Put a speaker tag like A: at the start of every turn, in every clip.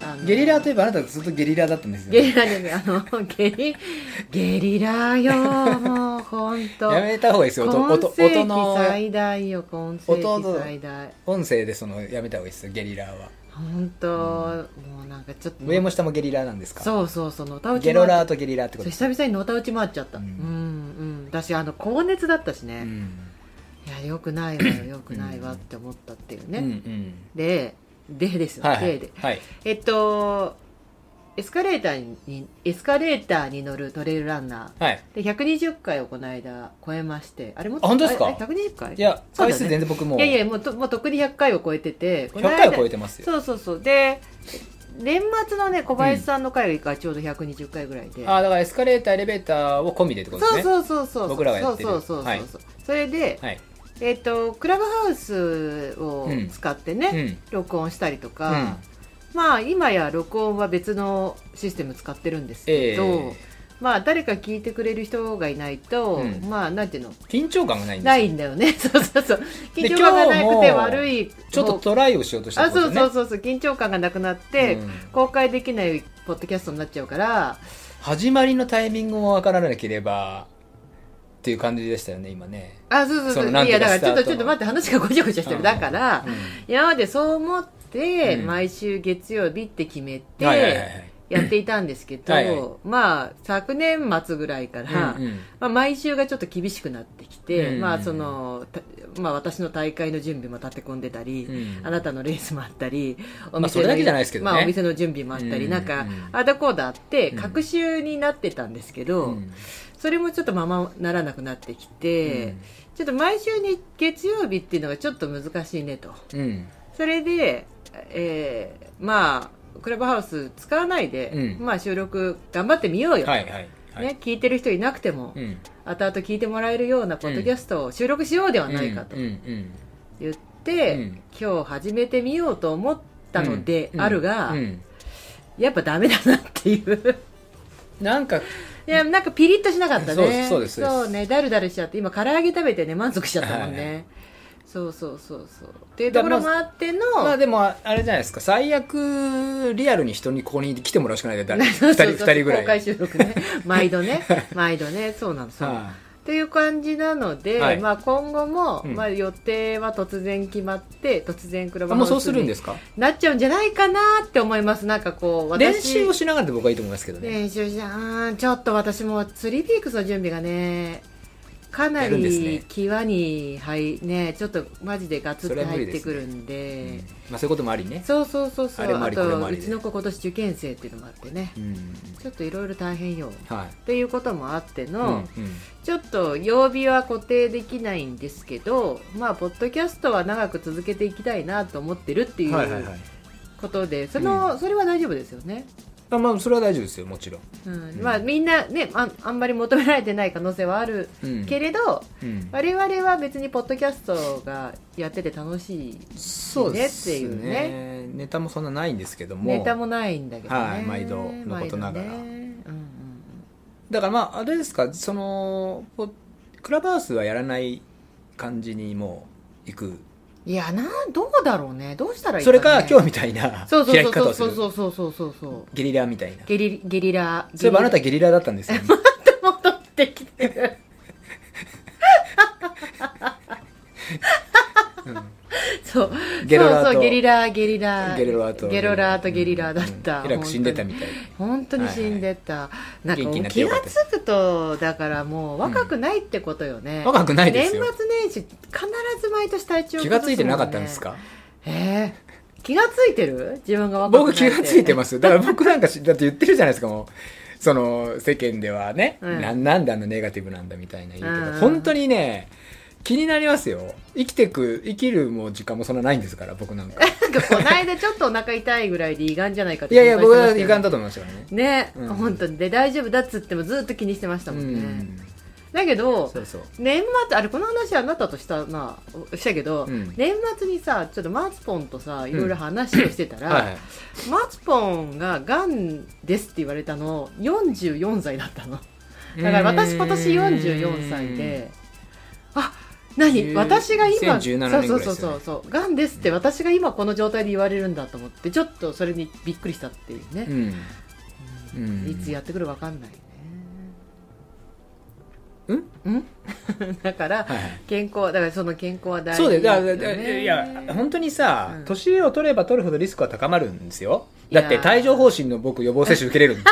A: あの
B: ゲリラといえばあなたずっとゲリラだったんですよね、
A: ゲリラです。あの、ゲリ、ゲリラよ、もう、ほんと。
B: やめた方がいいですよ。音、
A: 今
B: 音、
A: 世
B: 音
A: 紀
B: の
A: 最大よ、今世紀最大。
B: 音声でそのやめた方がいいですよ、ゲリラは。
A: ほんと、もうなんかちょっと。
B: 上も下もゲリラなんですか
A: そうそうそう、のたうち
B: ゲ
A: も
B: ロラーとゲリラってことです
A: 久々にのたうち回っちゃった。う
B: うんん、
A: うん。だし、あの、高熱だったし
B: う
A: ね。
B: ん。
A: いや、よくないわ よ、よくないわって思ったっていう
B: うんう
A: ね。
B: ん。
A: で、でですよ、
B: はいは
A: で
B: い
A: で。。
B: はい。
A: えっと、エスカレーターに、エスカレーターに乗るトレイルランナー。
B: はい。
A: で120回をこの間超えましてあれもっと
B: あ本当ですか
A: あれあれ120回
B: いや、
A: そうだよ
B: 回数
A: ね
B: 全然僕もう、
A: いやい
B: 100
A: やもうともうとっくに100回を超えててこの間
B: 回を超えてますよ。
A: そうそうそうで年末のね小林さんの回がちょうど120回ぐらいで、
B: ああ、だからエスカレーター、エレベーターを込みでってことです
A: そう
B: ね。う
A: そうそうそう
B: 僕らがやってる
A: そうそうそうそう、
B: はい
A: それで、
B: はい。
A: えっ、とクラブハウスを使ってね、
B: うん。
A: 録音したりとか、まあ今や録音は別のシステム使ってるんですけ
B: ええ
A: ど、まあ誰か聞いてくれる人がいないと、
B: うん
A: まあなんていうの
B: 緊張感がないんですよ
A: ないんだよね。 そうそうそう。緊
B: で
A: 張感がなくて
B: 今日も
A: 悪い。
B: ちょっとトライをしようとした
A: あ、
B: ってこ
A: そ
B: と
A: う
B: ね。
A: そうそうそう。緊張感がなくなって、
B: うん
A: 公開できないポッドキャストになっちゃうから、
B: 始まりのタイミングもわからなければ、っていう感じでしたよね、今ね。
A: あ、そうそう
B: そ
A: そう。
B: のなん
A: い
B: て
A: や、
B: いう
A: だ
B: か
A: からちょっと
B: ス
A: ち
B: タートの
A: ょっと待って、話がごちゃごちゃして
B: う
A: る。
B: ん
A: だから
B: う、ん
A: 今までそう思って、
B: うん
A: 毎週月曜日って決め
B: はいはいはいは
A: て、
B: い
A: やっていたんですけど、
B: はいはい
A: まあ、昨年末ぐらいから、
B: うんうん
A: まあ、毎週がちょっと厳しくなってきて、
B: うん
A: まあそのたまあ、私の大会の準備も立て込んでたり、
B: うん
A: あなたのレースもあったり、お
B: まあそれだけじゃないですけどね
A: まあ、お店の準備もあったり、
B: うん
A: なんか
B: うん、
A: あだこうだあって、
B: うん
A: 隔週になってたんですけど、
B: うん
A: それもちょっとままならなくなってきて、
B: うん
A: ちょっと毎週に月曜日っていうのがちょっと難しいねと。
B: うん
A: それで、えーまあ、クラブハウス使わないで、
B: うん
A: まあ、収録頑張ってみようよと。
B: はいはいはい。
A: ね、聞いてる人いなくても、
B: うん
A: 後々聞いてもらえるようなポッドキャストを収録しようではないかと
B: うんうん
A: 言って、
B: うん
A: 今日始めてみようと思ったので
B: うん
A: あるが、
B: うん
A: やっぱダメだなっていう
B: なんか、
A: いやなんかピリッとしなかったね
B: そうですそうで
A: そ
B: す
A: うねだるだるしちゃって今唐揚げ食べてね満足しちゃったもんね、
B: はいは
A: そうそうそうそうっていうところもあっての、
B: まあでも、あれじゃないですか、最悪、リアルに人にここに来てもらうしかないで、誰
A: そう
B: 二
A: そう
B: 人、
A: そう
B: 二人ぐら
A: 公開
B: い。
A: 収録 ね毎度ね毎度ねそうなのそうなの、
B: は
A: っていう感じなので、
B: はい
A: まあ、今後も、
B: うん
A: まあ、予定は突然決まって突然クラ
B: い
A: ブ
B: あ
A: ハウ
B: もう
A: ス
B: そうするん
A: に
B: ですか
A: なっちゃうんじゃないかなって思いますなんかこう私
B: 練習をしながらで僕はいいと思いますけどね。
A: 練習じゃんちょっと私もツリーピークスの準備がねかな
B: やるんですね
A: り際にはいねちょっとマジでガツ
B: そ
A: っ
B: れ
A: て
B: は無
A: 入
B: 理
A: っ
B: で
A: て
B: す
A: く
B: ね
A: るん
B: う
A: で
B: んまあそういうこともありね。
A: そうそうそうそう
B: あれもありこれも
A: と
B: あ
A: う
B: りで
A: ちの子今年受験生っていうのもあってね
B: うん
A: ちょっといろいろ大変よ
B: はい。
A: っていうこともあって
B: う
A: の、
B: んうん
A: ちょっと曜日は固定できないんですけど、まあ、ポッドキャストは長く続けていきたいなと思ってるってい
B: はいはい
A: う
B: はい
A: ことで、その、それは大丈夫ですよね。
B: あまあそれは大丈夫ですよもちろん、
A: うん
B: ん
A: まあ、みんなねあ、あんまり求められてない可能性はある
B: うん
A: けれど、
B: うん
A: 我々は別にポッドキャストがやってて楽しい、
B: そうです
A: ねっていうね
B: ネタもそんなないんですけども
A: ネタもないんだけどね。
B: はい毎度のことながら
A: 毎度ねうんうん
B: だからまああれですかそのポクラブハウスはやらない感じにもう行く
A: うんいやなんどうだろうねどうしたらいい
B: それか
A: 日
B: 今日みたいな
A: そう
B: 開き
A: そ
B: 方を
A: う
B: す
A: そう
B: る
A: そうそうそうそうそう
B: ゲリラみたいな
A: ゲリゲリラ
B: そういえばあなた
A: ゲ
B: ゲリラだったんですよね
A: リラ戻ってきてるそう
B: ゲロラと
A: そうそうゲリラゲリラ
B: ゲリラと
A: ゲロラとゲリラだった、
B: うんイラク死んでたみ
A: い
B: たい
A: 本当に死んでた、
B: 元気に
A: なんか
B: なって
A: 気
B: よか
A: が
B: ったです
A: つくとだからもう若くないってことよね、
B: 若くないですよ
A: 年末年始必ず毎年体調崩すもんね
B: 気がついてなかったんですか
A: えー気がついてる自分が若くない
B: 僕気がついてますよだから僕なんかしだって言ってるじゃないですかもうその世間ではね、
A: うん
B: ななんであのネガティブなんだみたいな言うけど、
A: うん
B: 本当にね気になりますよ生きてく生きるもう時間もそんなないんですから僕なん か
A: なんかこの間ちょっとお腹痛いぐらいで胃がんじゃないかっ
B: い
A: て
B: やいや僕は
A: 胃
B: 遺憾
A: がん
B: だと思いましたからね
A: ね、
B: うん
A: 本当にで大丈夫だっつってもずっと気にしてました
B: う
A: もんね、
B: ん
A: だけど
B: そうそう
A: 年末あれこの話あなたとしたなしたけど、
B: うん
A: 年末にさちょっとマツポンとさいろいろ話をしてたら、
B: はい
A: マツポンががんですって言われたの44歳だったのだから私今年44歳であ何
B: 10
A: 私が今
B: 2017年
A: そう
B: ぐ
A: そ
B: ら
A: う
B: いですよ
A: そ
B: ね
A: うそうがんですって私が今この状態で言われるんだと思ってちょっとそれにびっくりしたっていう
B: う
A: ね、
B: ん、
A: うん
B: うん
A: いつやってくるわかんないね
B: うん
A: ん だから
B: はいはい
A: 健康だからその健康は大事
B: そうだよだ
A: よ
B: からだからいや本当にさ、
A: うん
B: 年を取れば取るほどリスクは高まるんですよ
A: いや
B: だって帯状疱疹の僕予防接種受けれるんで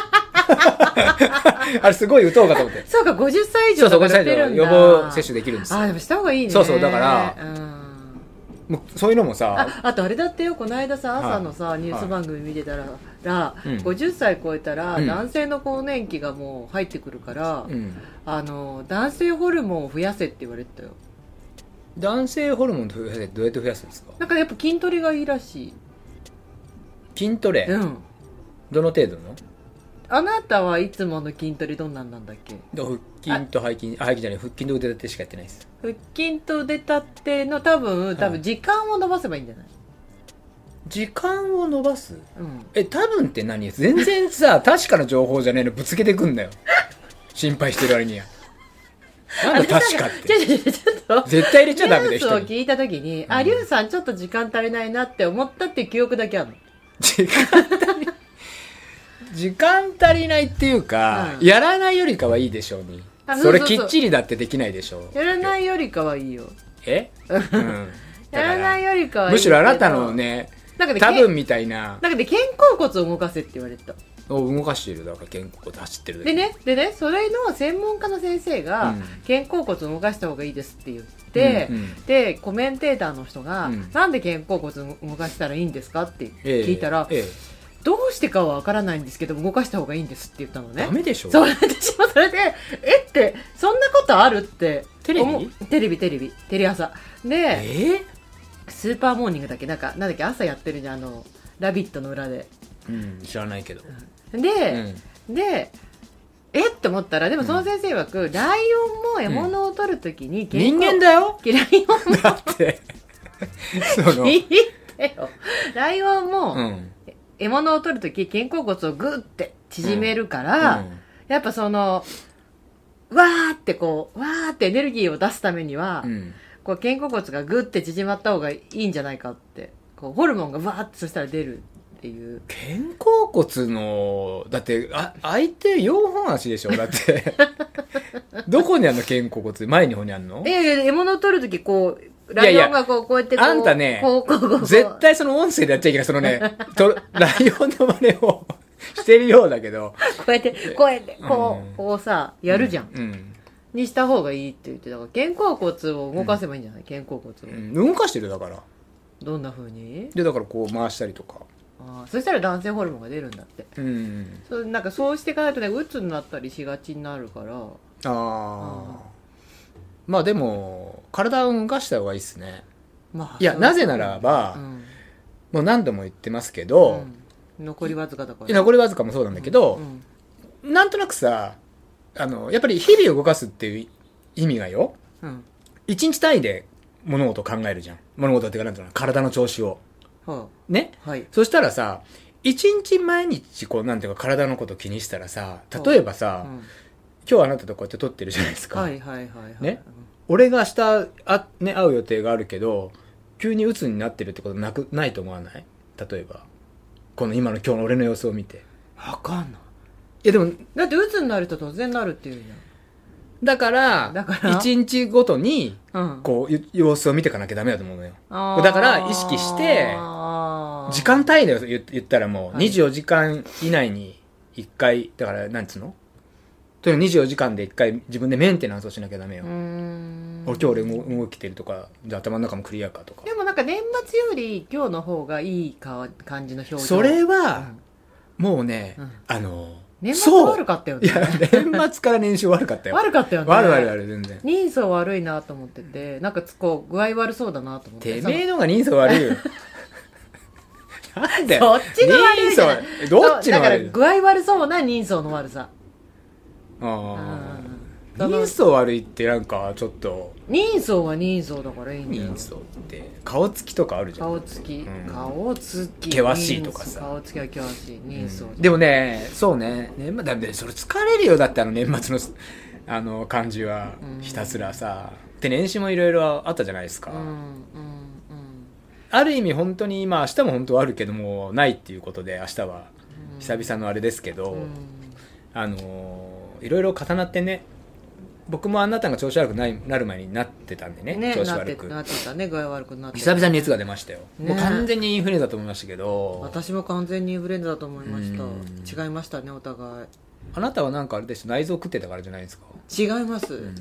B: あれすごい打とうかと思って
A: そうか50歳以上
B: そうそう
A: と
B: ご
A: か
B: めんなさ
A: 出
B: いよ
A: るんだ
B: 予防接種できるんですよ
A: あでもした方がいいね
B: そうそうだから
A: うん
B: もうそういうのもさ
A: ああとあれだってよこの間さ
B: はい
A: 朝のさ、ニュース番組見てたら、ら
B: うん
A: 50歳超えたら、
B: うん
A: 男性の更年期がもう入ってくるから、
B: うん
A: あの男性ホルモンを増やせって言われたよ
B: 男性ホルモン増やせどうやって増やすんですか
A: なんかやっぱ筋トレがいいらしい
B: 筋トレ、
A: うん
B: どの程度の
A: あなたはいつもの筋トレどんなんなんだっけ
B: だ腹筋と背筋あ背筋じゃない腹筋と腕立てしかやってないです
A: 腹筋と腕立ての多分多
B: は
A: 分
B: い
A: 時間を伸ばせばいいんじゃない、
B: 時間を伸ばす
A: うん
B: え多分って何全 然さ確かな情報じゃねえのぶつけてくんだよ心配してる割にはなんだ確かっ
A: ち
B: て
A: ょちょちょちょっと
B: 絶対入れちゃダメだ
A: ニュー
B: よ
A: ス
B: 人
A: を
B: に
A: 聞いた時に、あ、リュウさんちょっと時間足りないなって思ったっていう記憶だけあるの。
B: 時間足り時間足りないっていうか、
A: うん
B: やらないよりかはいいでしょうに
A: あそうそ
B: そう
A: そ
B: れ
A: う
B: きっちりだってできないでしょう
A: やらないよりかはいいよ。
B: え、うん、
A: やらない
B: よ
A: よりかはいいけど。
B: むしろあなたのね
A: なんかね、
B: 多
A: 多分
B: 分みたいな
A: なんかね、肩甲骨を動かせって言われた。
B: を動かしてるだから肩甲骨走ってるだけ
A: でね、でね、それの専門家の先生が、
B: うん
A: 肩甲骨を動かした方がいいですって言って、
B: うんうん
A: で、コメンテーターの人が、
B: うん
A: なんで肩甲骨を動かしたらいいんですかって
B: ええ
A: 聞いたら、
B: ええ
A: どうしてかはわからないんですけど、動かした方がいいんですって言ったのね
B: ダ。メでしょ
A: そう私もそれでえってそんなことあるって
B: テレビ
A: 思うテレビテレビテレ朝
B: え
A: で
B: え
A: スーパーモーニングだっけなんかなんだっけ朝やってるじゃんあの「ラビット!」の裏で
B: うん、知らないけど、う
A: で、
B: ん
A: でえって思ったらでもその先生曰く、ライオンも獲物を取るときに健
B: 人
A: 康
B: 間だよ
A: ライオンも
B: だってその、
A: 聞いてよライオンも、
B: うん
A: 獲物を取るとき肩甲骨をグーって縮めるから、やっぱその、わーってこう、わーってエネルギーを出すためには、
B: うん
A: こう肩甲骨がグーって縮まった方がいいんじゃないかって、こうホルモンがわーってそしたら出るっていう。
B: 肩甲骨のだってあ相手4本足でしょだってどこにあんの肩甲骨前に方にあんの
A: いやいや、獲物を取るときこう、ラ
B: やい
A: イ
B: や
A: オンがこう、こうやってこう、
B: あんたね
A: こう、こう、こうこう。
B: 絶対その音声でやっちゃいけないそのねとライオンの真似をしてるようだけど
A: こうやって、こうやって、こ
B: うん
A: う、こうさ、やるじゃん。
B: うん、
A: にした方がいいって言って、だから肩甲骨を動かせばいいんじゃない、肩甲骨
B: う
A: を。
B: ん動かしてるよだから
A: どんな風に
B: でだからこう回したりとか
A: あーそしたら男性ホルモンが出るんだって。
B: うん
A: そうなんかそうしていかないとね鬱になったりしがちになるから
B: ああまあでも体を動かした方がいいですね
A: まあ
B: いや
A: そう
B: なぜならば、
A: うん
B: もう何度も言ってますけど、
A: うん残りわずかだか
B: い
A: ら
B: や残りわずかもそうなんだけど
A: う、ん
B: なんとなくさあのやっぱり日々動かすっていう意味がよ
A: うん
B: 一日単位で物事を考えるじゃん物事っていうかなんていうの体の調子を
A: は
B: ね
A: あはい
B: そしたらさ一日毎日こうなんていうか体のこと気にしたらさ例えばさ、
A: うん
B: 今日あなたとこうやって撮ってるじゃないですか、
A: はいはいはいはい
B: ね俺が明日あ、ね、会う予定があるけど急に鬱になってるってことなくないと思わない例えばこの今の今日の俺の様子を見て
A: 分かんない
B: いやでも
A: だって鬱になると突然なるっていう
B: だから
A: だから
B: 一日ごとに
A: じゃんうん
B: こうゆ様子を見ていかなきゃダメだと思うのよ
A: あー
B: だから意識して
A: あー
B: 時間単位で言言ったらもう
A: はい
B: 24時間以内に1回だからなんつうのというの24時間で1回自分でメンテナンスをしなきゃダメよ、
A: うーん
B: 俺今日俺も動きてるとかじゃあ頭の中もクリアかとか
A: でもなんか年末より今日の方がいいか感じの表情
B: それ
A: う
B: は
A: ん
B: もうね、
A: うん
B: あの
A: 年末悪
B: か
A: かったよ
B: い
A: ね
B: や年末から年始悪かったよ悪
A: 悪かったよね
B: 悪悪悪全然
A: 人相悪いなと思っててなんかつこう具合悪そうだなと思って
B: てめえのが人相悪いよなんだ
A: その
B: よ
A: そっちが悪いじゃない
B: 人相どっち
A: そうだか
B: の悪
A: ら
B: いの
A: 具合悪そうな人相の悪さ
B: あ
A: う
B: あ
A: んだから
B: 人相悪いってなんかちょっと
A: 人相は人相だからいいんだよ
B: 人相って顔つきとかあるじゃん
A: 顔つき、
B: うん
A: 顔つき
B: 険しいとかさ
A: 人相顔つきは険しい人相、
B: でもねそうね年末だってそれ疲れるよだってあの年末のあの感じは
A: うん
B: ひたすらさ、で年始もいろいろあったじゃないですか、
A: うんうんうん
B: ある意味本当にまあ明日も本当はあるけどもないっていうことで明日は
A: うん
B: 久々のあれですけど、
A: うん
B: あのーいろいろ重なってね僕もあなたが調子悪くないなる前になってたんでね
A: ね
B: 調子
A: なって
B: 悪
A: な
B: く
A: ってたね具合悪くなってた
B: 久々に熱が出ましたよ、
A: ね
B: もう完全にインフルエンザと思いましたけど
A: 私も完全にインフルエンザだと思いました
B: うん
A: 違いましたねお互い
B: あなたはなんかあれでしょ内臓食ってたからじゃないですか、
A: 違います、
B: う
A: うんん、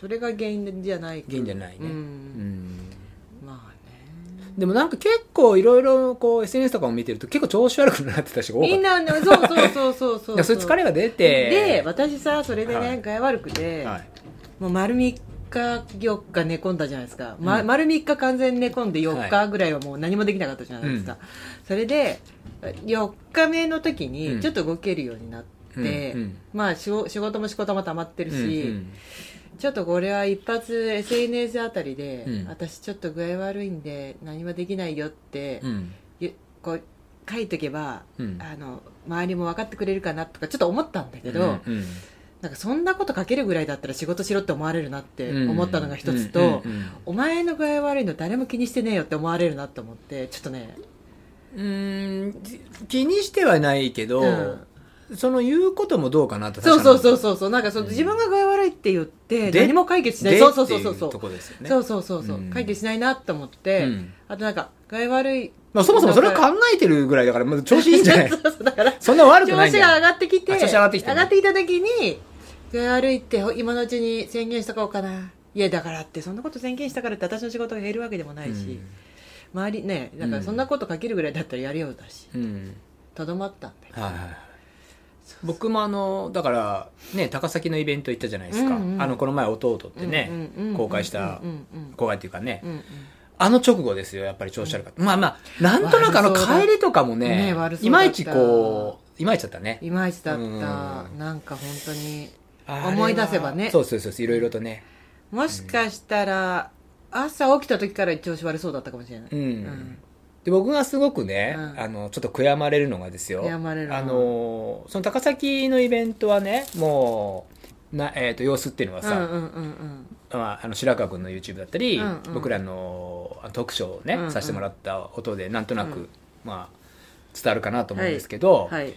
A: それが原因じゃない
B: 原因じゃないね、
A: うん
B: うん
A: まあね
B: でもなんか結構いろいろこう SNS とかも見てると結構調子悪くなってた人が多か
A: み
B: っ
A: ん
B: た
A: なねそうそうそうそうそ
B: いや
A: う
B: それ疲れが出て
A: で私さそれでね、
B: はい
A: 具合悪くて、
B: はい、
A: もう丸3日4日寝込んだじゃないですか、
B: う
A: ま、
B: ん
A: 丸3日完全に寝込んで4
B: は
A: 日ぐらいはもう何もできなかったじゃないですか、
B: うん
A: それで4日目の時
B: うん
A: にちょっと動けるようになって、
B: うんうん
A: まあ仕事仕事も仕事も溜まってるし、
B: うん
A: ちょっとこれは一発 SNS あたりで、
B: うん
A: 私ちょっと具合悪いんで何もできないよって、
B: うんうん
A: ゆこう書いとけば、
B: うん
A: あの周りも分かってくれるかなとかちょっと思ったんだけど、
B: うんうん
A: なんかそんなこと書けるぐらいだったら仕事しろって思われるなって思ったのが一つと、
B: うんうん
A: お前の具合悪いの誰も気にしてねえよって思われるなと思ってちょっとね
B: うんうんうーん気にしてはないけど、その言うこともどうかなって
A: そうそうそう
B: う
A: そうそうなんかその
B: うん
A: 自分が具合悪いって言って
B: で
A: 何も解決しない
B: で
A: そうそうそうそう
B: って
A: そ
B: いうとこですよね
A: そうそうそうそう
B: うん
A: 解決しないなと思って、
B: うん
A: あとなんか具合悪い
B: まあ、そもそもそれを考えてるぐらいだからまず調子いいんじゃない
A: そうそうだから調
B: そんな悪
A: 子
B: くないんだよ
A: が上がってきて
B: あ調子上がってきてね
A: きた時に具合悪いって今のうちに宣言しとこうかないやだからってそんなこと宣言したからって私の仕事が減るわけでもないし、周りねだからそんなこと書けるぐらいだったらやるようだし
B: うんうん
A: とどまったんだよ
B: はいはいはい僕もあのだからね高崎のイベント行ったじゃないですか、
A: うんうん
B: あのこの前弟ってね、
A: うんうん
B: 公開した
A: うんうん
B: 公開っていうかね、
A: うんうん
B: あの直後ですよやっぱり調子悪かった、まあまあなんとなくあの
A: 悪そうだ
B: 帰りとかもね
A: ね悪そう
B: い
A: だった
B: まいちこういまいちだったね
A: いまいちだった
B: うん
A: なんか本当に
B: あれは
A: 思い出せばね
B: そうそうそうそういろいろとね
A: もしかしたら朝起きた時から調子悪そうだったかもしれない
B: うん、
A: ん
B: で僕がすごくね、
A: うん
B: あのちょっと悔やまれるのがですよ
A: 悔やまれるな
B: あのその高崎のイベントはねもうな、えー、と様子っていうのは
A: うん
B: さ、
A: うんうん
B: まあ、あの白川君の YouTube だったり、
A: うんうん
B: 僕らのあのトークショーをね、
A: うんうん
B: させてもらった音でなんとなく、
A: うん
B: まあ、伝わるかなと思うんですけど、
A: うんはい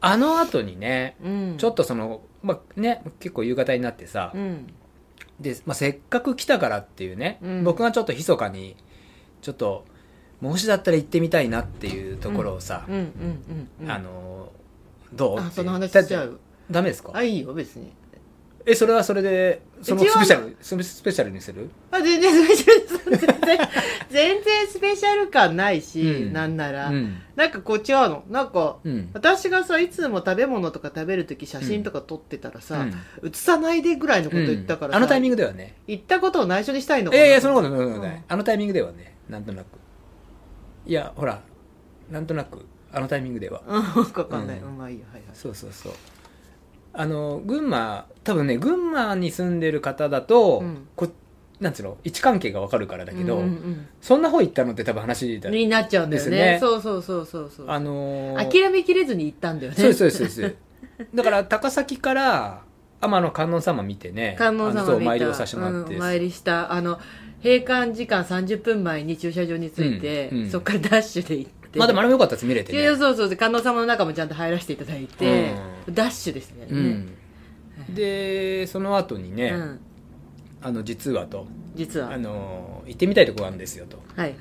B: あの後にね
A: うん
B: ちょっとその、まあね、結構夕方になってさ、
A: うん
B: でまあ、せっかく来たからっていうね、
A: うん
B: 僕がちょっと密かにちょっともしだったら行ってみたいなっていうところをさ、
A: うんうんうんうん
B: あのどう
A: あ
B: って
A: その話しちゃ
B: だって
A: う
B: ダメですか
A: あいいよ別に
B: えそれはそれでその
A: 一応
B: スペシャルそのスペシャルにする
A: あ全然スペシャルです全然全然スペシャル感ないし、
B: うん
A: なんな
B: う
A: ら、
B: ん、
A: なんかこう違うのなんか
B: うん
A: 私がさいつも食べ物とか食べる時写真とか撮ってたらさ、
B: うん
A: 映さないでぐらいのこと言ったからさ、
B: あのタイミン
A: グ
B: グではね
A: 言ったことを内緒にしたいの
B: い
A: な
B: やいやそんなことないそんなことない、
A: うん
B: あのタイミングではねなんとなくいやほらなんとなくあのタイミングでは
A: うんわかんない、
B: う
A: うんん、まあいいよはいはい
B: そうそうそうあの群馬多分ね群馬に住んでる方だと、
A: うん
B: こなんつうの位置関係がわかるからだけど、
A: うんうん
B: そんな方行ったのって多分話
A: う
B: だ
A: ん、になっちゃうんだよね
B: ですね
A: そうそうそうそうそう
B: あのー
A: 諦めきれずに行ったんだよね
B: そうですそうですそうですだから高崎から天野観音様見てね
A: 観音
B: あの
A: 様
B: そう
A: 見た
B: お参りをさせてもらって、
A: うんお参りしたあの閉館時間30分前に駐車場に着いて、
B: うんうん
A: そこからダッシュで行って
B: まあでもあれも良かったです見れて
A: いや
B: ね
A: いやそうそうそう観音様の中もちゃんと入らせていただいて、ダッシュですね、
B: うんでその後にね、
A: うん
B: あの実はと
A: 実はは
B: あ
A: い
B: の行ってみたいとこがあるんですよと
A: はいはい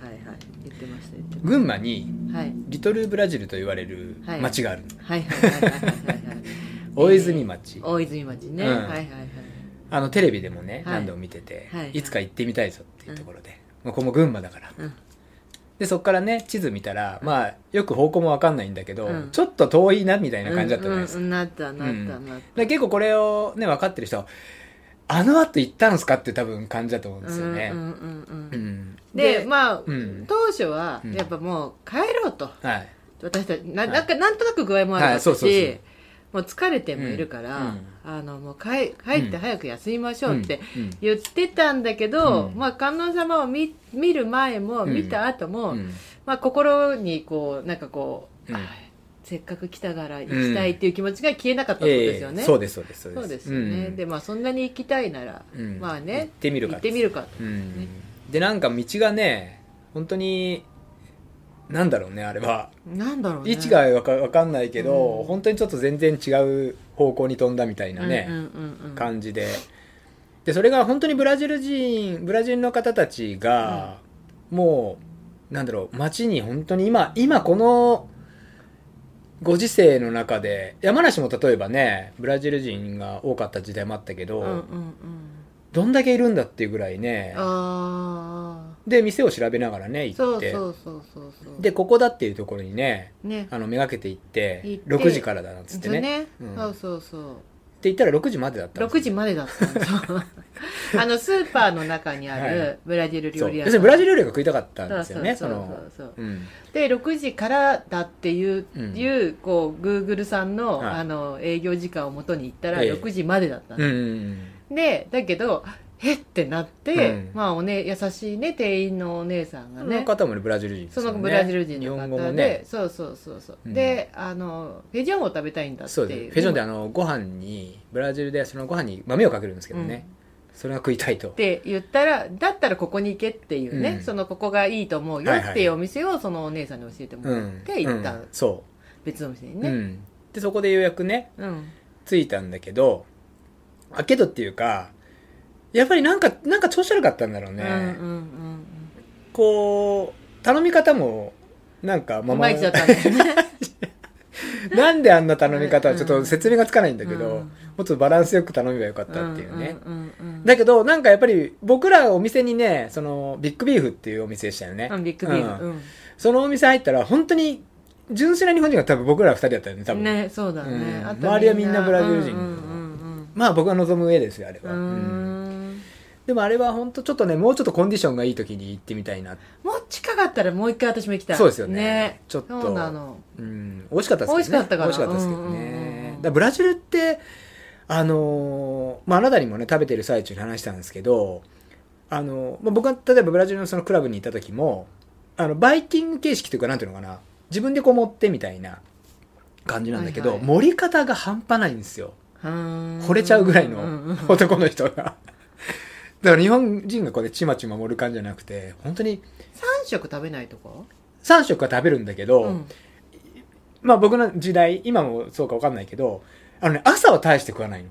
A: 言ってました言ってまし
B: 群馬に
A: たはい
B: リトルブラジルと言われる
A: はい
B: 町がある、
A: はいはいはいはいはいはい
B: 大泉町、
A: 大泉町ね、
B: うん
A: はいはいはい
B: あのテレビでもね、
A: はい
B: 何度も見てて、
A: はいい
B: つか行ってみたいぞっていうところで、まあ、ここも群馬だから
A: うん
B: でそこからね地図見たら、まあよく方向も分かんないんだけど、
A: うん
B: ちょっと遠いなみたいな感じだったじゃないですか,、
A: うんうんなったなった
B: う
A: なっ
B: で結構これをね分かってる人はあの後行ったんすかって多分感じだと思うん
A: た、
B: ですよね、
A: うんうんうんう
B: うんん
A: でまあ、
B: うん
A: 当初は
B: うん
A: やっぱもう帰ろうと、
B: はい
A: 私たちな
B: はい
A: なんかなんとなく具合も悪か
B: は
A: っ
B: いそ
A: た
B: うそうそう
A: しもう疲れてもいるから、
B: うん
A: あのもう帰帰って早く休みましょうって
B: うんうん
A: 言ってたんだけど、
B: うん
A: まあ、観音様を見見る前も
B: うん
A: 見た後も、
B: うん
A: まあ、心にこうなんかこう、
B: うん
A: あせっかく来たから行きたいっていう気持ちが消えなかったってこと
B: え
A: ですよね、
B: えそうですそうですそうです
A: そうですよね、
B: うん
A: でまあそんなに行きたいなら、
B: うん
A: まあ
B: 行っ
A: ね
B: てみるか
A: 行ってみるかと、
B: うんでなんか道がね本当になんだろうねあれは
A: なんだろうね
B: 位置がわかわかんないけど、
A: うん
B: 本当にちょっと全然違う方向に飛んだみたいなね、
A: うんうんうんうん
B: 感じででそれが本当にブラジル人ブラジルの方たちが、もうなんだろう街に本当に今今このご時世の中で山梨も例えばねブラジル人が多かった時代もあったけど、
A: うんうんうん
B: どんだけいるんだっていうぐらいね
A: あ
B: で店を調べながらね
A: あそ
B: 行っ
A: う
B: て
A: そうそうそうそう
B: でここだっていうところにね
A: ね
B: あのめがけて行って
A: 行って
B: 6時からだなんつってねって
A: ね、
B: うん
A: そうそうそう
B: 言ったら6時までだったんです
A: 6
B: よ
A: 時までだったんですよ あのスーパーの中にあ
B: はい
A: るブラジル料理
B: そう
A: 屋
B: 要するにブラジル料理が食いたかったん
A: そ
B: で
A: う
B: す
A: そ
B: よ
A: う
B: ね
A: そ
B: そうの
A: そうそう
B: うん
A: で6時からだっていう,、
B: うん
A: いうこうグーグルさんの,、
B: はい
A: あの営業時間を元に行ったら
B: ええ
A: 6時までだったん
B: う
A: で
B: んうん
A: す、でだけどえってなって、
B: うん
A: まあおね、優しいね店員のお姉さん
B: う
A: が
B: ん、そ
A: ね
B: の方もねブラジル人です
A: そ
B: よね
A: のブラジル人の
B: 日
A: 方
B: 本語も
A: で、
B: ね
A: そうそうそうそう、
B: うん
A: であのフェジョンを食べたいんだってい
B: そううですフェジョンって
A: っ
B: あのご飯にブラジルでそのご飯に豆をかけるんですけどね、それが食いたいと
A: て言ったらだったらここに行けっていうね、
B: うん
A: そのここがいいと思うよっていうお店をそのお姉さんに教えても
B: う
A: らっ
B: ん
A: て行った、
B: うんそ
A: 別のお店に
B: う、
A: ね、
B: うん、でそこでようやくね
A: うん
B: 着いたんだけどあけどっていうかやっぱりなんかなんか調子悪かったんだろう
A: うん
B: ね、
A: うんうん
B: こう頼み方もなんか
A: うん
B: ま
A: い
B: ま
A: まいちだったんだよね
B: なんであんな頼み方はちょっと説明がつかないんだけど、
A: うん
B: もっとバランスよく頼めばよかったっていうね、
A: うんうんうんうん、
B: だけどなんかやっぱり僕らお店にねそのビッグビーフっていうお店でしたよね、
A: うんビッグビール、
B: うん
A: うん
B: そのお店入ったら本当に純粋な日本人が多分僕ら二人だったよね多分
A: ねそうだね、
B: うん
A: あと
B: 周りはみんなブラジル人
A: うんうん
B: まあ僕が望む上ですよあれ
A: うんう
B: は、
A: ん
B: うん
A: うーん
B: でもあれは本当ちょっとねもうちょっとコンディションがいい時に行ってみたいな
A: もう近かったらもう一回私も行きたい
B: そうですよね
A: ね
B: ちょっと
A: そうなの
B: うん美味しかったですけどね
A: 美味しかったから
B: 美味しかったですけどね、
A: うんうんうんうん
B: だからブラジルってあのーまあ、あなたにもね食べてる最中に話したんですけどあの、まあ、僕が例えばブラジルのそのクラブにいた時もあのバイキング形式というかなんていうのかな自分でこう持ってみたいな感じなんだけど、
A: はいはい
B: 盛り方が半端ないんですよ惚
A: 惚
B: れちゃうぐらい
A: うん
B: の
A: うん
B: 男の人が。だから日本人がこうねちまちま盛る感じじゃなくて本当に
A: 三食食べないとか
B: 3食は食べるんだけど、
A: うん
B: まあ僕の時代、今もそうかわかんないけど、あのね、朝は大して食わない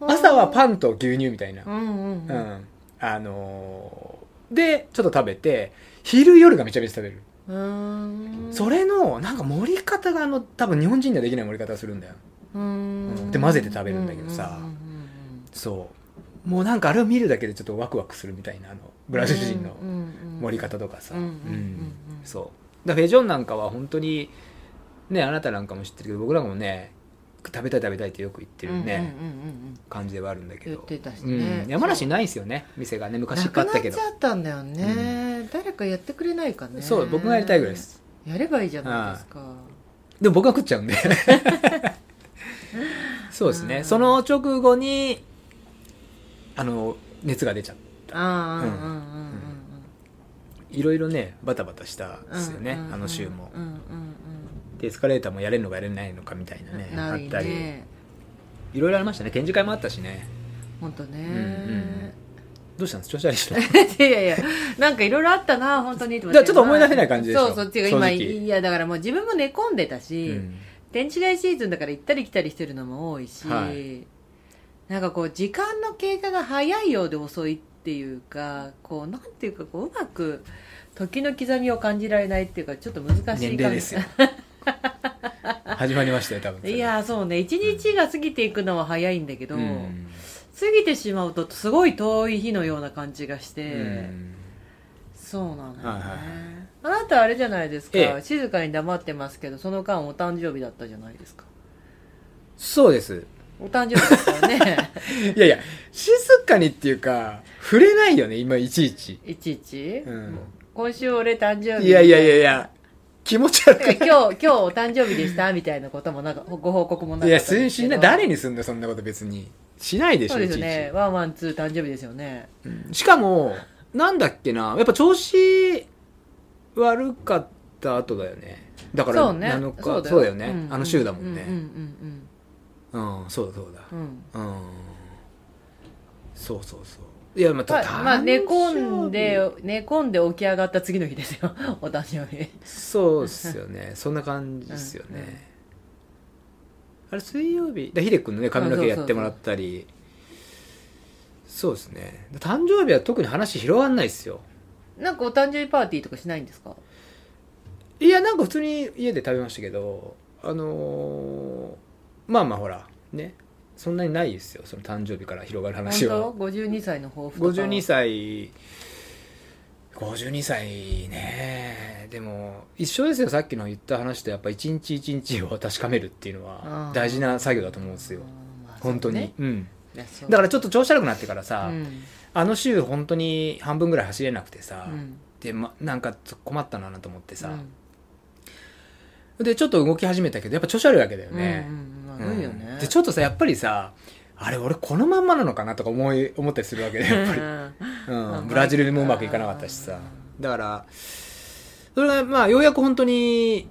B: の。朝はパンと牛乳みたいな。
A: うんうんう
B: う
A: ん
B: ん。あのーで、ちょっと食べて、昼夜がめちゃめちゃ食べる。
A: うーん
B: それの、なんか盛り方があの、多分日本人にはできない盛り方するんだよ。
A: うーん
B: で混ぜて食べるんだけどさ
A: うんうんうんうん
B: そう。もうなんかあれを見るだけでちょっとワクワクするみたいな、あの、ブラジル人の
A: うんうんうん
B: 盛り方とかさ。
A: うんうんうんうん
B: そう。だからフェジョンなんかは本当に、ね、あなたなんかも知ってるけど、僕らもね、食べたい食べたいってよく言ってるね。
A: うんうんうんうん
B: 感じではあるんだけ
A: 言っ
B: ど、
A: てたし
B: う
A: ね
B: ん、山梨にないんですよね店がね昔い
A: な
B: っ
A: く
B: ぱいあっ
A: な
B: た
A: っ
B: けど
A: ちゃったんだよね誰かやってくれないかね
B: そう僕がやりたいぐらいです
A: やればいいじゃないですか
B: でも僕が食っちゃうん でそうですね、
A: うん
B: その直後にあの熱が出ちゃう
A: ああうんうんうん
B: いろいろねバタバタした
A: うんうん
B: ですよね、あの週も、
A: うんうん
B: でエスカレーターもやれるのかやれないのかみたいな
A: うん
B: ね
A: な
B: あ
A: い
B: ったり
A: ね
B: いろいろありましたね展示会もあったしね
A: 本当ね、
B: うんうんどうしたんです調子悪いっしょ
A: いやいや、なんかいろいろあったな、本当に。ちょ
B: だからちょっと思い出せない感じでしょ
A: そうそう、っていうか今、
B: 正直
A: いや、だからもう自分も寝込んでた
B: う
A: し、
B: ん
A: 天地街シーズンだから行ったり来たりしてるのも多いし、
B: はい
A: なんかこう、時間の経過が早いようで遅いっていうか、こう、なんていうか、こう、うまく、時の刻みを感じられないっていうか、ちょっと難しい感じ。
B: 年齢ですよ始まりましたよ多分それ
A: いや、そうね、一日が過ぎていくのは早いんだけど、
B: うん
A: 過ぎてしまうと、すごい遠い日のような感じがして、
B: うん
A: そうなんだよね、
B: はいはいはい
A: あなたあれじゃないですか、
B: ええ
A: 静かに黙ってますけどその間お誕生日だったじゃないですか
B: そうです
A: お誕生日ですから ね
B: いやいや、静かにっていうか、触れないよね、今、いちいち。
A: いちいち、
B: うん
A: 今週俺誕生日
B: いやいやいやいや、気持ち悪
A: だ
B: く
A: から今日、今日お誕生日でしたみたいなことも、なんか、ご報告もなか
B: い
A: っ
B: や
A: たん
B: す
A: で
B: ん
A: す
B: し
A: け
B: な
A: ど
B: い誰にすんだよそんなこと別にしないでしょ
A: そうですよ
B: いちい
A: ね
B: ち。
A: ワンワンツー誕生日ですよね。
B: しかも、なんだっけな、やっぱ調子悪かった後だよね。だから
A: そうね。
B: 7日、そうだよね、
A: うん
B: あの週だもん
A: うんうん
B: ね。うん、そうだそうだ
A: うんうん。うん。
B: うん。そうそうそう。いや、まあ、
A: まあ、まあ、寝込ん
B: 誕生
A: で、寝込んで起き上がった次の日ですよ。 お誕生日。
B: 日そうっすよね。 そんな感じっすよね。
A: うんうん
B: あれ、水曜日。だヒデ君のね、髪の毛やってもらったり。そうですね。誕生日は特に話広がんないっすよ。
A: なんかお誕生日パーティーとかしないんですか
B: いやなんか普通に家で食べましたけどあのーまあまあほらねそんなにないですよその誕生日から広がる
A: 本
B: 話
A: 当
B: は
A: ?52 歳の抱負とか。
B: 52歳52歳ねでも一緒ですよさっきの言った話とやっぱ一日一日を確かめるっていうの
A: う
B: は
A: ん
B: 大事な作業だと思うんですよ
A: うんまあ
B: 本当に、う
A: そう
B: ん、
A: ねいやそう
B: だからちょっと調子悪くなってからさ、
A: うん
B: あの週本当に半分ぐらい走れなくてさ、
A: うん
B: で、ま、なんかちょっと困ったなと思ってさ、
A: うん
B: でちょっと動き始めたけどやっぱ調子悪いわけだよね
A: う、んうんまあそうよね
B: うんでちょっとさやっぱりさあれ俺このまんまなのかなとか思い思ったりするわけでやっぱり、
A: ま
B: う
A: あ
B: ん、ブラジルもうまくいかなかったしさ
A: う
B: だからそれがまあようやく本当に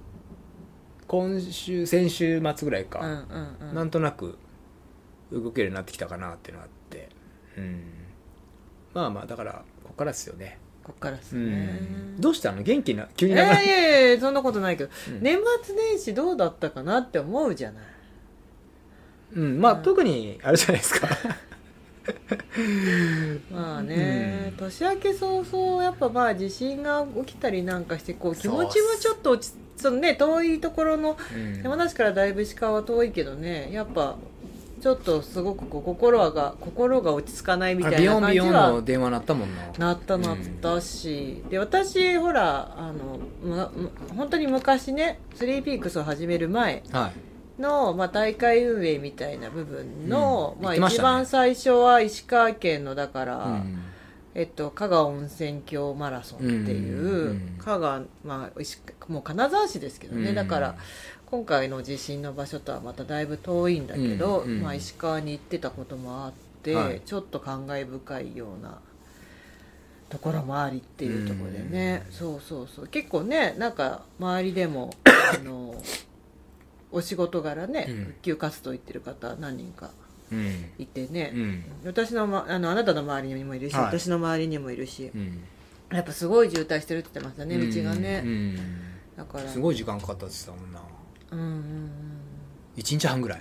B: 今週先週末ぐらい
A: うん
B: か、
A: うんうん
B: なんとなく動けるようになってきたかなっていうのがあって、うん、まあまあだからここからですよね、
A: こっからです
B: う
A: ね
B: ん、どうしたの元気な急
A: えーい
B: に長い
A: やいやいやそんなことないけど
B: うん
A: 年末年始どうだったかなって思うじゃない
B: うん、まあ、
A: うん
B: 特にあれじゃないですか
A: まあね、
B: うん
A: 年明け早々やっぱまあ地震が起きたりなんかしてこう気持ちも
B: そうっす
A: ちょっと落ちそのね遠いところの
B: うん
A: 山梨からだいぶ石川は遠いけどねやっぱちょっとすごくこう心が心が落ち着かないみた
B: あれビ
A: いな
B: ヨン
A: 感
B: ビ
A: じ
B: ヨン
A: は
B: の電話鳴ったもんな
A: なったなったし、で私ほらあの、ま、む本当に昔ね3ピークスを始める前
B: はい
A: の、まあ、大会運営みたいな部分の、
B: うん
A: まあ、
B: 言ってまし
A: 一
B: たね
A: 番最初は石川県のだから、
B: うん
A: えっと、加賀温泉郷マラソンっていう、
B: うんうん
A: 加賀、まあ、石もう金沢市ですけどね、
B: うん
A: だから今回の地震の場所とはまただいぶ遠いんだけど、
B: うんうん
A: まあ、石川に行ってたこともあって、
B: はい
A: ちょっと感慨深いようなところもありっていうところでね、
B: うん
A: そうそうそう結構ねなんか周りで もあのお仕事柄ね、
B: うん
A: 復旧活動行ってる方何人か
B: うん
A: いてね、
B: うん
A: 私の、ま、あのあなたの周りにもいるし、
B: はい
A: 私の周りにもいるし
B: うん
A: やっぱすごい渋滞してるって言ってましたね道がね、
B: うん
A: だから
B: すごい時間かかったって言ってたもんな
A: うんうんうん
B: 1日半ぐらい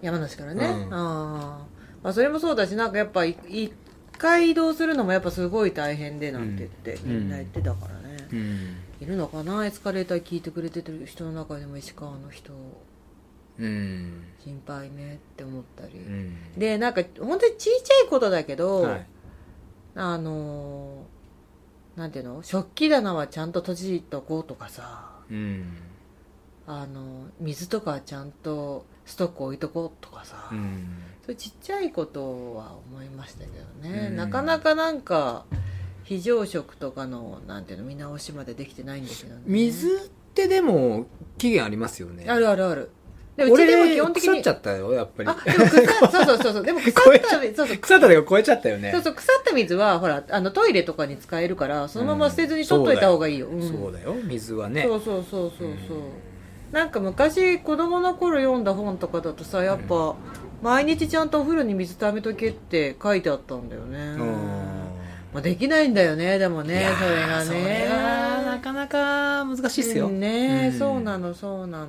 A: 山梨からね、
B: うん
A: あーまあ、それもそうだしなんかやっぱい一回移動するのもやっぱすごい大変でなんて言って、
B: うん
A: みんな言ってたからね、
B: うん
A: いるのかなエスカレーター聞いてくれてる人の中でも石川の人
B: うん
A: 心配ねって思ったり、
B: うん
A: でなんか本当にちいちゃいことだけど、
B: はい
A: あのーなんていうの食器棚はちゃんと閉じとこうとかさ
B: うん
A: あのー水とかはちゃんとストック置いとこうとかさ、
B: うん
A: そういうちっちゃいことは思いましたけどね、
B: うん
A: なかなかなんか非常食とかのなんていうの見直しまでできてないんだけどね
B: 水ってでも期限ありますよね
A: あるあるあるでうち
B: 俺
A: でも基本的
B: 腐っ
A: に
B: ちゃったよやっぱり
A: あでも腐っ そうそうそうそうでも腐っ
B: こ れ
A: たそうそう
B: 腐ったとか超えちゃったよね
A: そうそう腐った水はほらあのトイレとかに使えるからそのまま捨てずに取っといた方がいいよ,、うん
B: そうだよ水はね
A: そうそうそうそうそうなんか昔子供の頃読んだ本とかだとさやっぱ毎日ちゃんとお風呂に水溜めとけって書いてあったんだよね
B: うん
A: まあ、できないんだよねでも
B: い
A: ね
B: やー
A: それがね
B: それはなかなか難しいっすよ、
A: うんね、
B: うん
A: そうなのそうなの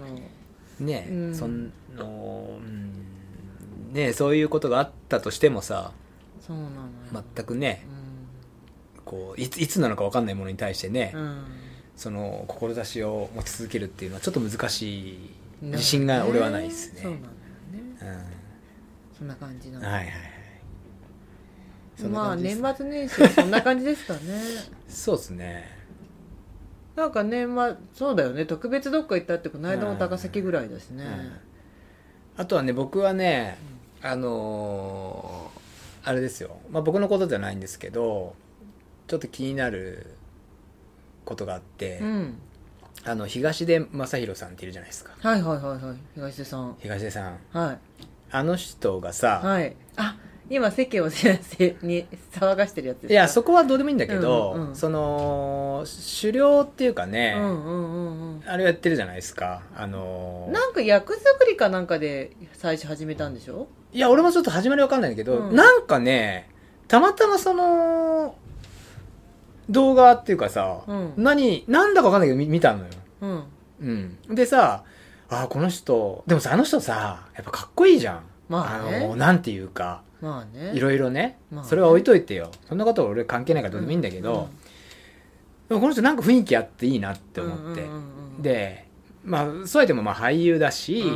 B: ねえ、
A: うん
B: そんのうんねえそういうことがあったとしてもさ
A: そうなのよ
B: 全くねこういついつなのか分かんないものに対してね、
A: うん、うん
B: その志を持ち続けるっていうのはちょっと難しい自信が俺はないですね
A: そうなのよね
B: うん、はい
A: そんな感じなの、
B: はいはいそんな
A: まあ
B: 感じで
A: 年
B: す
A: 末年始はそんな感じですかね
B: そうですね
A: なんかねまあそうだよね特別どっか行ったってこの間も高崎ぐらいだしね、
B: うんあとはね僕はねあのーあれですよ、まあ、僕のことじゃないんですけどちょっと気になることがあって、
A: うん、
B: ああの東出昌大さんっているじゃないですか
A: はいはいはいはい東出さん
B: 東出さん
A: はい
B: あの人がさ、
A: はいあ今世間をせせに騒がしてるやつですか
B: いやそこはどうでもいいんだけど、
A: うんうん
B: その狩猟っていうかね、
A: うんうんうんうん
B: あれをやってるじゃないですかあのー
A: なんか役作りかなんかで最初始めたんでしょ
B: いや俺もちょっと始まりわかんないんだけど、
A: うん
B: なんかねたまたまその動画っていうかさ、
A: うん
B: 何なんだかわかんないけど見見たのよ、
A: うん
B: うん、でさあーこの人でもさあの人さやっぱかっこいいじゃん
A: まあね
B: のなんていうか
A: まあね
B: いろいろね、
A: まあね
B: それは置いといてよそんなこと俺関係ないからどうでもいいんだけど、でもこの人なんか雰囲気あっていいなって思って、
A: うんうんうんうん
B: でまあそうやってもまあ俳優だし、
A: うんうん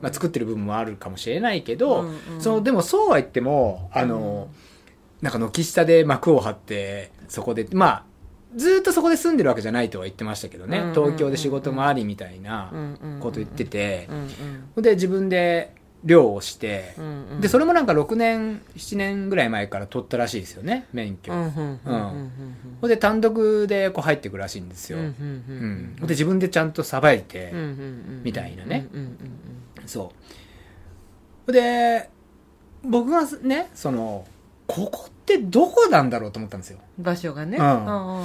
B: まあ、作ってる部分もあるかもしれないけ
A: う
B: ど、
A: んうん
B: そのでもそうは言ってもあの、なんか軒下で幕を張ってそこでまあずーっとそこで住んでるわけじゃないとは言ってましたけどね、
A: うんうんうん
B: 東京で仕事もありみたいなこと言ってて、
A: うん
B: で自分で漁をして
A: う、んうん
B: でそ
A: れ
B: れもなんか6年7年ぐらい前から取ったらしいですよね免許、
A: うんうんうんうん
B: ほんで単独でこう入ってくるらしいんですよ、
A: うんうんう
B: うんん、で自分でちゃんとさばいて、
A: うんうんうん
B: みたいなね
A: うんうんうん
B: そうで僕がねそのここってどこなんだろうと思ったんですよ
A: うん場所がね
B: うん
A: ああ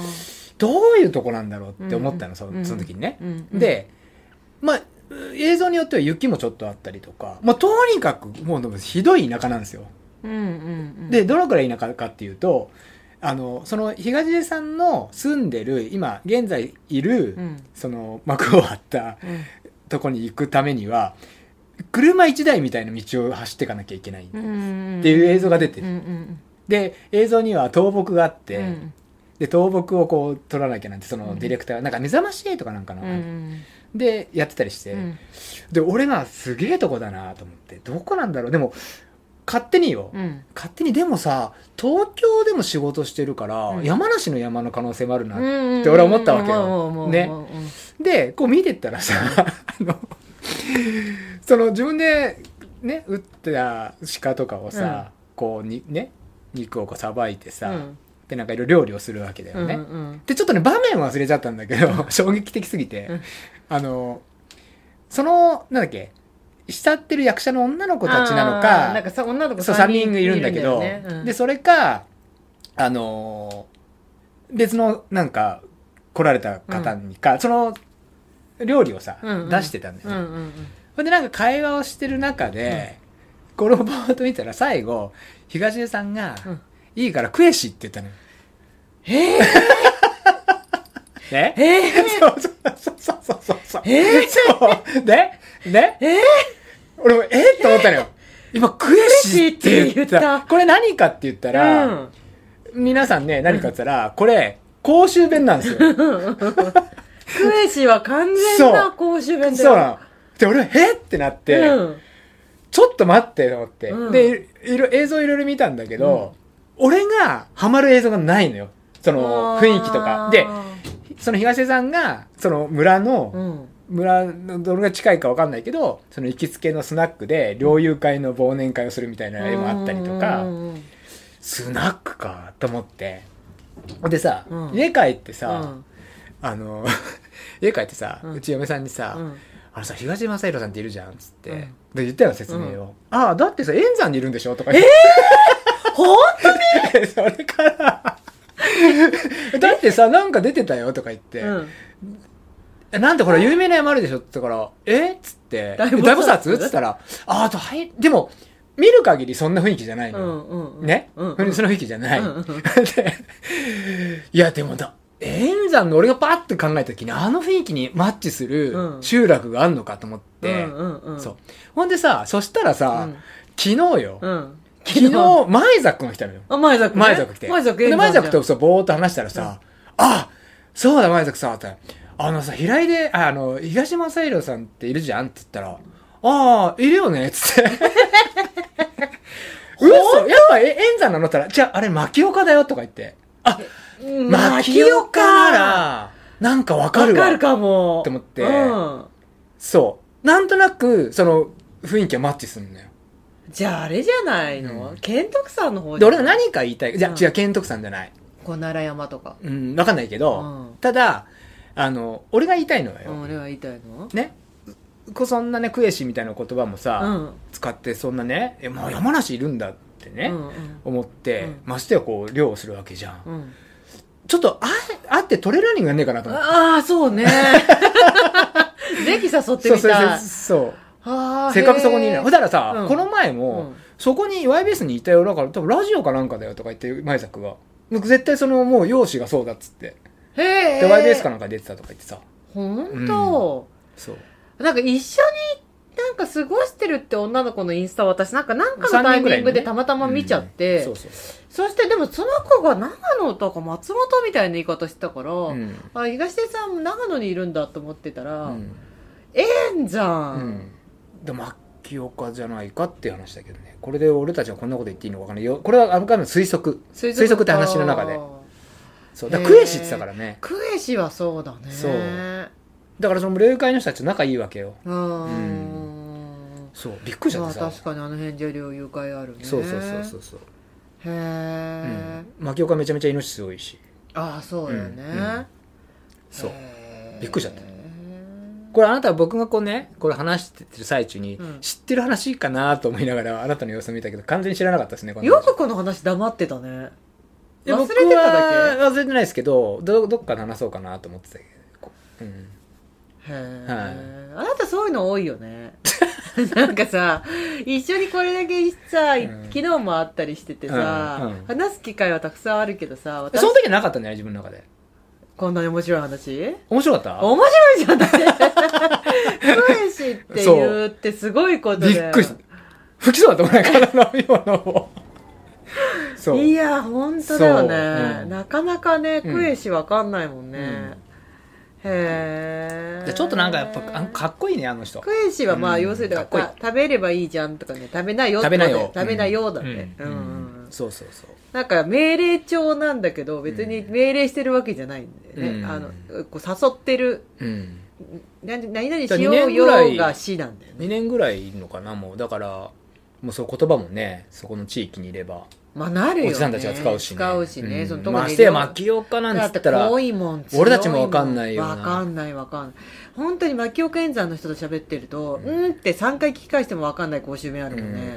B: どういうとこなんだろうって思ったの、
A: うん
B: そ
A: うん
B: その時にね、
A: うんうん
B: でまあ映像によっては雪もちょっとあったりとか、まあ、とにかくもうでもひどい田舎なんですよ
A: うんうんうん
B: でどのくらい田舎かっていうとあのその東出さんの住んでる今現在いる、
A: うん
B: その幕を張った
A: うん
B: とこに行くためには車1台みたいな道を走っていかなきゃいけない、
A: うんうんうん
B: っていう映像が出てる
A: うんうん
B: で映像には倒木があって、
A: うん
B: で倒木をこう取らなきゃなんてその
A: うん
B: ディレクターがなんか目覚ましいとかなんかな、
A: うんうん
B: でやってたりして、
A: うん
B: で俺がすげえとこだなと思ってどこなんだろうでも勝手によ、
A: うん
B: 勝手にでもさ東京でも仕事してるから、
A: うん
B: 山梨の山の可能性もあるな、
A: って
B: 俺は思ったわけよね
A: ね
B: でこう見てったらさあのその自分でね打った鹿とかをさ、こうにね肉をこうさばいてさ、でなんかいろいろ料理をするわけだよね、でちょっとね場面忘れちゃったんだけど 衝撃的すぎて、
A: うん
B: あのそのなんだっけ慕ってる役者の女の子たちなのか
A: なんかさ女の子
B: そう
A: 三
B: 3人いるんだけど
A: いるんだよねうん
B: でそれかあのー別のなんか来られた方にか、その料理をさ、
A: うんうん
B: 出してたんだよ
A: う
B: ね、
A: んうん
B: ほんでなんか会話をしてる中で、これをぼーっと見たら最後東出さんが、
A: うん
B: いいから食えし」って言ったのよ。
A: え
B: ね
A: ええ
B: そうそうそうそうそうそう。
A: え
B: そう。ねね
A: え
B: 俺も、えと思ったのよ。今、悔しいって言っ。
A: 悔しいって言ったた
B: これ何かって言った
A: えう
B: ら、
A: ん
B: 皆さんね、何かって言ったら、これ、公衆弁なんですよ。
A: クエシは完全な公衆弁だ
B: そうなの。で、俺、えってなって、
A: うん
B: ちょっと待って、と思って。
A: うん
B: で、いろ、映像いろいろ見たんだけど、俺がハマる映像がないのよ。その、雰囲気とか。で、その東出さんが、その村の、
A: うん
B: 村のどれが近いか分かんないけどその行きつけのスナックで猟友会の忘年会をするみたいな絵もあったりとか、
A: うんうん
B: スナックかと思ってでさ、
A: うん
B: 家帰ってさ、
A: うん
B: あの 家帰ってさ、う
A: うん
B: ち嫁さんにさ、
A: うん
B: あのさ東島正宏さんっているじゃん」っつって、
A: うん
B: で言ったよ説明を「ああだってさ円山にいるんでしょ?」とか言っ
A: ほん
B: て、それから 「だってさなんか出てたよ」とか言って、
A: うん
B: えなんでこれ有名な山あるでしょって言ったから、えっつって、
A: 大
B: 大
A: 菩薩
B: 菩薩っつったら、ああと、はい、でも、見る限りそんな雰囲気じゃないの
A: う
B: よ。
A: んうんうん
B: ね、
A: うんうん
B: その雰囲気じゃない。
A: うんうん
B: でいや、でもだ、円山の俺がパッて考えた時に、あの雰囲気にマッチする
A: うん
B: 集落があるのかと思って、
A: うんうんうん
B: そう。ほんでさ、そしたらさ、
A: うん
B: 昨日よ、
A: うん
B: 昨日、前ザックが来たのよ。
A: あ前作ね
B: 前作来て。
A: 前作
B: で、前作と
A: うん
B: そう、ぼーっと話したらさ、あそうだ、前作さ、って。あのさ、平井で、ああの、東山正宏さんっているじゃんって言ったら、ああ、いるよねっ つって。嘘やっぱ、え、演算なのって言ったら、じゃあ、あれ、牧岡だよとか言って。あ、牧岡なら、なんかわか
A: わ
B: るわ。
A: かるかも
B: って思って
A: うん
B: そう。なんとなく、その、雰囲気はマッチするんだよ。
A: じゃああれじゃないの、
B: うん
A: ケントクさんの方じ
B: で、
A: ゃ
B: 俺が
A: ない
B: 何か言いたい。じゃあ、
A: うん
B: 違う、健徳さんじゃない。
A: 小奈良山とか
B: うん、わかんないけど、
A: うん
B: ただ、あの俺が言いたいのはよ、
A: うん俺は言いたいの
B: ねこそんなねクエシみたいな言葉もさ、
A: うん
B: 使ってそんなねえもう山梨いるんだってね、
A: うん
B: 思って、
A: うん
B: ましてやこう漁をするわけじゃん、
A: うんうん
B: ちょっとああってトレーラーニングやんねえかなと思って
A: ああそう ね ぜひ誘って
B: そう
A: み
B: そうそ
A: た
B: う
A: い
B: そう
A: あー
B: せっかくそこにいる
A: へー
B: のだからさ、
A: うん
B: この前
A: う
B: も、
A: ん
B: そこに YBS にいたよだから多分ラジオかなんかだよとか言って前作が絶対そのもう容姿がそうだっつって、
A: へえ
B: で YBS かなんか出てたとか言ってさ
A: 本当、
B: そう
A: なんか一緒になんか過ごしてるって女の子のインスタを私なんかなんかの
B: 3
A: タイ
B: 人ぐらい
A: ミング
B: のね
A: でたまたま見ちゃって、
B: うんそ
A: そう
B: そうそ
A: してでもその子が長野とか松本みたいな言い方してたから、
B: ううん
A: あ東出さんも長野にいるんだと思ってたら、
B: うん
A: 変じゃ、
B: うんんで牧岡じゃないかっていう話だけどねこれで俺たちはこんなこと言っていいのか分かんないよこれはあくまでも推測
A: 水
B: 推測って話の中でそうだから
A: へー
B: クエシって言ってたからね
A: クエシはそうだね
B: そう
A: う
B: だからその霊界の人たちと仲いいわけよ
A: ーん
B: そうびっくりしちゃ
A: ま
B: っ
A: あ
B: てさ
A: 確かにあの辺じゃ猟友会あるね
B: そうそうそうそうそう
A: へえ、
B: うん牧岡めちゃめちゃイノシシ多いし
A: ああそうだよね、
B: うんうんそう
A: へー
B: びっくりしちゃったこれあなたは僕がこうねこれ話してる最中に
A: うん
B: 知ってる話かなと思いながらあなたの様子を見たけど完全に知らなかったですねこの話
A: よくこの話黙ってたね
B: いや
A: 忘れてただ
B: 僕は忘れてないですけどどどっかで話そうかなと思ってたけどこう、うん、
A: けへえ、あなたそういうの多いよね なんかさ一緒にこれだけさ、
B: うん
A: 昨日もあったりしててさ、
B: うんうん
A: 話す機会はたくさんあるけどさ
B: え
A: 私
B: その時はなかったんじゃない自分の中で
A: こんなに面白い話
B: 面白かった
A: 面白いじゃんだって クエシって言うってすごいことだ
B: び
A: よ
B: っくりした吹きそうだったもんね体のよう なもうそう
A: いや本当だよね
B: そ、ううん
A: なかなかね
B: うん
A: クエシわかんないもんね、へ
B: で
A: え
B: ちょっとなんかやっぱあのかっこいいねあの人
A: クエシはまあ、
B: うん
A: 要するにだか
B: からっこ
A: た食べればいいじゃんとかね食べないよ
B: 食べないよ
A: とかね食べないよだね
B: う
A: うんん、う
B: う
A: んん
B: うんそうそうそう
A: なんか命令帳なんだけど別に
B: うん
A: 命令してるわけじゃないんだよね、
B: うん
A: あのこう誘ってる
B: うん
A: 何何々
B: だ
A: し
B: から
A: よ
B: 二
A: う
B: 年ぐらい
A: よが死なんだよね
B: 2年ぐらいいるのかなもうだからもうその言葉もねそこの地域にいれば
A: まあなるよ、ね、
B: おじさんたちが使うしね
A: 使うしね、
B: ん
A: そのとこ
B: ましてや牧岡なん
A: だ
B: つ
A: って
B: ったら
A: 遠いもん強いもん
B: 俺たちもわかんないよな
A: わかんないわかんない本当に牧岡演山の人と喋ってるとうんーんって3回聞き返してもわかんない公衆弁ある
B: うん
A: もん
B: う
A: ね
B: ん
A: わ、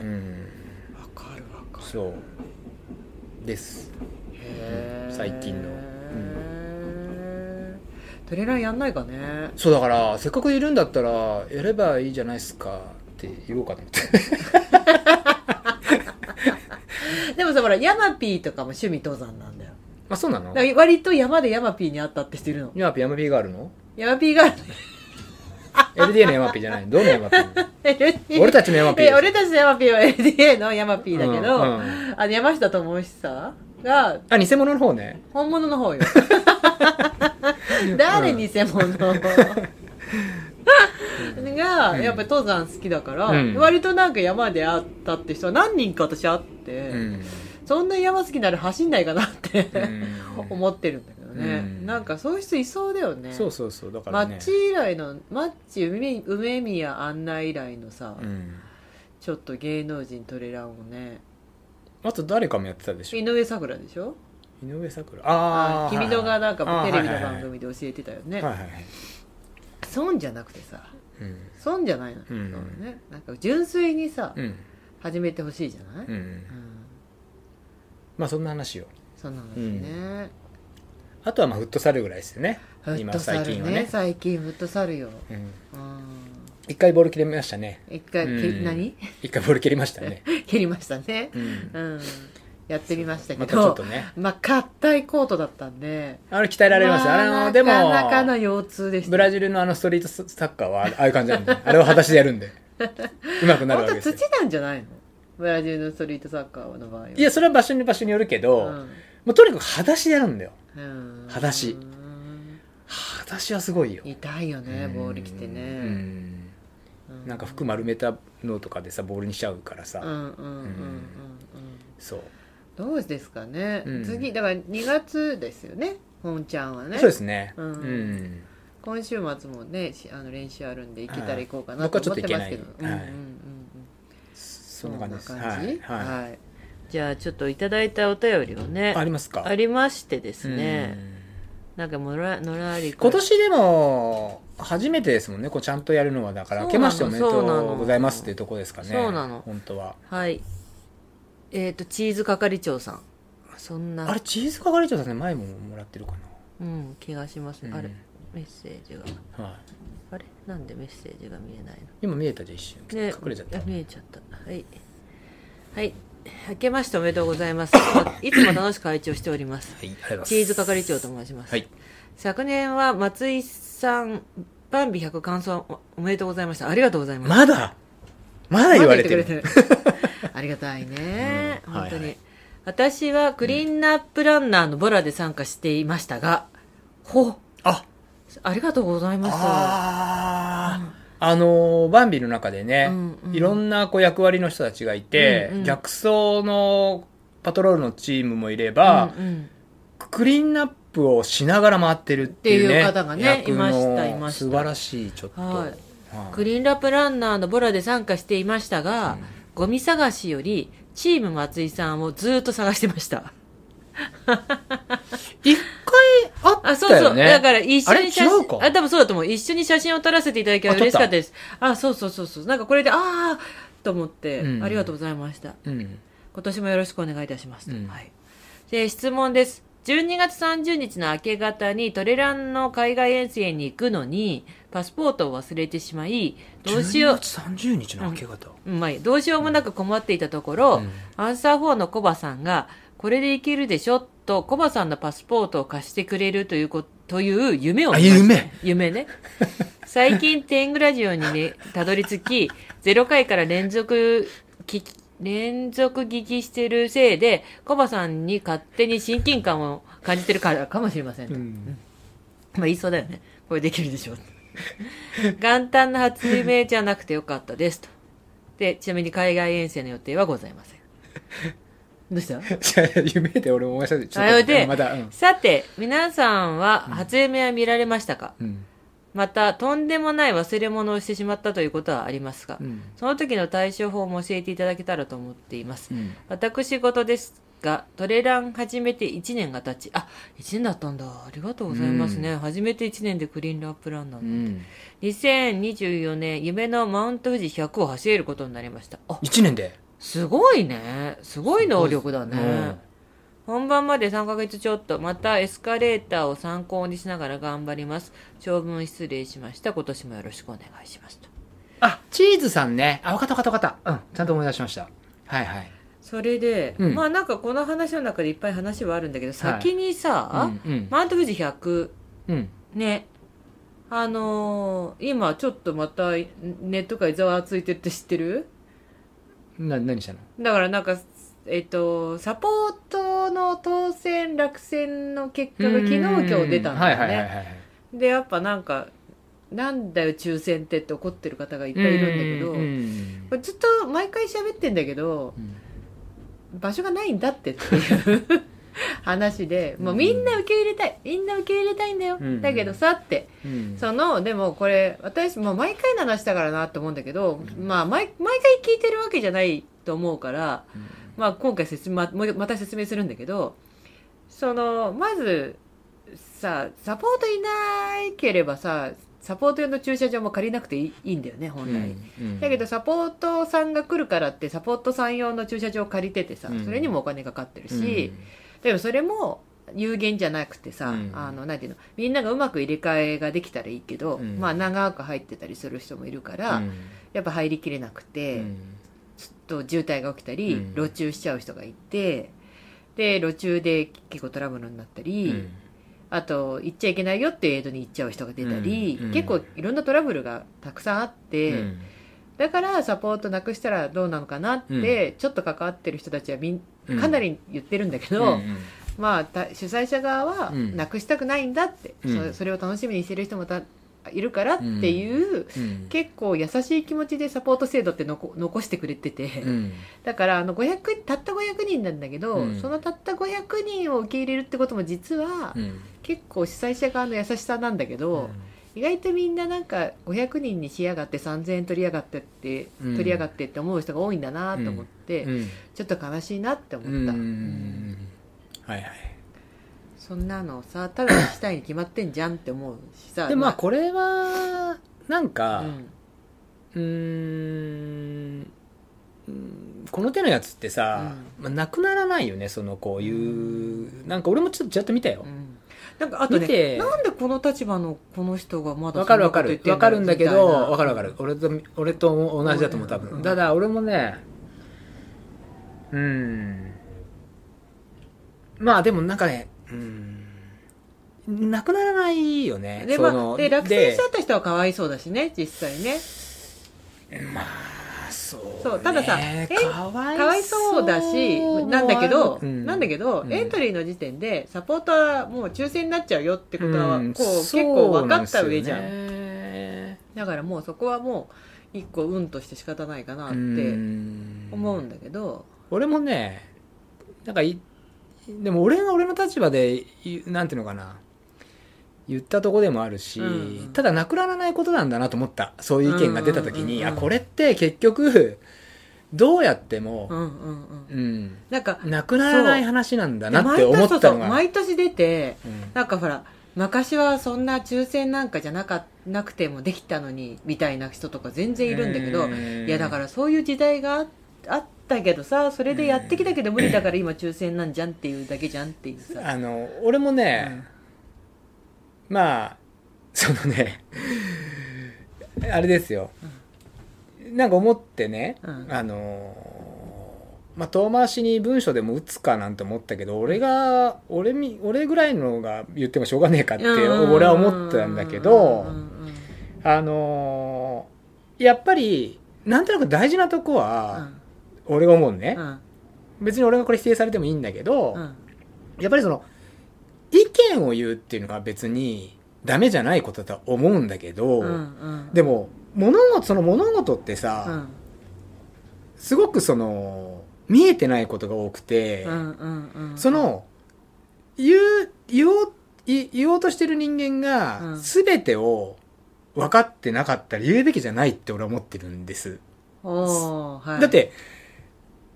A: かるわかる
B: そうです
A: へー
B: 最近のう
A: トレーラーやんないかね
B: そうだからせっかくいるんだったらやればいいじゃないですかって言おうかと思って
A: でもさほらヤマピーとかも趣味登山なんだよ
B: あそうなの
A: だから割と山でヤマピーに会ったって人いるの
B: ヤマピーヤマピーがあるの
A: ヤマピーが
B: LDA のヤマピーじゃないのどのヤマピー
A: LDA
B: 俺たちのヤマピー
A: え俺たちのヤマピーは LDA のヤマピーだけど、
B: うんうん
A: あの山下智久が
B: あ偽物の方ね
A: 本物の方よ誰偽物 がやっぱり登山好きだから、
B: うん
A: 割となんか山で会ったって人は何人か私会って、
B: うん
A: そんな山好きなら走んないかなって、
B: うん
A: 思ってるんだけどね、
B: うん
A: なんかそういう人いそうだよね
B: そうそうそうだか
A: マ
B: ら
A: ッ
B: ね
A: チ以来のマッチ梅梅宮アンナ以来のさ、
B: うん
A: ちょっと芸能人トレランをね
B: あと誰かもやってたでし
A: 井上咲楽でしょ
B: ょ井上咲楽ああ
A: 君のがなんかテレビの番
B: 組
A: 組で教えてたよね、
B: はいはいはい
A: 損じゃなくてさ
B: うん
A: 損じゃないの、
B: うん
A: そうね、なんか純粋にさ、
B: うん
A: 始めてほしいじゃない、
B: う
A: うん
B: んまあそんな話を
A: そんなのね、
B: あとはまあフットサルぐらいですよね
A: フッ
B: 今
A: トサ
B: 最
A: ル
B: 近は
A: ね
B: ね
A: 最近フットサルよ、
B: うん
A: うん、
B: 一回ボール切れましたね
A: 一回、け
B: うん
A: 何
B: 一回ボール切りましたね
A: 蹴りましたね
B: う、ん
A: うん、やってみましたけ
B: またちょっ
A: ど
B: とね
A: まあ硬いコートだったんで
B: あれ鍛えられます
A: ま
B: あ
A: あ
B: のでも
A: なかなかの腰痛でした
B: ブラジルのあのストリートサッカーはあああいう感 じなんで、あれを裸足でやるんで、うまくな
A: 本
B: るわ
A: 当
B: けですよ
A: 土。なんじゃないのブラジルのストリートサッカーの場合はい
B: や、それは場所に場所によるけど、
A: う
B: も
A: ん
B: うとにかく裸足でやるんだよ。
A: うん
B: 裸足裸足はすごいよ。
A: 痛いよねボール来て
B: う
A: ね
B: んなんか服丸めたのとかでさ、ボールにしちゃうからさ、
A: うんうんうんうんうん
B: そう。
A: どうですかね、
B: うん
A: 次だから2月ですよね本ちゃんはね
B: そうですね。う
A: うん
B: ん。
A: 今週末もねしあの練習あるんで行けたら行こうか
B: はい
A: なと思ってますけど、
B: 僕はちょっと行けないはい
A: うんうんうんうんそ
B: そん
A: ん
B: な
A: な
B: 感
A: 感
B: じ
A: じ
B: です。はい。は
A: はいじゃあちょっといただいたお便りを
B: い。あ
A: ね
B: りますか
A: ありましてです
B: うん
A: ね、なんかのらのらりく
B: 今年でも初めてですもんねこうちゃんとやるのはだから
A: そう
B: 明
A: なの
B: けましておめでと
A: そうなの
B: うございますっていうとこですかね
A: そうなの
B: 本当は
A: はいえっ、とチーズ係長さんそんな
B: あれチーズ係長さんね前ももらってるか
A: うん気がしますね、
B: うん
A: あれメッセージが
B: な、はい、
A: あれなんでメッセージが見えないの
B: 今見えたじゃん一瞬、
A: ね
B: 隠れちゃった
A: あ見えちゃったはいはい明けましておめでとうございます いつも楽しく会長しております
B: はいありがとうございます
A: チーズ係長と申します、
B: はい
A: 昨年は松井さんバンビ100感想おめでとうございましたありがとうございます
B: まだまだ言われて
A: ま
B: る
A: だ言ってくれて るありがたいね、
B: うん
A: 本当に、
B: はいはい
A: 私はクリーンナップランナーのボラで参加していましたが、ほ
B: あ
A: ありがとうございました
B: あーあのーバンビの中でね、
A: うんうん
B: いろんなこう役割の人たちがいて、
A: うんうん
B: 逆走のパトロールのチームもいれば、
A: うんうん
B: クリーンナップをしながら回ってるっていう,、
A: って
B: ね、
A: いう方がね
B: 役の
A: いましたいました
B: 素晴らしいちょっと、
A: はい
B: はい
A: クリーンラップランナーのボラで参加していましたが、ゴミ探しよりチーム松井さんをずっと探してました
B: 一回あ
A: あ、
B: っ
A: そう
B: た
A: そ
B: よ
A: う。
B: ね
A: だから一緒に写
B: あれ違
A: 真
B: うか、
A: あ多分そうだと思う。一緒に写真を撮らせていただき
B: あ
A: 嬉しか
B: 撮
A: った
B: った
A: です。あ、そうそうそうそう。なんかこれで、ああと思って、
B: うん
A: ありがとうございました。
B: うん
A: 今年もよろしくお願いいたします。
B: うん
A: はい。で、質問です。12月30日の明け方にトレランの海外遠征に行くのに、パスポートを忘れてしまい、どうしよ
B: 12
A: う、
B: 月30日の明け方、
A: うんまあいい、どうしようもなく困っていたところ、
B: うん
A: アンサー4のコバさんが、これでいけるでしょと、コバさんのパスポートを貸してくれるということ、という夢を
B: あ
A: 見ました
B: 夢
A: 夢 ね。最近、テングラジオにね、たどり着き、0回から連続聞き、連続聞きしてるせいで、コバさんに勝手に親近感を感じてるからかもしれません。
B: うん
A: まあ言いそうだよね。これできるでしょう。元旦の初夢じゃなくてよかったですと。で、ちなみに海外遠征の予定はございません。どうした
B: じゃあ夢で俺思い出したちょっと
A: あ
B: 待
A: れ
B: っ
A: で
B: てまだうん、
A: さて、皆さんは初夢は見られましたか、
B: うん
A: また、とんでもない忘れ物をしてしまったということはありますが、
B: うん
A: その時の対処法も教えていただけたらと思っています。
B: うん
A: 私事ですが、トレラン始めて1年が経ち、あ、1年だったんだ。ありがとうございますね。初めて1年でクリーンラップランナー
B: う
A: の
B: ん、
A: 2024年、夢のマウント富士100を走れることになりました。あ、
B: 1年です
A: ごいね。すごい能力だね。
B: うん
A: 本番まで3ヶ月ちょっと、またエスカレーターを参考にしながら頑張ります。長文失礼しました。今年もよろしくお願いします。と
B: あチーズさんねあ分かった分かった分かったうんちゃんと思い出しましたはいはい
A: それで、
B: うん
A: まあなんかこの話の中でいっぱい話はあるんだけど、先にさ、
B: うんうん
A: マウント富士100、
B: うん
A: ね、あのー今ちょっとまたネット界ざわついてるって知ってる
B: な何したの
A: だからなんか、えっと、サポートの当選落選の結果が昨日今日出たんだよね、
B: はいはいはいはい
A: でやっぱなんかなんだよ抽選ってって怒ってる方がいっぱいいるんだけど、
B: ううん
A: これずっと毎回喋ってんだけど
B: うん
A: 場所がないんだってっていう 話でもうみんな受け入れたいみんな受け入れたいんだよ、
B: うん
A: だけどさって
B: うん
A: そのでもこれ私もう毎回の話だからなと思うんだけど、まあ毎毎回聞いてるわけじゃないと思うから、まあ、今回説明まもうまた説明するんだけどそのまずさサポートいなければさサポート用の駐車場も借りなくていいいいんだよね本来、
B: うん
A: だけどサポートさんが来るからってサポートさん用の駐車場を借りててさ、
B: うん
A: それにもお金かかってるし、でもそれも有限じゃなくてさ、
B: うん
A: あのなんていうのみんながうまく入れ替えができたらいいけど、
B: うん
A: まあ長く入ってたりする人もいるから、
B: うん
A: やっぱ入りきれなく
B: う
A: て、
B: ん
A: ちょっと渋滞が起きたり、
B: うん
A: 路中しちゃう人がいてで路中で結構トラブルになったり、
B: うん
A: あと行っちゃいけないよっていうエイドに行っちゃう人が出たり、
B: うんうん
A: 結構いろんなトラブルがたくさんあって、
B: うん
A: だからサポートなくしたらどうなのかなって、ちょっと関わってる人たちはみん
B: うん
A: かなり言ってるんだけ
B: うん
A: ど、
B: うん
A: まあた主催者側は
B: うん
A: なくしたくないんだって、
B: うん
A: そそれを楽しみにしてる人もたいるからっていう、
B: うん
A: 結構優しい気持ちでサポート制度って残残してくれてて。
B: うん
A: だからあの500たった500人なんだけど、
B: うん
A: そのたった500人を受け入れるってことも実は、
B: うん
A: 結構主催者側の優しさなんだけ
B: う
A: ど、意外とみんななんか500人にしやがって3000円取りやがってって、
B: うん
A: 取りやがってって思う人が多いんだなと思って、
B: ん
A: ちょっと悲しいなって思った、
B: うん
A: うん
B: はいはい
A: そんなのさただにしたいに決まってんじゃんって思うしさ
B: でまあこれはなんか
A: うん
B: うーんうんこの手のやつってさ、まあ、なくならないよねそのこういうなんか俺もちょっとちゃんと見たよ、
A: うんなんかあと
B: 見
A: ね
B: て
A: なんでこの立場のこの人がまだ
B: わかるわか
A: そこ
B: る
A: と言
B: わ
A: って
B: かるんだけ
A: みたい
B: ど
A: な
B: わかるわかる俺と俺と同じだと思う多分、
A: うん
B: ただ俺もねうんまあでもなんかねうんなくならないよね
A: で,、
B: そ
A: まあ、
B: の
A: で落選しちゃった人はかわいそうだしね実際ね
B: あそうね
A: そうたださえ
B: かわい
A: かわいそうだしなんだけど、
B: うん
A: なんだけど、
B: うん
A: エントリーの時点でサポーターはもう抽選になっちゃうよってことは、
B: うん
A: こう結構
B: そう
A: 分
B: な
A: か
B: んで
A: っ
B: す
A: た
B: よ
A: 上じゃん
B: ね
A: だからもうそこはもう一個運として仕方ないかなっ
B: う
A: て
B: ん
A: 思うんだけど、
B: 俺もねなんかいでも俺が俺の立場でいなんていうのかな言ったとこでもあるし、
A: うん
B: ただなくならないことなんだなと思ったそういう意見が出た時に、
A: うんうんうん
B: あこれって結局どうやって
A: うん、
B: も、
A: うんうん
B: うん
A: なんか
B: なくならない話なんだなっ
A: 毎
B: て思
A: 年
B: ったの
A: そうそう
B: が
A: 毎年出て
B: うん
A: なんかほら昔はそんな抽選なんかじゃなかなくてもできたのにみたいな人とか全然いるんだけど、
B: うん
A: いやだからそういう時代がああったけどさそれでやってきたけど無理だから今抽選なんじゃんっていうだけじゃんっていうさ、
B: あの俺もね、まあそのねあれですよ、なんか思ってね、
A: うん
B: あのまあ遠回しに文章でも打つかなんて思ったけど俺が俺み俺ぐらいのが言ってもしょうがねえかって
A: うん
B: 俺は思ったんだけ
A: う
B: ど
A: んうん
B: あのやっぱりなんとなく大事なとこは、俺が思うね
A: う、ん
B: 別に俺がこれ否定されてもいいんだけど、
A: うん
B: やっぱりその、意見を言うっていうのが別にダメじゃないことだとは思うんだけど、
A: うん
B: でも、物事、その物事ってさ、
A: うん
B: すごくその、見えてないことが多くて、
A: うんうんうん
B: その、言う、言おう、い言おうとしてる人間
A: う
B: が、
A: ん
B: すべてを分かってなかったら言うべきじゃないって俺は思ってるんです。
A: おーはい
B: だって、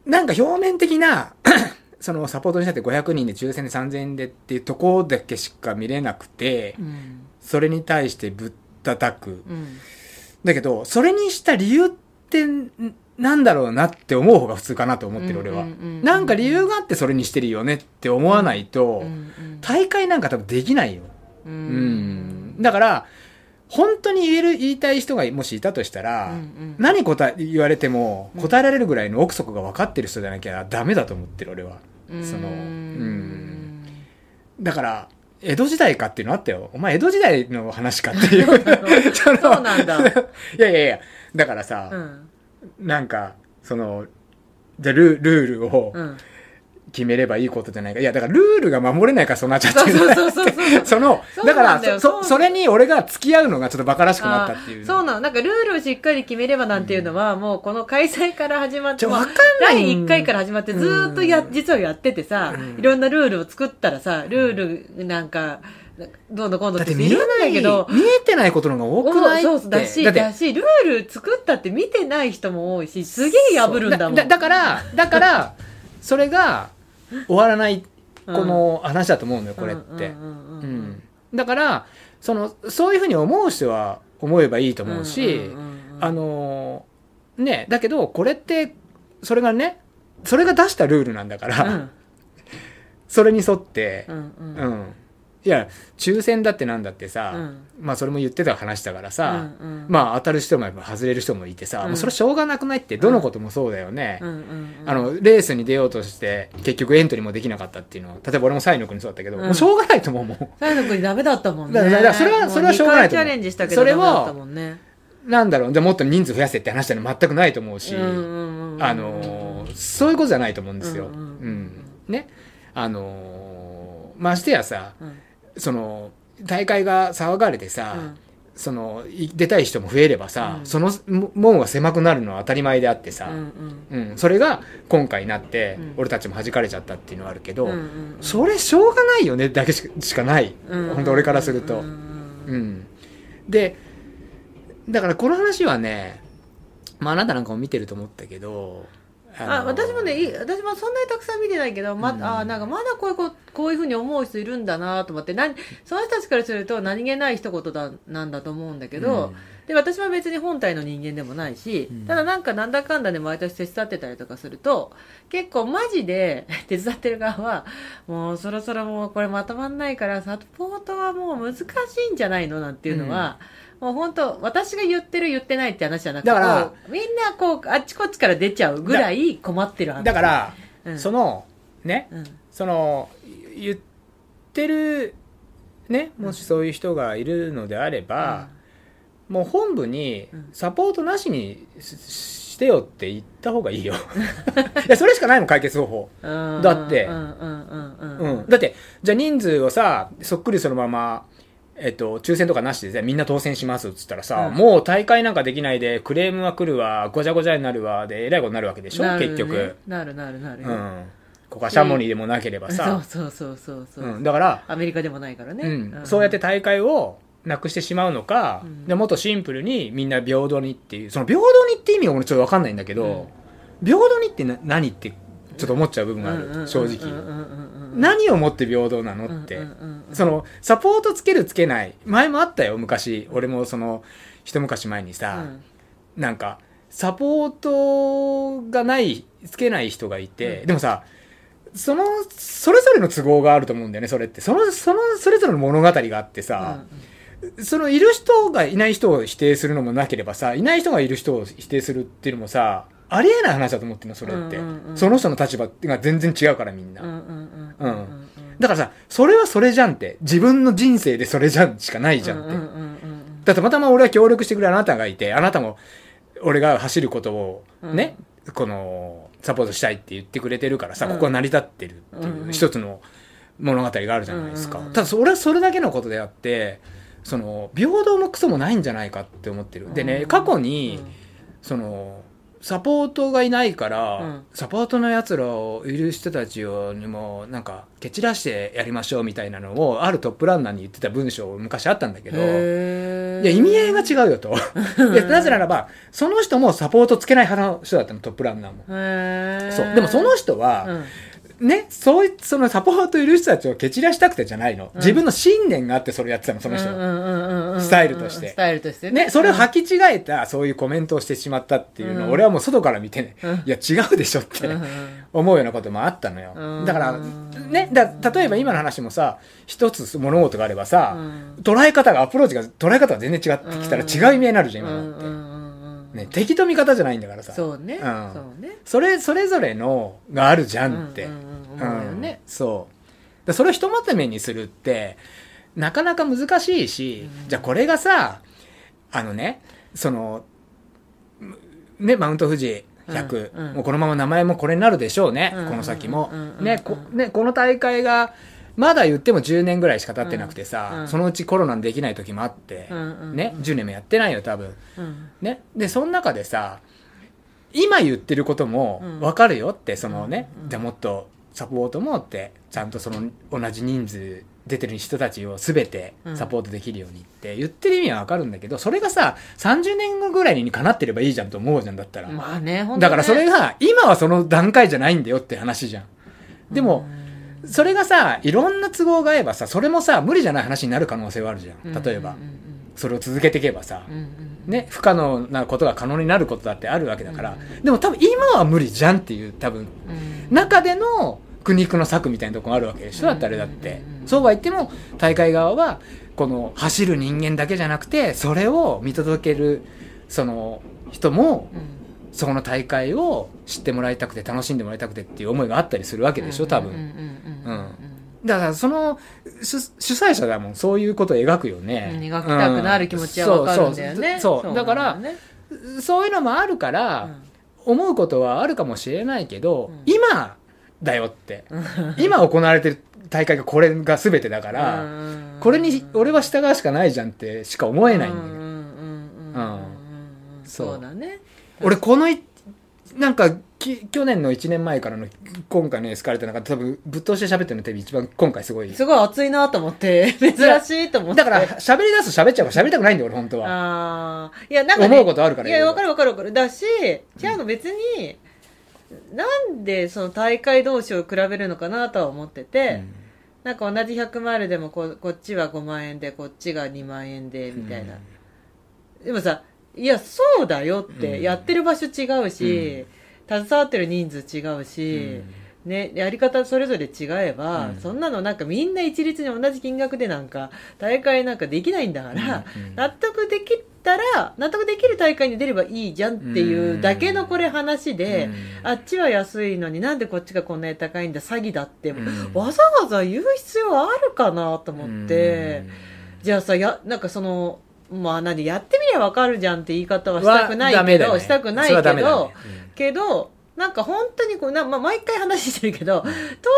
B: なんか表面的な、 そのサポートにしたって500人で抽選で3000円でっていうところだけしか見れなくて
A: う、ん
B: それに対してぶったたく。
A: うん
B: だけど、それにした理由ってんなんだろうなって思う方が普通かなと思ってる俺は
A: うんうん。うんうん
B: なんか理由があってそれにしてるよねって思わないと
A: う、ん
B: 大会なんか多分できないよ。
A: う
B: うんん。だから、本当に言える、言いたい人がもしいたとした
A: う
B: ら、
A: んうん
B: 何答え言われても
A: うん
B: 答えられるぐらいの奥底が分かってる人じゃなきゃダメだと思ってる俺はその
A: う
B: うんんだから江戸時代かっていうのあったよお前江戸時代の話かってい うその
A: そうなんだ
B: いやいやいやだからさ
A: う、ん
B: なんかそのじゃあルルールを
A: うん
B: 決めればいいことじゃないかいやだからルールが守れないからそうなっちゃって
A: そう
B: る
A: そうそうそうそう
B: その
A: そう
B: だか
A: なん
B: ら
A: だよ
B: そ
A: そ
B: そ
A: う
B: それに俺が付き合うのがちょっと馬鹿らしくなったってい
A: あー
B: う
A: そうなの。なんかルールをしっかり決めればなんていうのは、もうこの開催から始まっ
B: ち
A: て、
B: ょわかんない
A: 第1回から始まってずーっとや、
B: うん
A: 実はやっててさ、いろんなルールを作ったらさ、ルールなんか、どうのこうの
B: だ
A: っ
B: ってて
A: い
B: 見
A: る
B: え
A: ん
B: な
A: だ
B: い
A: けど、
B: 見えてないことの方が多くない
A: そうそうだ
B: って
A: し、
B: だって
A: だし、ルール作ったって見てない人も多いし、すげえ破るんだもん。
B: だからだからそれが終わらないこの話だと思うのよこれって、
A: うんうんう
B: うん
A: うん
B: んだからそのそういうふうに思う人は思えばいいと思うし、
A: んんうん
B: あのーねだけどこれってそれがねそれが出したルールなんだから、
A: うん
B: それに沿って
A: う、んう
B: うんんいや抽選だってなんだってさ、
A: うん
B: まあそれも言ってた話だからさ、
A: うんうん
B: まあ当たる人もやっぱ外れる人もいてさ、
A: うん
B: もうそれしょうがなくないってどのこともそうだよね、
A: うんうんうん
B: あの、レースに出ようとして、結局エントリーもできなかったっていうのは、例えば俺もサイの国そうだったけど、
A: うん
B: もうしょうがないと思うもん。
A: サイの国ダメだったもんね。
B: だからだからそれはそれはしょうがないと
A: も二回チャ
B: 思う
A: レンジしたけどダメだったもんね。
B: なんだろう、じゃあもっと人数増やせって話じゃ全くないと思うし、
A: うんうんうんうん
B: あのー、そういうことじゃないと思うんですよ。
A: う
B: うんん
A: うん
B: ね。あのーましてやさ、
A: うん
B: その、大会が騒がれてさ、
A: うん
B: その、い出たい人も増えればさ、
A: うん
B: そのも門は狭くなるのは当たり前であってさ、
A: う
B: うんん
A: うん
B: それが今回になって、
A: うん
B: 俺たちも弾かれちゃったっていうのはあるけど、
A: うんうんうん
B: それしょうがないよねだけしかしかない、
A: うんうん
B: 本当俺からすると、
A: う
B: うんんでだからこの話はね、まあ、あなたなんかも見てると思ったけどあの
A: あ私もねいい私もそんなにたくさん見てないけど、ま
B: うん
A: あなんかまだこういうここういうふうに思う人いるんだなと思って何その人たちからすると何気ない一言だなんだと思うんだけど、で私は別に本体の人間でもないし、
B: うん
A: ただなんかなんだかんだで毎年手伝ってたりとかすると結構マジで 手伝ってる側はもうそろそろもうこれまとまんないからサポートはもう難しいんじゃないのなんていうのは、もう本当私が言ってる言ってないって話じゃなくて
B: だから
A: こうみんなこうあっちこっちから出ちゃうぐらい困ってる
B: う
A: 話
B: んだから、
A: うん
B: そのね
A: うん
B: そのい言ってるねもしそういう人がいるのであれば、もう本部に
A: うん
B: サポートなしにししてよって言った方がいいよ いやそれしかないもん解決方法、
A: うん
B: だって
A: うんうんうんうん
B: う
A: うん
B: ん、だってじゃあ人数をさそっくりそのままえっと、抽選とかなしでさみんな当選しますっつったらさ、
A: うん
B: もう大会なんかできないでクレームは来るわごちゃごちゃになるわでえらいことになるわけでしょ、
A: なるね
B: 結局、
A: なるなるなる、
B: うん、ここはシャモニーでもなければ
A: そう
B: さ、
A: そうそうそうそう、
B: うん、だから
A: アメリカでもないからね、
B: うんそうやって大会をなくしてしまうのか、
A: うん
B: でもっとシンプルにみんな平等にっていうその平等にって意味が俺ちょっと分かんないんだけど、平等にってな何ってちょっと思っちゃう部分がある、正直、
A: 何
B: 何をもって平等なのって、そのサポートつけるつけない前もあったよ昔俺もその一昔前にさ、なんかサポートがないつけない人がいて、
A: うん
B: でもさそのそれぞれの都合があると思うんだよねそれってそのそのそれぞれの物語があってさ、そのいる人がいない人を否定するのもなければさいない人がいる人を否定するっていうのもさありえない話だと思ってるのそれって、
A: うんうんうん
B: その人の立場が全然違うからみんな、う
A: うんん
B: だからさそれはそれじゃんって自分の人生でそれじゃんしかないじゃんって、だってたまたま俺は協力してくれるあなたがいて、あなたも俺が走ることをね、このサポートしたいって言ってくれてるからさ、
A: うん
B: ここは成り立ってるって
A: うん
B: いううん一つの物語があるじゃないですか。
A: うんうん
B: ただそれはそれだけのことであって、その平等もクソもないんじゃないかって思ってる。でね、
A: うん
B: 過去に、そのサポートがいないから、
A: うん
B: サポートのやつらをいる人たちをにもなんか蹴散らしてやりましょうみたいなのをあるトップランナーに言ってた文章昔あったんだけど、いや、意味合いが違 うよと。いやなぜならば、その人もサポートつけない派の人だったの、トップランナーも。
A: 違
B: そう。でもその人は、ね、そういそのサポートいる人たちを蹴散らしたくてじゃないの。
A: うん
B: 自分の信念があってそれやってたの、その人は。スタイルとして
A: スタイルとして
B: ね、それを履き違えた、そういうコメントをしてしまったっていうの
A: う
B: を、
A: ん
B: 俺はもう外から見てね、
A: うん
B: いや、違うでしょって。
A: うんうん
B: 思うようなこともあったのよ
A: うん。
B: だから、ね、だ例えば今の話もさ、一つ物事があればさ、捉え方が、アプローチが、捉え方が全然違ってきたら違う意味合いになるじゃん、
A: う
B: 今
A: ん
B: のっ
A: う
B: て。
A: んうんうん
B: ね、敵と味方じゃないんだからさ。
A: そうね
B: うん
A: そうね
B: それそれぞれのがあるじゃんって、
A: うんうんうん思うよね
B: うんそうでそれをひとまとめにするってなかなか難しいし、
A: うん
B: じゃあこれがさあのねそのむねマウント富士100、
A: うんうん
B: もうこのまま名前もこれになるでしょうね、
A: うん
B: この先も、
A: うんうんうん
B: ねこねこの大会がまだ言っても10年ぐらいしか経ってなくてさ、
A: うんうん
B: そのうちコロナにできない時もあって、
A: うんうんうん
B: ね10年もやってないよ多分、
A: うん
B: ね、でその中でさ今言ってることも
A: うん
B: 分かるよって、そのね、
A: うん
B: じゃあもっとサポートもってちゃんとその同じ人数出てる人たちを全てサポートできるようにって言ってる意味は分かるんだけどそれがさ30年後ぐらいにかなってればいいじゃんと思うじゃんだったら、
A: まあね
B: だからそれ
A: が
B: が今はその段階じゃないんだよって話じゃんでも、それがさいろんな都合が合えばさそれもさ無理じゃない話になる可能性はあるじゃん例えば、それを続けていけばさ、ね、不可能なことが可能になることだってあるわけだから、でも多分今は無理じゃんっていう多分中での苦肉の策みたいなとこがあるわけでしょだってあれだって、
A: うんうんうん
B: そうは言っても大会側はこの走る人間だけじゃなくてそれを見届けるその人もそこの大会を知ってもらいたくて楽しんでもらいたくてっていう思いがあったりするわけでしょ多分、だからその主主催者だもんそういうことを描くよね、
A: 描きたくなる気持ちはわかるんだよね。
B: うんそうそうそうだから
A: ね、
B: そういうのもあるから、思うことはあるかもしれないけ
A: う
B: ど、
A: ん
B: 今だよって、今行われてる大会がこれが全てだから、これに俺は従うしかないじゃんってしか思えないんだよ、ね
A: そうだね。
B: 俺このいなんかき去年の1年前からの今回のエスカレートなんか多分ぶっ通して喋ってるのテレビ一番今回すごい
A: すごい熱いなと思って、珍しいと思って。
B: だから喋り出すと喋っちゃうから喋りたくないんだよ俺本当は、
A: ああ。いや、なんか、
B: 思うことあるから
A: いや、わか
B: る
A: るわかるわかる。だし、違うの別に、なんでその大会同士を比べるのかなとは思ってて、なんか同じ100マイルでもここっちは5万円でこっちが2万円でみたいな、でもさいやそうだよって、
B: うん
A: やってる場所違うし、携わってる人数違う
B: うん
A: し、ね、やり方それぞれ違えば、
B: うん
A: そんなのなんかみんな一律に同じ金額でなんか大会なんかできないんだから、
B: うんうん
A: 納得できたら納得できる大会に出ればいいじゃんっていうだけのこれ話で、
B: うん
A: あっちは安いのになんでこっちがこんなに高いんだ詐欺だって、
B: うん
A: わざわざ言う必要あるかなと思って、じゃあさやなんかそのまあ何やってみりゃわかるじゃんって言い方はしたくない
B: はダ
A: け
B: メだ
A: ど、
B: ね
A: したくない
B: それはダ
A: け
B: メだ
A: ど
B: ね、
A: けどなんか本当にこうな、まあ、毎回話してるけどト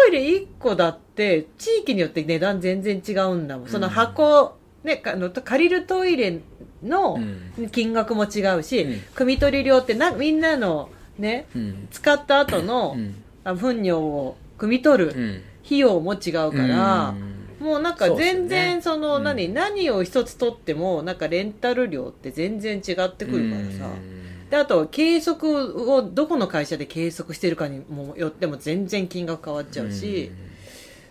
A: イレ1個だって地域によって値段全然違うんだもんその箱、ね、かあの借りるトイレの
B: うん
A: 金額も違うし、
B: うん
A: 汲み取り量ってなみんなの、ね、
B: うんうん
A: 使った後の、
B: うん
A: あ糞尿を汲み取る
B: うん
A: 費用も違うから。
B: うん
A: もうなんか全
B: そうっすよ
A: 然
B: ね
A: その
B: うん
A: 何,、何を一つ取ってもなんかレンタル料って全然違ってくるからさ、
B: うん
A: であと計測をどこの会社で計測してるかにもよっても全然金額変わっちゃうし、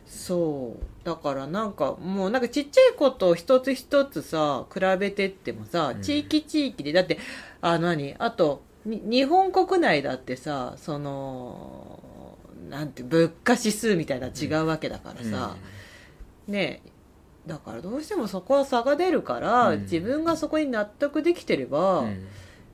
A: そうだからなんかもうなんかちっちゃいことを一つ一つさ比べてってもさ
B: うん
A: 地域地域でだってあの何あとに日本国内だってさそのなんて物価指数みたいなの違うわけだから
B: うん
A: さ、ねえだからどうしてもそこは差が出るから、
B: うん
A: 自分がそこに納得できてれ
B: う
A: ば、
B: ん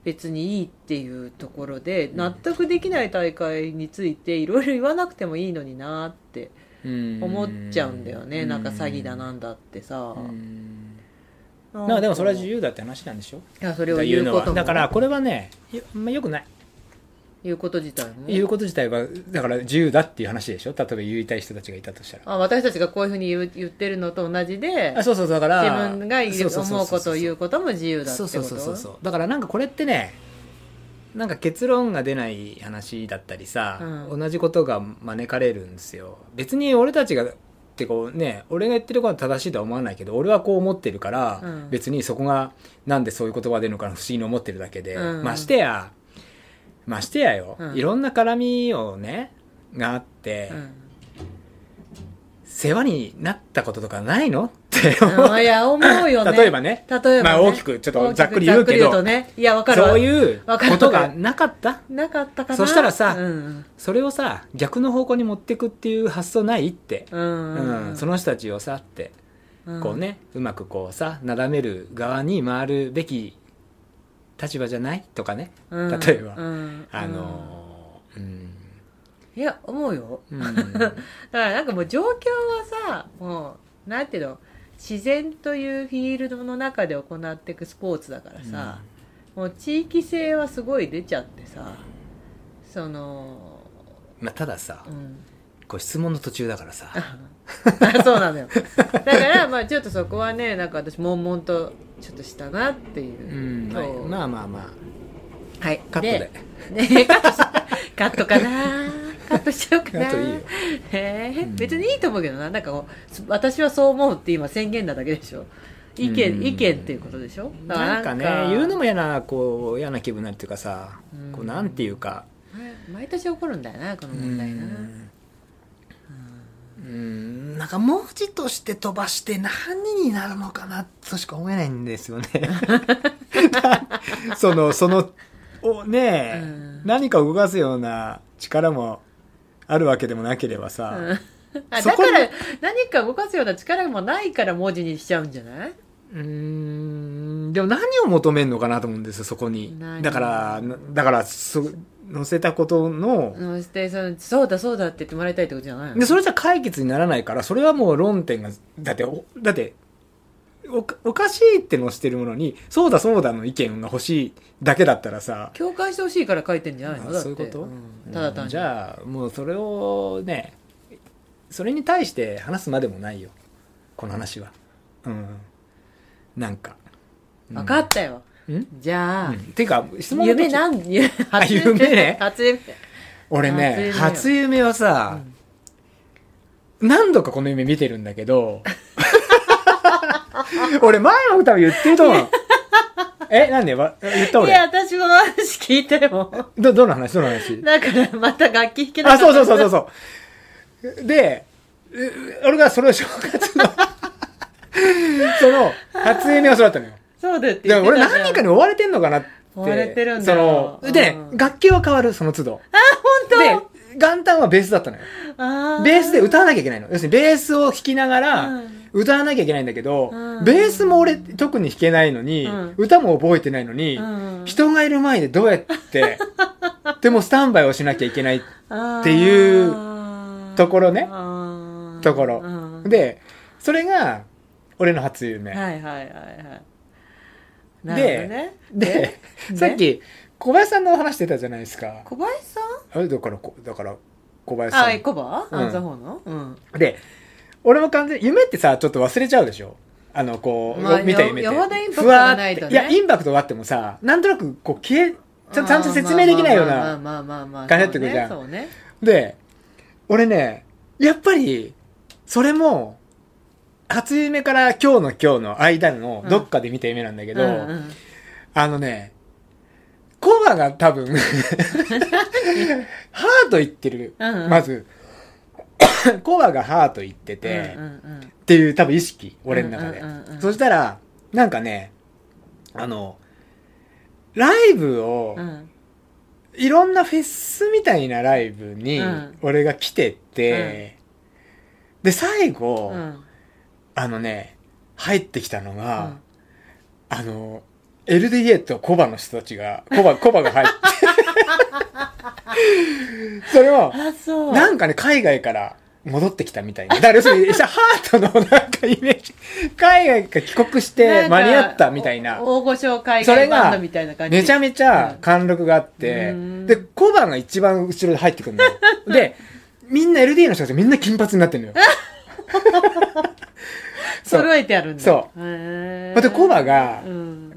A: 別にいいっていうところで、納得できない大会についていろいろ言わなくてもいいのになって
B: うん
A: 思っちゃうんだよね、
B: う
A: なんか詐欺だなんだってさ、
B: うん
A: な
B: まあでもそれは自由だって話なんでしょ
A: いやそれを言うこ
B: だから
A: とも
B: だからこれはねよ,、まあ、よくない
A: 言うこと自体も
B: 言うこと自体はだから自由だっていう話でしょ例えば言いたい人たちがいたとしたら
A: あ私たちがこういうふうに言う言ってるのと同じで
B: あそうそうそうだから
A: 自分が言う思うことを言
B: う
A: うことも自由だって
B: そ
A: こと
B: うそうそうそうそうだからなんかこれってねなんか結論が出ない話だったりさ、
A: うん
B: 同じことが招かれるんですよ別に俺たちがってこうね俺が言ってることは正しいとは思わないけど俺はこう思ってるから、
A: うん
B: 別にそこがなんでそういう言葉が出るのかな不思議に思ってるだけで、
A: うん
B: ましてやましてやよ、
A: うん
B: いろんな絡みをねがあって、世話になったこととかないのって思う
A: うん、いや思うよね
B: 例えばね
A: 例えばね、
B: まあ大きくちょっと
A: 大きく
B: ざっくり言うけど
A: ざっくり言うとねいやわかるわ
B: そういう
A: わかる
B: こ
A: わ
B: と
A: か
B: が
A: る
B: なかった
A: なかったかな
B: そしたらさ
A: うん
B: それをさ逆の方向に持ってくっていう発想ないって、
A: う
B: うんんその人たちをさって
A: うん
B: こうね、うまくこうさなだめる側に回るべき立場じゃないとかね
A: うん
B: 例えば
A: うん
B: あのーうん、
A: うんいや思うよ
B: うん
A: だからなんかもう状況はさもうなんていうの自然というフィールドの中で行っていくスポーツだからさ、もう地域性はすごい出ちゃってさその
B: まあ、たださ
A: うん
B: こう質問の途中だからさ
A: あそうなのよだからまあちょっとそこはねなんか私悶々とちょっとしたなっていうう、
B: ん、
A: そう
B: はいまあまあまあ
A: はい
B: カットで
A: ね カットしカットかなカットしちゃうかな
B: カットいいよ
A: え
B: うん
A: 別にいいと思うけどななんかこうす私はそう思うって今宣言なだけでしょ意見、
B: うん
A: 意見っていうことでしょだら
B: なんかね言うのも嫌なこう嫌な気分になるっていうかさ、
A: うん
B: こうなんていうか
A: 毎年起こるんだよなこの問題な
B: うんうんなんか文字として飛ばして何になるのかなとしか思えないんです よねそのそのおねえ、
A: うん
B: 何かを動かすような力もあるわけでもなければさ、
A: うんあ
B: そ
A: だ
B: こ
A: か
B: に
A: ら何か動かすような力もないから文字にしちゃうんじゃないう
B: ーんでも何を求めるのかなと思うんですよそこに
A: 何
B: だからなだからそ載せたことの、
A: そしてそのそうだそうだって言ってもらいたいってことじゃないの
B: でそれじゃ解決にならないからそれはもう論点がだっておだっておかおかしいってのしてるものにそうだそうだの意見が欲しいだけだったらさ
A: 共感してほしいから書いてんじゃないの
B: あ
A: だって
B: そういうこと、
A: んただ単
B: うん
A: に
B: じゃあもうそれをねそれに対して話すまでもないよこの話はうんなんか、うん
A: 分かったよ
B: うん
A: じゃあ、
B: うんていうか質問の途
A: 夢
B: 中
A: なん夢初
B: 夢ね
A: 初夢
B: 俺ね初
A: 初
B: 夢はさ、何度かこの夢見てるんだ けど俺前も多分言ってると思うえなんでわ言った
A: い
B: 俺
A: や、私も話聞いても。
B: どどの話どの話
A: だから、また楽器弾けなか
B: あ
A: った
B: そうそうそうそうそうでう俺がそれを正月の その初夢を育ったのよ
A: そうだよって
B: で
A: 言っ
B: も
A: てた
B: 俺
A: じゃん。
B: 何人かに追われてんのかなって
A: 追われてるんだ
B: そ
A: よ
B: のでね、
A: うん
B: 楽器は変わるその都度
A: あ、本
B: で元旦はベースだったのよ
A: 当あー
B: ベースで歌わなきゃいけないの要するにベースを弾きながら
A: うん
B: 歌わなきゃいけないんだけど、
A: うん
B: ベースも俺特に弾けないのに、
A: うん
B: 歌も覚えてないのに、
A: うん
B: 人がいる前でどうやって でもスタンバイをしなきゃいけないっていうところねところ、
A: で、
B: でそれが俺の初夢、
A: はいはいはいはい。なるほど
B: で、
A: ね、
B: で、
A: ね
B: さっき小林さんの話してたじゃないですか
A: 小林さん
B: あれだからこだから小林さ
A: あ、エ
B: ん
A: コバ
B: うん
A: あの方のうん。
B: で俺も完全に夢ってさちょっと忘れちゃうでしょあのこう、
A: まあ
B: 見た夢って
A: よよほどインパクト
B: ふわー
A: がないとね
B: っていやインパクトがあってもさなんとなくこう消えちゃんちゃんと説明できないよう
A: まあまあ
B: な
A: まあまあまあまあまあ
B: 感じになってくるじゃん
A: そうね。
B: で俺ねやっぱりそれも初夢から今日の今日の間のどっかで見た夢なんだけ
A: け
B: ど、あのね、コバが 多分、ハート言ってる。
A: うんうん
B: まず、コバがハート言ってて、
A: うんうん
B: っていう多分意識、俺の中で。
A: うんうんうんうん
B: そしたら、なんかね、あの、ライブを、
A: うんうん
B: いろんなフェスみたいなライブに
A: うん、
B: 俺が来てて、で、最後、
A: うん
B: あのね、入ってきたのが、
A: うん
B: あの、LDA とコバの人たちが、コバ、コバが 入って。それを、
A: あ、そう。
B: なんかね、海外から戻ってきたみたいな。だから要するに、ハートのなんかイメージ、海外から帰国して間に合ったみたいな
A: んか。お大御所海
B: それ
A: 外
B: が
A: バンドみたいな感じ。
B: めちゃめちゃ貫禄があって、
A: うん
B: で、コバが一番後ろで入ってくるのよ。で、みんな LDA の人たちみんな金髪になってるの よ。そう
A: 揃えてあるんだ。。
B: そう
A: へ
B: で、コバが
A: う、ん。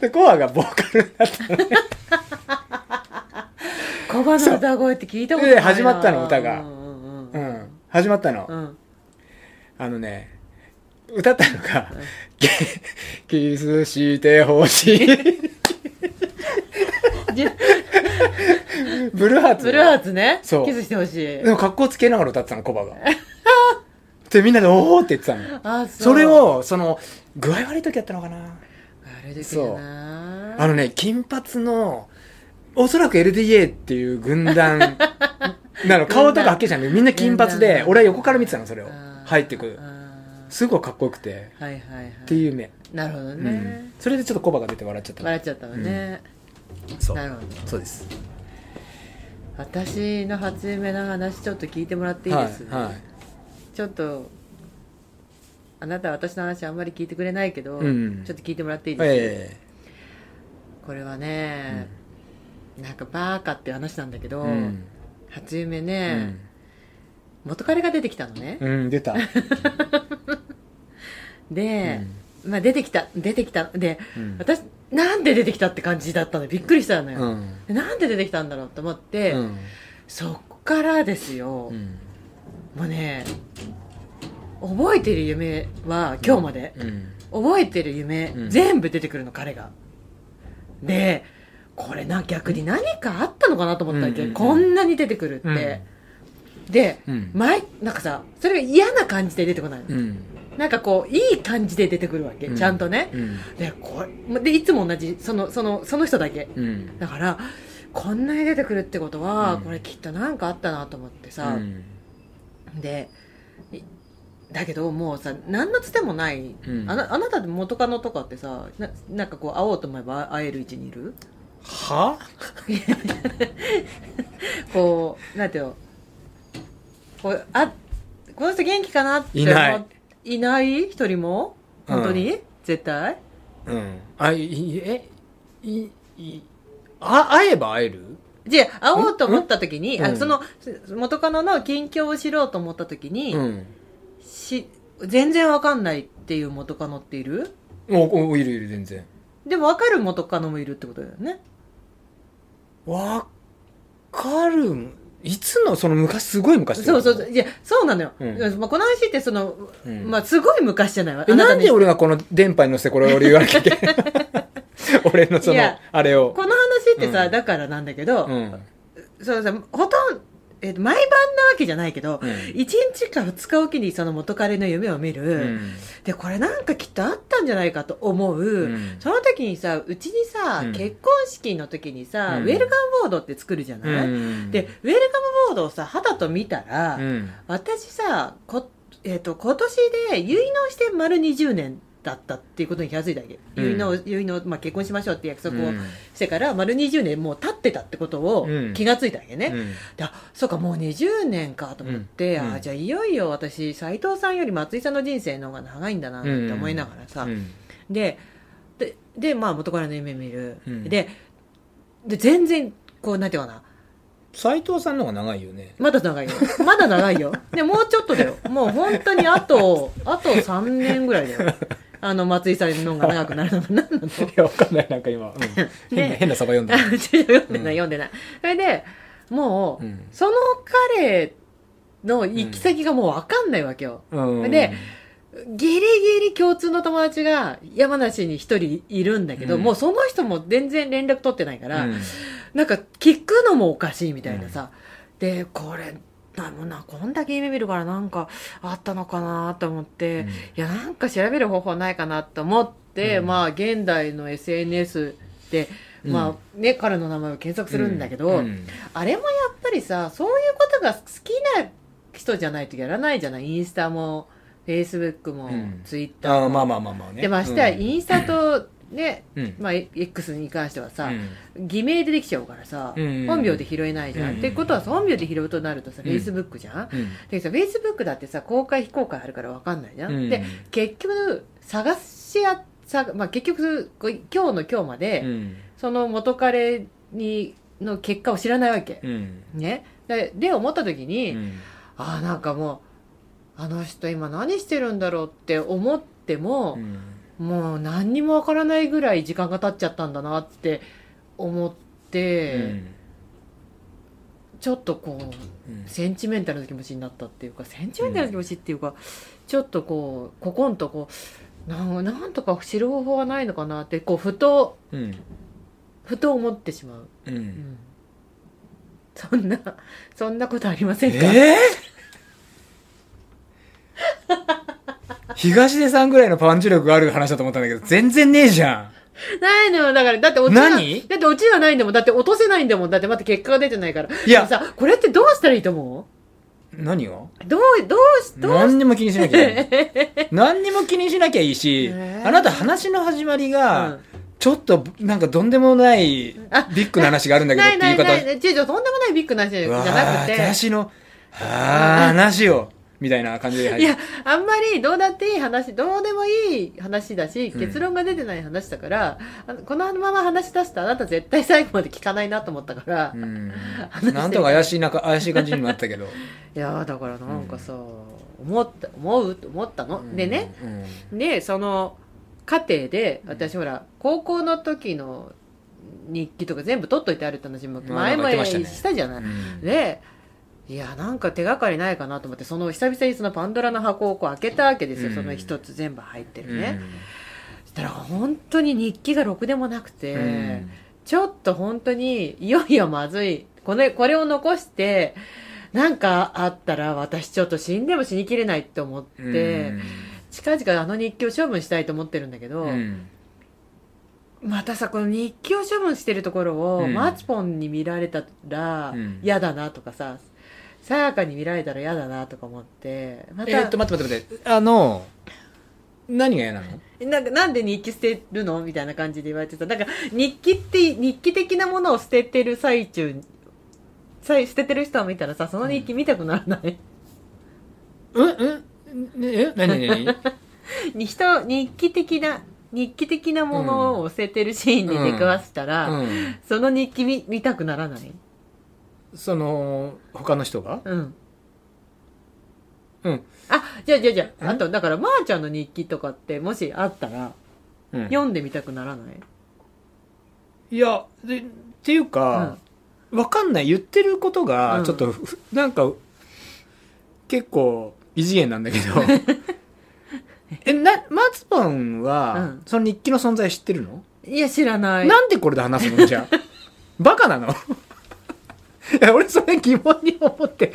B: で、コアがボーカルになったのね。
A: コバの歌声って聞いたことない
B: で
A: な。
B: 始まったの歌が
A: うんうん
B: う
A: うん
B: ん。始まったの。
A: うん。
B: あのね、歌ったのが、キ キスしてほしい。
A: じ
B: ブルーハーツ。
A: ブルーハーツね。
B: そう
A: キスしてほしい
B: で。も格好つけながら歌ってたの、コバ が。で、みんなで、おーって言ってたの。
A: あ、そう。
B: それ、を、その、具合悪い時だったのかな。
A: あれできるな
B: あのね、金髪の、おそらく LDA っていう軍 団なの、顔とかはっきりじゃないみんな金髪で、俺は横から見てたの、それを
A: あ。ー
B: 入ってくる
A: あ。ー
B: すごいかっこよくて。
A: はいはいはい。
B: っていう夢。
A: なるほど
B: う
A: ね
B: ん。。それでちょっとコバが出て笑っちゃった。
A: 笑っちゃったわね。
B: そ
A: なるほど。
B: そうです。
A: 私の初夢の話ちょっと聞いてもらっていいです
B: はい。はい
A: ちょっとあなたは私の話あんまり聞いてくれないけど、
B: うん
A: ちょっと聞いてもらっていいですか、
B: え
A: これはね、なんかバーカっていう話なんだけ
B: え
A: ど、
B: うん。
A: 初夢
B: う
A: ね
B: ん、
A: 元彼が出てきたのね、
B: う ん、出た。
A: で、まあ、出てきた出てきたで、
B: うん
A: 私なんで出てきたって感じだったのびっくりしたの
B: う
A: よ、
B: ん。
A: でなんで出てきたんだろうと思って、
B: うん
A: そっからですよ、
B: うん。
A: もうね覚えてる夢は今日まで、
B: うん。
A: 覚えてる夢、
B: うん
A: 全部出てくるの彼がでこれな逆に何かあったのかなと思ったわけ、
B: うんうんうん
A: こんなに出てくるって、で、
B: うん
A: 前なんかさそれが嫌な感じで出てこないの、
B: うん。
A: なんかこういい感じで出てくるわけ、
B: うん
A: ちゃんとね
B: うん。
A: でこれでいつも同じそのそのその人だけ
B: うん。
A: だからこんなに出てくるってことは、
B: うん
A: これきっと何かあったなと思ってさ、でいだけどもうさ何のつてもない、
B: うん
A: あなあなたって元カノとかってさななんかこう会おうと思えば会える位置にいる
B: は
A: こうなんていうのこうあこの人元気かなって思
B: いない
A: いない一人も本当に、絶対
B: うん。あ、いい、え、い、い、あ、会えば会える
A: じゃあ会おうと思った時に、
B: うんう
A: あ
B: ん
A: その元カノの近況を知ろうと思った時に、
B: うん。
A: し全然わかんないっていう元カノっている
B: お、お、いるいる、全然。
A: でもわかる元カノもいるってことだよね
B: わかるん、いつのその昔すごい昔だ
A: そ
B: よ
A: うそうそういやそうなのよ、
B: うん
A: まあ、この話ってその、
B: うん
A: まあ、すごい昔じゃないわ
B: え
A: あな
B: な
A: た
B: ん
A: に
B: で俺がこの電波に乗せてこれを言わなきゃいけない俺のそ
A: い
B: の
A: や
B: あれを
A: この話ってさ、
B: うん
A: だからなんだけど、
B: うん
A: そうさほとんど、えっと毎晩なわけじゃないけど、
B: うん
A: 一1日か2日おきにその元彼の夢を見る、
B: うん
A: でこれなんかきっとあったんじゃないかと思う、
B: ん
A: その時にさうちにさ、
B: うん
A: 結婚式の時にさ、
B: うん
A: ウェルカムボードって作るじゃない、
B: うん
A: でウェルカムボードをさ肌と見たら、
B: うん
A: 私さこ、えっと今年で結納して丸20年だったっていうことに気が付いたわけ、
B: うん
A: 結納結納、まあ、結婚しましょうって約束
B: う
A: を
B: ん
A: してから丸20年もう経ってたってことを
B: うん
A: 気が付いたわけね、
B: うん
A: であそうかもう20年かと思って、
B: うん
A: あじゃあいよいよ私斎藤さんより松井さんの人生の方が長いんだなって思いながらさ、
B: うん
A: ででで、まあ、元からの夢見る、
B: うん
A: でで全然こうなんていうかな
B: 斉藤さんの方が長いよね
A: まだ長いよまだ長いよでもうちょっとだよもう本当にあとあと3年ぐらいだよあの松井さんの方が長くなるのが何なの
B: いやわかんないなんか今、うん 変な変なサバ読んだ
A: あ違う読んでない、
B: う
A: 読んでないそれでもう、
B: うん
A: その彼の行き先がもう分かんないわけよ、
B: うん
A: でギリギリ共通の友達が山梨に一人いるんだけど、
B: うん
A: もうその人も全然連絡取ってないから、
B: うん
A: なんか聞くのもおかしいみたいなさ、でこれなもなこんだけ夢見るからなんかあったのかなと思って、
B: うん
A: いやなんか調べる方法ないかなと思って、
B: うん
A: まあ現代の SNS で、まあね彼の名前を検索するんだけど、
B: うん
A: あれもやっぱりさそういうことが好きな人じゃないとやらないじゃないインスタもフェイスブックも
B: うん
A: ツイッターも、
B: あーまあまあまあまあね
A: でましてやインスタとね、
B: うん
A: まあ、X に関してはさ、
B: うん
A: 偽名でできちゃうからさ、
B: うん
A: 本名で拾えないじゃん、
B: うん
A: ってことはさ本名で拾うとなるとさ、
B: うん
A: Facebook じゃん
B: うん
A: でさ Facebook だってさ公開非公開あるから分かんないじゃん、
B: うん
A: で結局探しやさ、まあ、結局こう今日の今日まで、
B: うん
A: その元彼にの結果を知らないわけ、
B: うん
A: ねでで思った時に、
B: うん
A: ああなんかもうあの人今何してるんだろうって思っても、もう何にもわからないぐらい時間が経っちゃったんだなって思って、ちょっとこう
B: うん
A: センチメンタルな気持ちになったっていうかセンチメンタルな気持ちっていうか、ちょっとこうここんとこうなんなんとか知る方法はないのかなってこうふと
B: うん
A: ふと思ってしまう、う
B: う
A: んん、そんなそんなことありませんか、
B: えー 東出さんぐらいのパンチ力がある話だと思ったんだけど、全然ねえじゃ
A: ないのよ、だから、だって落ちが、だっ
B: 何
A: て落ちがないんだもん、だって落とせないんだもん、だってまた結果が出てないから。
B: いや
A: でもさ、これってどうしたらいいと思
B: ん。何が
A: うどう、どうし、どうし、
B: 何にも気にしなきゃいけ ない。何にも気にしなきゃいいし、
A: ねえ
B: あなた話の始まり
A: う
B: が
A: ん、
B: ちょっとなんかどんでもないビ
A: あ
B: ッグな話があるんだけどっ
A: な
B: て
A: いないいう
B: 方、
A: ない、違う違う、とんでもないビッグな話じゃ
B: うわ
A: なく
B: ー
A: て。
B: 私のあー話を、みたいな感じで入
A: い
B: る
A: や、あんまりどうだっていい話、どうでもいい話だし、
B: うん
A: 結論が出てない話だから、あのこのまま話し出すとあなた絶対最後まで聞かないなと思ったから、
B: う
A: い
B: ん
A: 話して
B: なんとか怪しいなか怪しい感じにもなったけど
A: やーだからなんかさ、思った、思うと思ったの。 でね、
B: うん
A: でその家庭で
B: うん
A: 私ほら高校の時の日記とか全部取っといてあるって話も
B: ん
A: 前
B: なんか
A: 々
B: 言ってましたね
A: したじゃない、
B: うん
A: でいやなんか手がかりないかなと思ってその久々にそのパンドラの箱をこう開けたわけですよ、
B: うん
A: その一つ全部入ってるね、そしたら本当に日記がろくでもなくて、
B: うん
A: ちょっと本当にいよいよまずいこれこれを残してなんかあったら私ちょっと死んでも死にきれないって思って、近々あの日記を処分したいと思ってるんだけど、
B: うん
A: またさこの日記を処分してるところを、
B: うん
A: マチポンに見られたら
B: うん
A: 嫌だなとかささやかに見られたら嫌だなとか思ってまた、
B: えーっと待って待って待ってあの何が嫌なの
A: なんかなんで日記捨てるのみたいな感じで言われてたなんか日記って日記的なものを捨ててる最中さい捨ててる人を見たらさその日記見たくならない、
B: うんうんねえ何何何
A: に人日記的な日記的なものを捨ててるシーンに出くわしたら、
B: うん
A: その日記見見たくならない
B: その他の人が
A: うん
B: うん
A: あじゃあじゃあじゃ
B: ん
A: ああとだからまー、ちゃんの日記とかってもしあったら
B: うん
A: 読んでみたくならない、
B: いやでっていうかわかんない言ってること
A: う
B: が
A: ん
B: ちょっと、ふなんか結構異次元な んだけどえなマツポンは、
A: うん
B: その日記の存在知ってるの、
A: いや知らない
B: なんでこれで話すのじ ゃあバカなのいや俺それ疑問に思って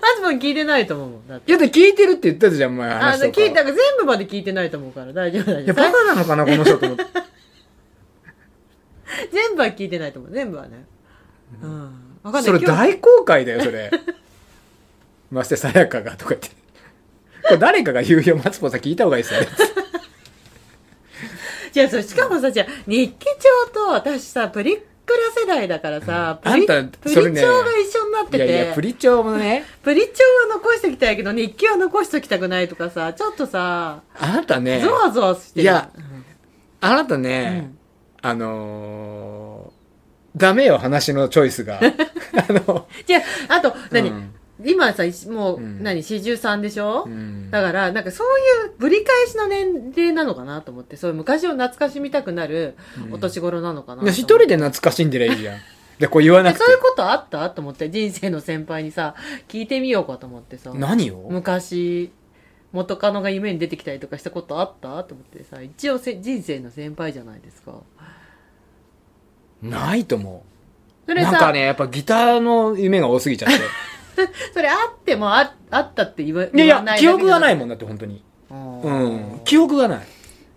A: マズボン聞いてないと思うもんだって
B: いやで聞いてるって言ってたじゃん前
A: あ
B: 話
A: の
B: とか
A: 聞いた全部まで聞いてないと思うから大丈夫だ
B: い
A: よ
B: やバカなのかなこの人と思って
A: 全部は聞いてないと思う全部はねうん分かんない
B: それ
A: 今日
B: 大公開だよそれ ましてさやかがとか言ってこれ誰かが言うよマツポンさん聞いた方がいいですよね
A: じゃあそれしかもさじゃあ日記帳と私さプリクラ世代だからさ、
B: うん
A: プリ
B: あんた
A: プリ
B: そ
A: 帳
B: れ
A: が
B: ね
A: 一緒になって
B: い
A: て
B: やいやプリチョもね
A: プリ帳は残しておきたいけど日記は残しておきたくないとかさちょっとさ
B: あなたね
A: ゾワゾワしてる
B: いや
A: うん
B: あなた
A: う
B: ね、
A: ん
B: あのーダメよ話のチョイ スがあの、
A: じゃああと何、
B: うん
A: 今さ一もう、
B: うん
A: 何四十三でしょ、
B: うん
A: だからなんかそういうぶり返しの年齢なのかなと思ってそういう昔を懐かしみたくなる
B: うん
A: お年頃なのかなと思っ
B: いや
A: て
B: 一人で懐かしんでりゃいいじゃんでこう言わな
A: え
B: くて
A: そういうことあったと思って人生の先輩にさ聞いてみようかと思ってさ
B: 何を
A: 昔元カノが夢に出てきたりとかしたことあったと思ってさ一応せ人生の先輩じゃないですか
B: ないと思
A: そうれ
B: なん
A: さ、
B: かねやっぱギターの夢が多すぎちゃって
A: それあってもああったって 言わ
B: いやいや記憶がないいもんだって本当に
A: も
B: うん記憶がない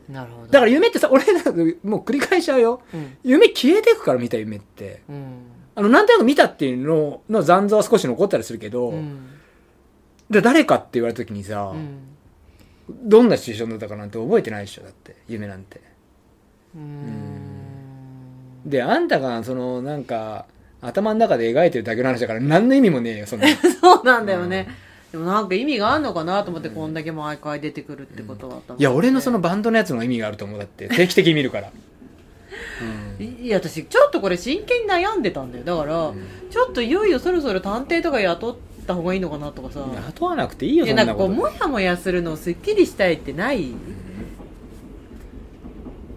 A: なるほど
B: だから夢ってさ俺なんかもう繰り返しちゃうよ
A: うん、
B: 夢消えてくから見た夢って
A: うん
B: あのなんとなく見たっていうのの残像は少し残ったりするけど、
A: うん
B: で誰かって言われた時にさ、
A: うん
B: どんなシチュエーションだったかなんて覚えてないでしょだって夢なんて
A: うん
B: であんたがそのなんか頭の中で描いてるだけの話だから何の意味もねえよ そんな
A: そうなんだよね、でもなんか意味があるのかなと思って、こんだけ毎回出てくるってことは、
B: いや俺のそ
A: の
B: のバンドのやつの意味があると思うだって定期的に見るから、
A: いいや私ちょっとこれ真剣に悩んでたんだよだから、ちょっといよいよそろそろ探偵とか雇った方がいいのかなとかさ
B: 雇わなくていいよ
A: いや
B: そん
A: な
B: なん
A: か
B: こ
A: ことうもやもやするのをすっきりしたいってない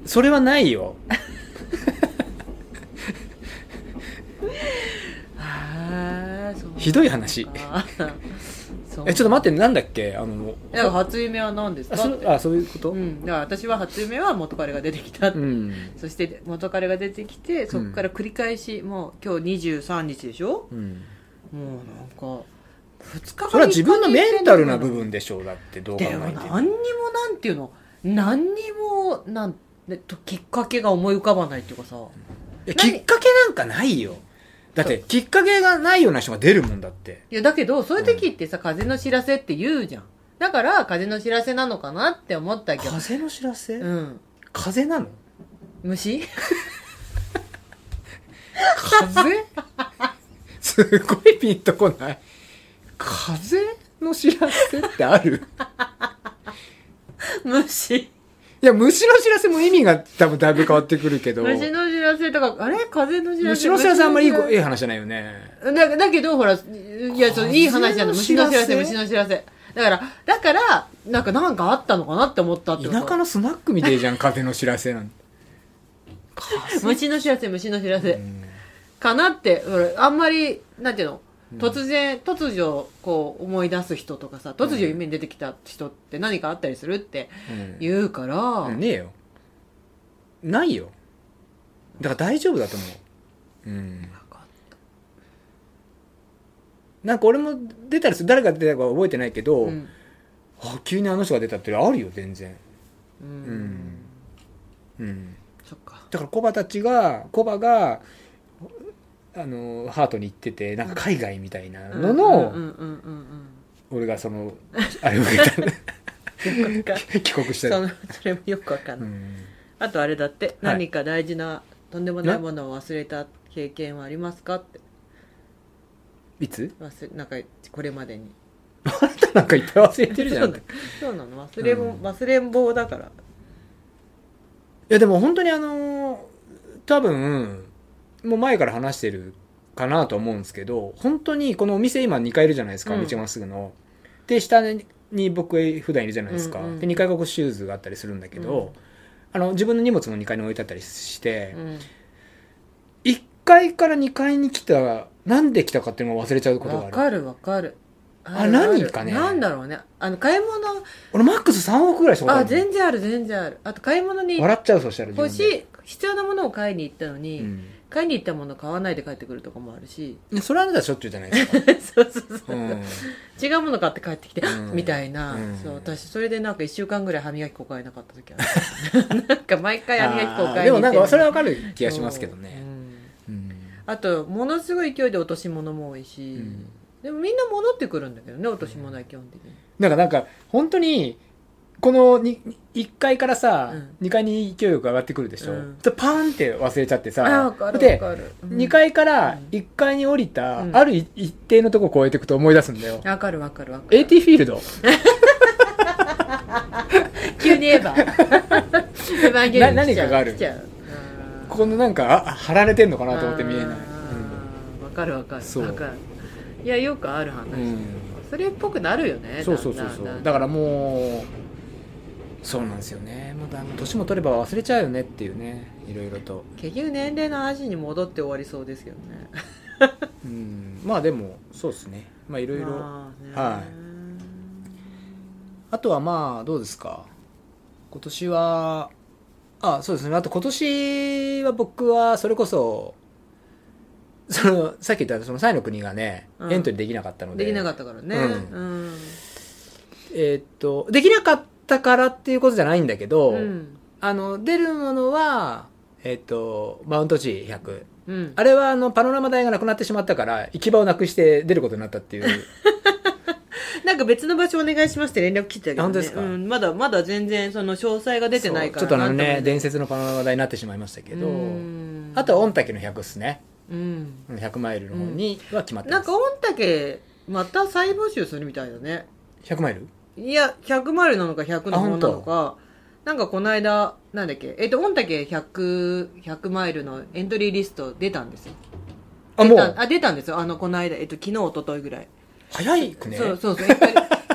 B: それはないよ
A: へえそう
B: ひどい話
A: そう
B: えちょっと待ってなんだっけあの
A: だから初夢は何です
B: あ
A: か
B: そ
A: って
B: あそういうこと、
A: うんだから私は初夢は元彼が出てきた、
B: うん
A: そして元彼が出てきてそこから繰り返し、もう今日23日でしょ
B: うん、
A: もうなんか2日か
B: それは自分のメンタルな
A: 分
B: 部分でしょうだってどう考え
A: で
B: て
A: も
B: も
A: 何にもなんていうの何にもなんねときっかけが思い浮かばないっていうかさ
B: いやき
A: 何
B: っかけなんかないよだってきっかけがないような人が出るもんだって
A: いやだけどそういう時ってさ、風の知らせって言うじゃんだから風の知らせなのかなって思ったけど
B: 風の知らせ、
A: うん
B: 風なの
A: 虫
B: 風すごいピンとこない風の知らせってある
A: 虫
B: いや虫の知らせも意味が多分だいぶ変わってくるけど
A: 虫の知らせとかあれ風の知らせ
B: 虫の知らせあんまりいいこ
A: 虫の
B: いい話じゃないよね
A: 知らせだだけどほらいやそういい話なの虫
B: 風
A: の知ら
B: の知ら
A: せ
B: せ
A: 虫の知らせだからだからなんかなんかあったのかなって思ったってこと
B: 田舎のスナックみてえじゃん風の知らせなんて風
A: 虫の知らせ虫の知らせ、
B: うん
A: かなってほらあんまりなんていうの突然、突如こう思い出す人とかさ突如夢に出てきた人って何かあったりするって
B: うん
A: 言うから、
B: ねえよないよだから大丈夫だと思ううんなんか俺も出たりする誰が出たかは覚えてないけど、
A: うん
B: あ急にあの人が出たってあるよ全然
A: うん
B: うんうん
A: そっか
B: だからコバたちがコバがあのハートに行っててなんか海外みたいなの
A: う
B: の、
A: んうんうん
B: 俺がそのあれを受け
A: うんうんよくわかん
B: た帰国した
A: そのそれもよくわかん
B: う
A: ない、
B: ん
A: あとあれだって、何か大事なとんでもないものを忘れた経験はありますかって
B: いつ
A: 忘れなんかこれまでに
B: なんかいっぱい忘れてるじゃん
A: そうなの忘れも、
B: うん
A: 忘れん坊だから
B: いやでも本当にあのー多分もう前から話してるかなと思うんですけど本当にこのお店今2階いるじゃないですか、
A: うん
B: 道まっすぐので下に僕普段いるじゃないですか、
A: うんうん
B: で2階がこうシューズがあったりするんだけど、あの自分の荷物も2階に置いてあったりして、
A: うん
B: 一階から2階に来たなんで来たかっていうのを忘れちゃうことが
A: わ
B: ある
A: かるわかる
B: あ
A: る
B: 何
A: る
B: かね
A: なんだろうねあの買い物
B: 俺マックス3億ぐらいしたことあ
A: あ
B: るもん
A: 全然ある全然あるあと買い物に
B: 笑っちゃうそしたら
A: 欲し
B: 自
A: い必要なものを買いに行ったのに、
B: 分で
A: 買いに行ったものを買わないで帰ってくるとかもあるし
B: うん、それはあなたしょっちゅうじゃないですか、
A: そうそうそう、
B: うん、
A: 違うもの買って帰ってきて、
B: う ん
A: みたいな、
B: うん
A: そう私それでなんか1週間ぐらい歯磨き粉買えなかった時あ るなんか毎回歯磨き粉を
B: あー
A: 買いに行って
B: でもなんかそれは
A: は
B: わかる気がしますけどね、うん
A: あとものすごい勢いで落とし物も多いし、
B: うん
A: でもみんな戻ってくるんだけどね落とし物は基本的に、
B: なんかなんか本当にこのに1階からさ、
A: うん
B: 2階に勢いよく上がってくるでしょ、
A: うん
B: でパーンって忘れちゃって
A: ああ
B: さ
A: 分かる分
B: で
A: かる、うん
B: 2階から1階に降りた、
A: うん
B: ある一一定のとこ越えていくと思い出すんだよ、
A: 分かる分かる分かる
B: AT フィールド
A: 急に言え ばエヴァンゲリオン
B: な
A: 来ちゃう
B: 何かがある
A: 来ちゃううん
B: ここのなんかあ貼られてんのかなと思って見えない、
A: あーわかるわか
B: そ
A: る
B: う
A: わかるいやよくある話、
B: うん
A: それっぽくなるよ
B: う
A: ね
B: んそうそうそうそう
A: だんだ
B: だ
A: ん
B: からもうそうなんですよねもうあの年も取れば忘れちゃうよねっていうねいろいろと、
A: 結局年齢の話に戻って終わりそうですよね
B: うん、まあでもそうですねまあいろいろ、
A: まあね
B: はいあとはまあどうですか今年はあそうですねあと今年は僕はそれこそそのさっき言ったそのサイの国がね、
A: うん
B: エントリーできなかったので
A: できなかったからね、
B: う
A: うん
B: えーっとできなかったからっていうことじゃないんだけど、
A: うん
B: あの出るものはえーっとマウント G100
A: うん
B: あれはあのパノラマ台がなくなってしまったから行き場をなくして出ることになったっていう
A: なんか別の場所お願いしますって連絡来てたけど、ね、
B: 本当ですか
A: うん、まだまだ全然その詳細が出てないから
B: そうちょっとあ
A: な
B: の
A: んとも言えな
B: ね
A: い
B: 伝説のパノラマ台になってしまいましたけど
A: うん
B: あとは御嶽の100っすね
A: うん
B: うん100マイルの方には決まって
A: な
B: ま
A: ん
B: す、
A: か御嶽また再募集するみたいだね
B: 100マイル
A: いや、100マイルなのか100の
B: あ
A: 方
B: 本
A: な
B: 当
A: のか、なんかこの間、なんだっけ、えっと、御嶽100、100マイルのエントリーリスト出たんですよ。
B: あも
A: 出た
B: う
A: あ、出たんですよ。あの、この間、えっと、昨日、一昨日ぐらい。
B: 早いくね
A: そうそうそう。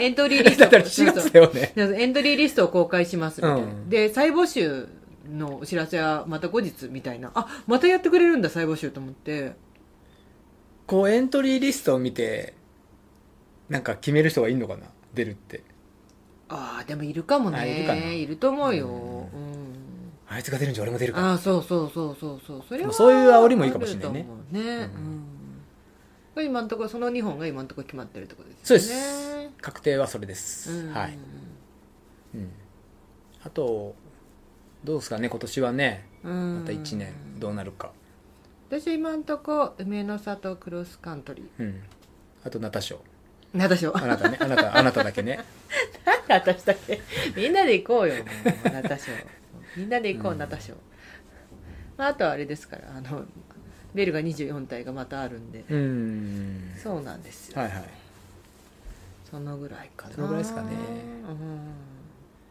A: エントリーエントリーリスト。
B: だったら7
A: そう
B: 月だよね
A: そうエントリーリストを公開しますみたいな、
B: うん
A: で、再募集のお知らせはまた後日みたいな。あ、またやってくれるんだ、再募集と思って。
B: こうエントリーリストを見てなんか決める人がいるのかな出るって
A: ああ、でもいるかも
B: あ
A: ね。
B: いるかない
A: ると思うよ。
B: う
A: うん
B: あいつが出るんじゃ俺も出るか
A: ああそうそうそうそうそうそれは
B: そういう煽りもいいかもしれないね
A: あると思うね、
B: う
A: うん今のところその2本が今のところ決まってるってことです
B: そう
A: よ
B: で
A: ね
B: す、確定はそれです、
A: うん
B: はい、うん、あとどうですかね今年はね
A: うん
B: また1年どうなるか
A: 私今のとこ梅の里クロスカントリ
B: うん、あとナタ ショ
A: ー私を
B: あなたねあなたあなただけね
A: 私だけみんなで行こうよもうナタショーみんなで行こう、
B: うん
A: ナタショー、まあ、あとはあれですからあのベルが24体がまたあるんで
B: うん
A: そうなんですよ、
B: はいはい
A: そのぐらいかな
B: そのぐらいですかね
A: うん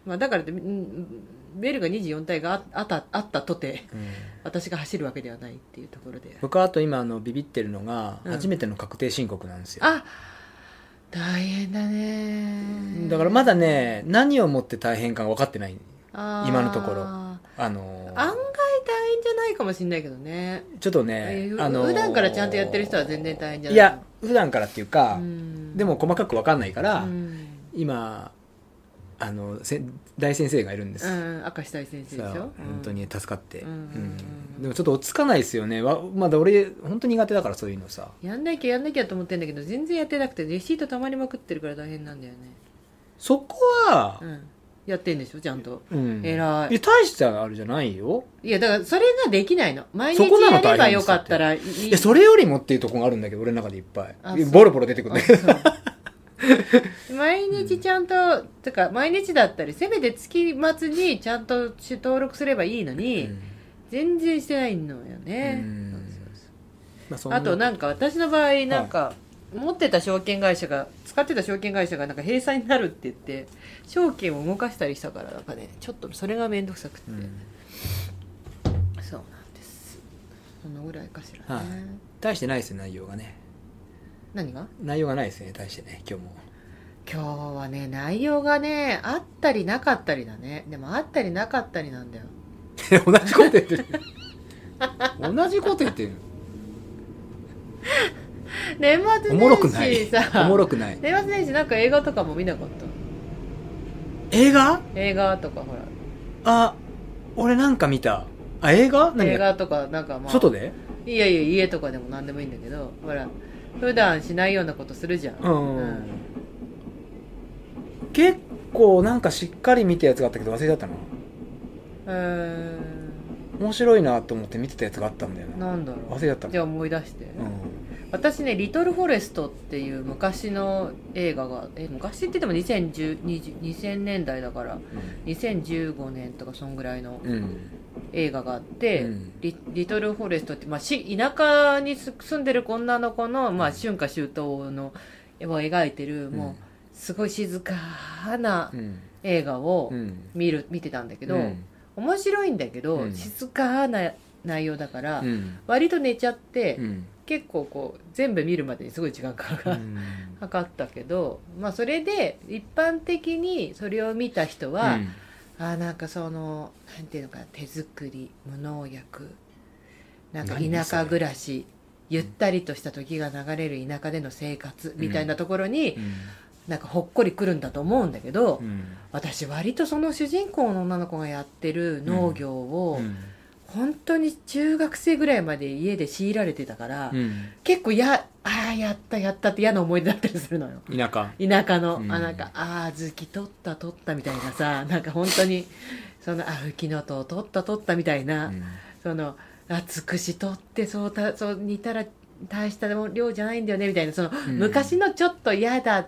A: まあ、だからってうんベルが24体がああったあったとて
B: うん
A: 私が走るわけではないっていうところで
B: 僕はあと今あのビビってるのが
A: うん
B: 初めての確定申告なんですよ、
A: あ大変だね
B: だからまだね何をもって大変かが分かってない
A: 今
B: 今のところ
A: 案
B: あのー
A: 外大変じゃないかもしれないけどね、
B: ちょっとね
A: えー
B: あのー
A: 普段からちゃんとやってる人は全然大変じゃない
B: いや普段からっていうか、
A: うん
B: でも細かく分かんないか
A: う
B: ら、
A: ん、
B: 今あのせ大先生がいるんです、
A: うん、明石大先生でし
B: さあ
A: ょ
B: 本当に助かって、
A: うん
B: うんでもちょっと落ち着かないですよねわまだ俺本当苦手だからそういうのさ
A: うんやんなきゃやんなきゃと思ってんだけど全然やってなくてレシートたまりまくってるから大変なんだよね、
B: そこは
A: う、ん、やってんでしょちゃんと
B: うん
A: 偉い
B: いや大したあれじゃないよ
A: いやだからそれができないの毎
B: そ
A: 日
B: こなの
A: やれば
B: 大変
A: よ
B: ですよ
A: かったらい
B: い
A: い
B: やそれよりもっていうところがあるんだけど俺の中でいっぱ
A: あ
B: い
A: そう
B: ボロボロ出てくるんだけ
A: そ
B: ど
A: う毎日ちゃんと、てか毎日だったりせめて月末にちゃんと登録すればいいのに、
B: うん
A: 全然してないのよね、
B: うん
A: そうそうそう
B: ま
A: あ
B: あそ
A: となんんか私の場合なんか、持ってた証券会社が使ってた証券会社がなんか閉鎖になるって言って証券を動かしたりしたからなんかねちょっとそれが面倒くさくって、
B: うん
A: そうなんですそのぐらいかしらね、
B: はい大してないですよ内容がね
A: 何が
B: 内容がないですね大してね今日も
A: 今日はね内容がねあったりなかったりだねでもあったりなかったりなんだよ
B: 同じこと言ってる同じこと言ってる
A: 年末
B: おもろくな
A: 年始
B: い
A: さ
B: おもろくない
A: 年末年始なんか映画とかも見なかっ
B: 映画
A: た映画とかほら
B: あ俺なんか見たあ映画何
A: 映画とかなんかまあ
B: 外で
A: いやいや家とかでも何でもいいんだけどほら普段しないようなことするじゃん、
B: うん、結構なんかしっかり見たやつがあったけど忘れちゃったな
A: うーん
B: 面白いなと思って見てたやつがあったんだよな
A: なんだろ
B: 忘れ
A: う
B: ちゃった
A: じ
B: な
A: ゃあ思い出して、
B: うん
A: 私ね「リトル・フォレスト」っていう昔の映画がえ昔って言っても2010 20 2000年代だから2015年とかそんぐらいの
B: うん
A: 映画があって、
B: うん
A: リリトル・フォレストって、まあ、し田舎にす住んでる女の子の、まあ、春夏秋冬の絵を描いてる、もうすごい静かな
B: うん
A: 映画を
B: うん
A: 見る見てたんだけど、
B: うん
A: 面白いんだけど、
B: うん
A: 静かな内容だから、
B: うん
A: 割と寝ちゃって、
B: うん
A: 結構こう全部見るまでにすごい時間が
B: う
A: か
B: ん
A: かかったけど、まあ、それで一般的にそれを見た人は、
B: うん
A: あーなんかそのなんていうのかな手作り無農薬なんか
B: 何
A: 田
B: それ
A: 舎暮らしゆったりとした時が流れる田舎での生活みたいなところに、なんかほっこりくるんだと思うんだけど、
B: うん
A: 私割とその主人公の女の子がやってる農業を、
B: うん
A: 本当に中学生ぐらいまで家で強いられてたから、
B: うん
A: 結構やああやったやったって嫌な思い出だったりするのよ
B: 田舎
A: 田舎の、
B: うん
A: あなんかああ小豆取った取ったみたいなさなんか本当にそのあフキノトウ取った取ったみたいな、
B: うん
A: そのあつくし取ってそうたそう煮たら大した量じゃないんだよねみたいなその、
B: ん
A: 昔のちょっと嫌だ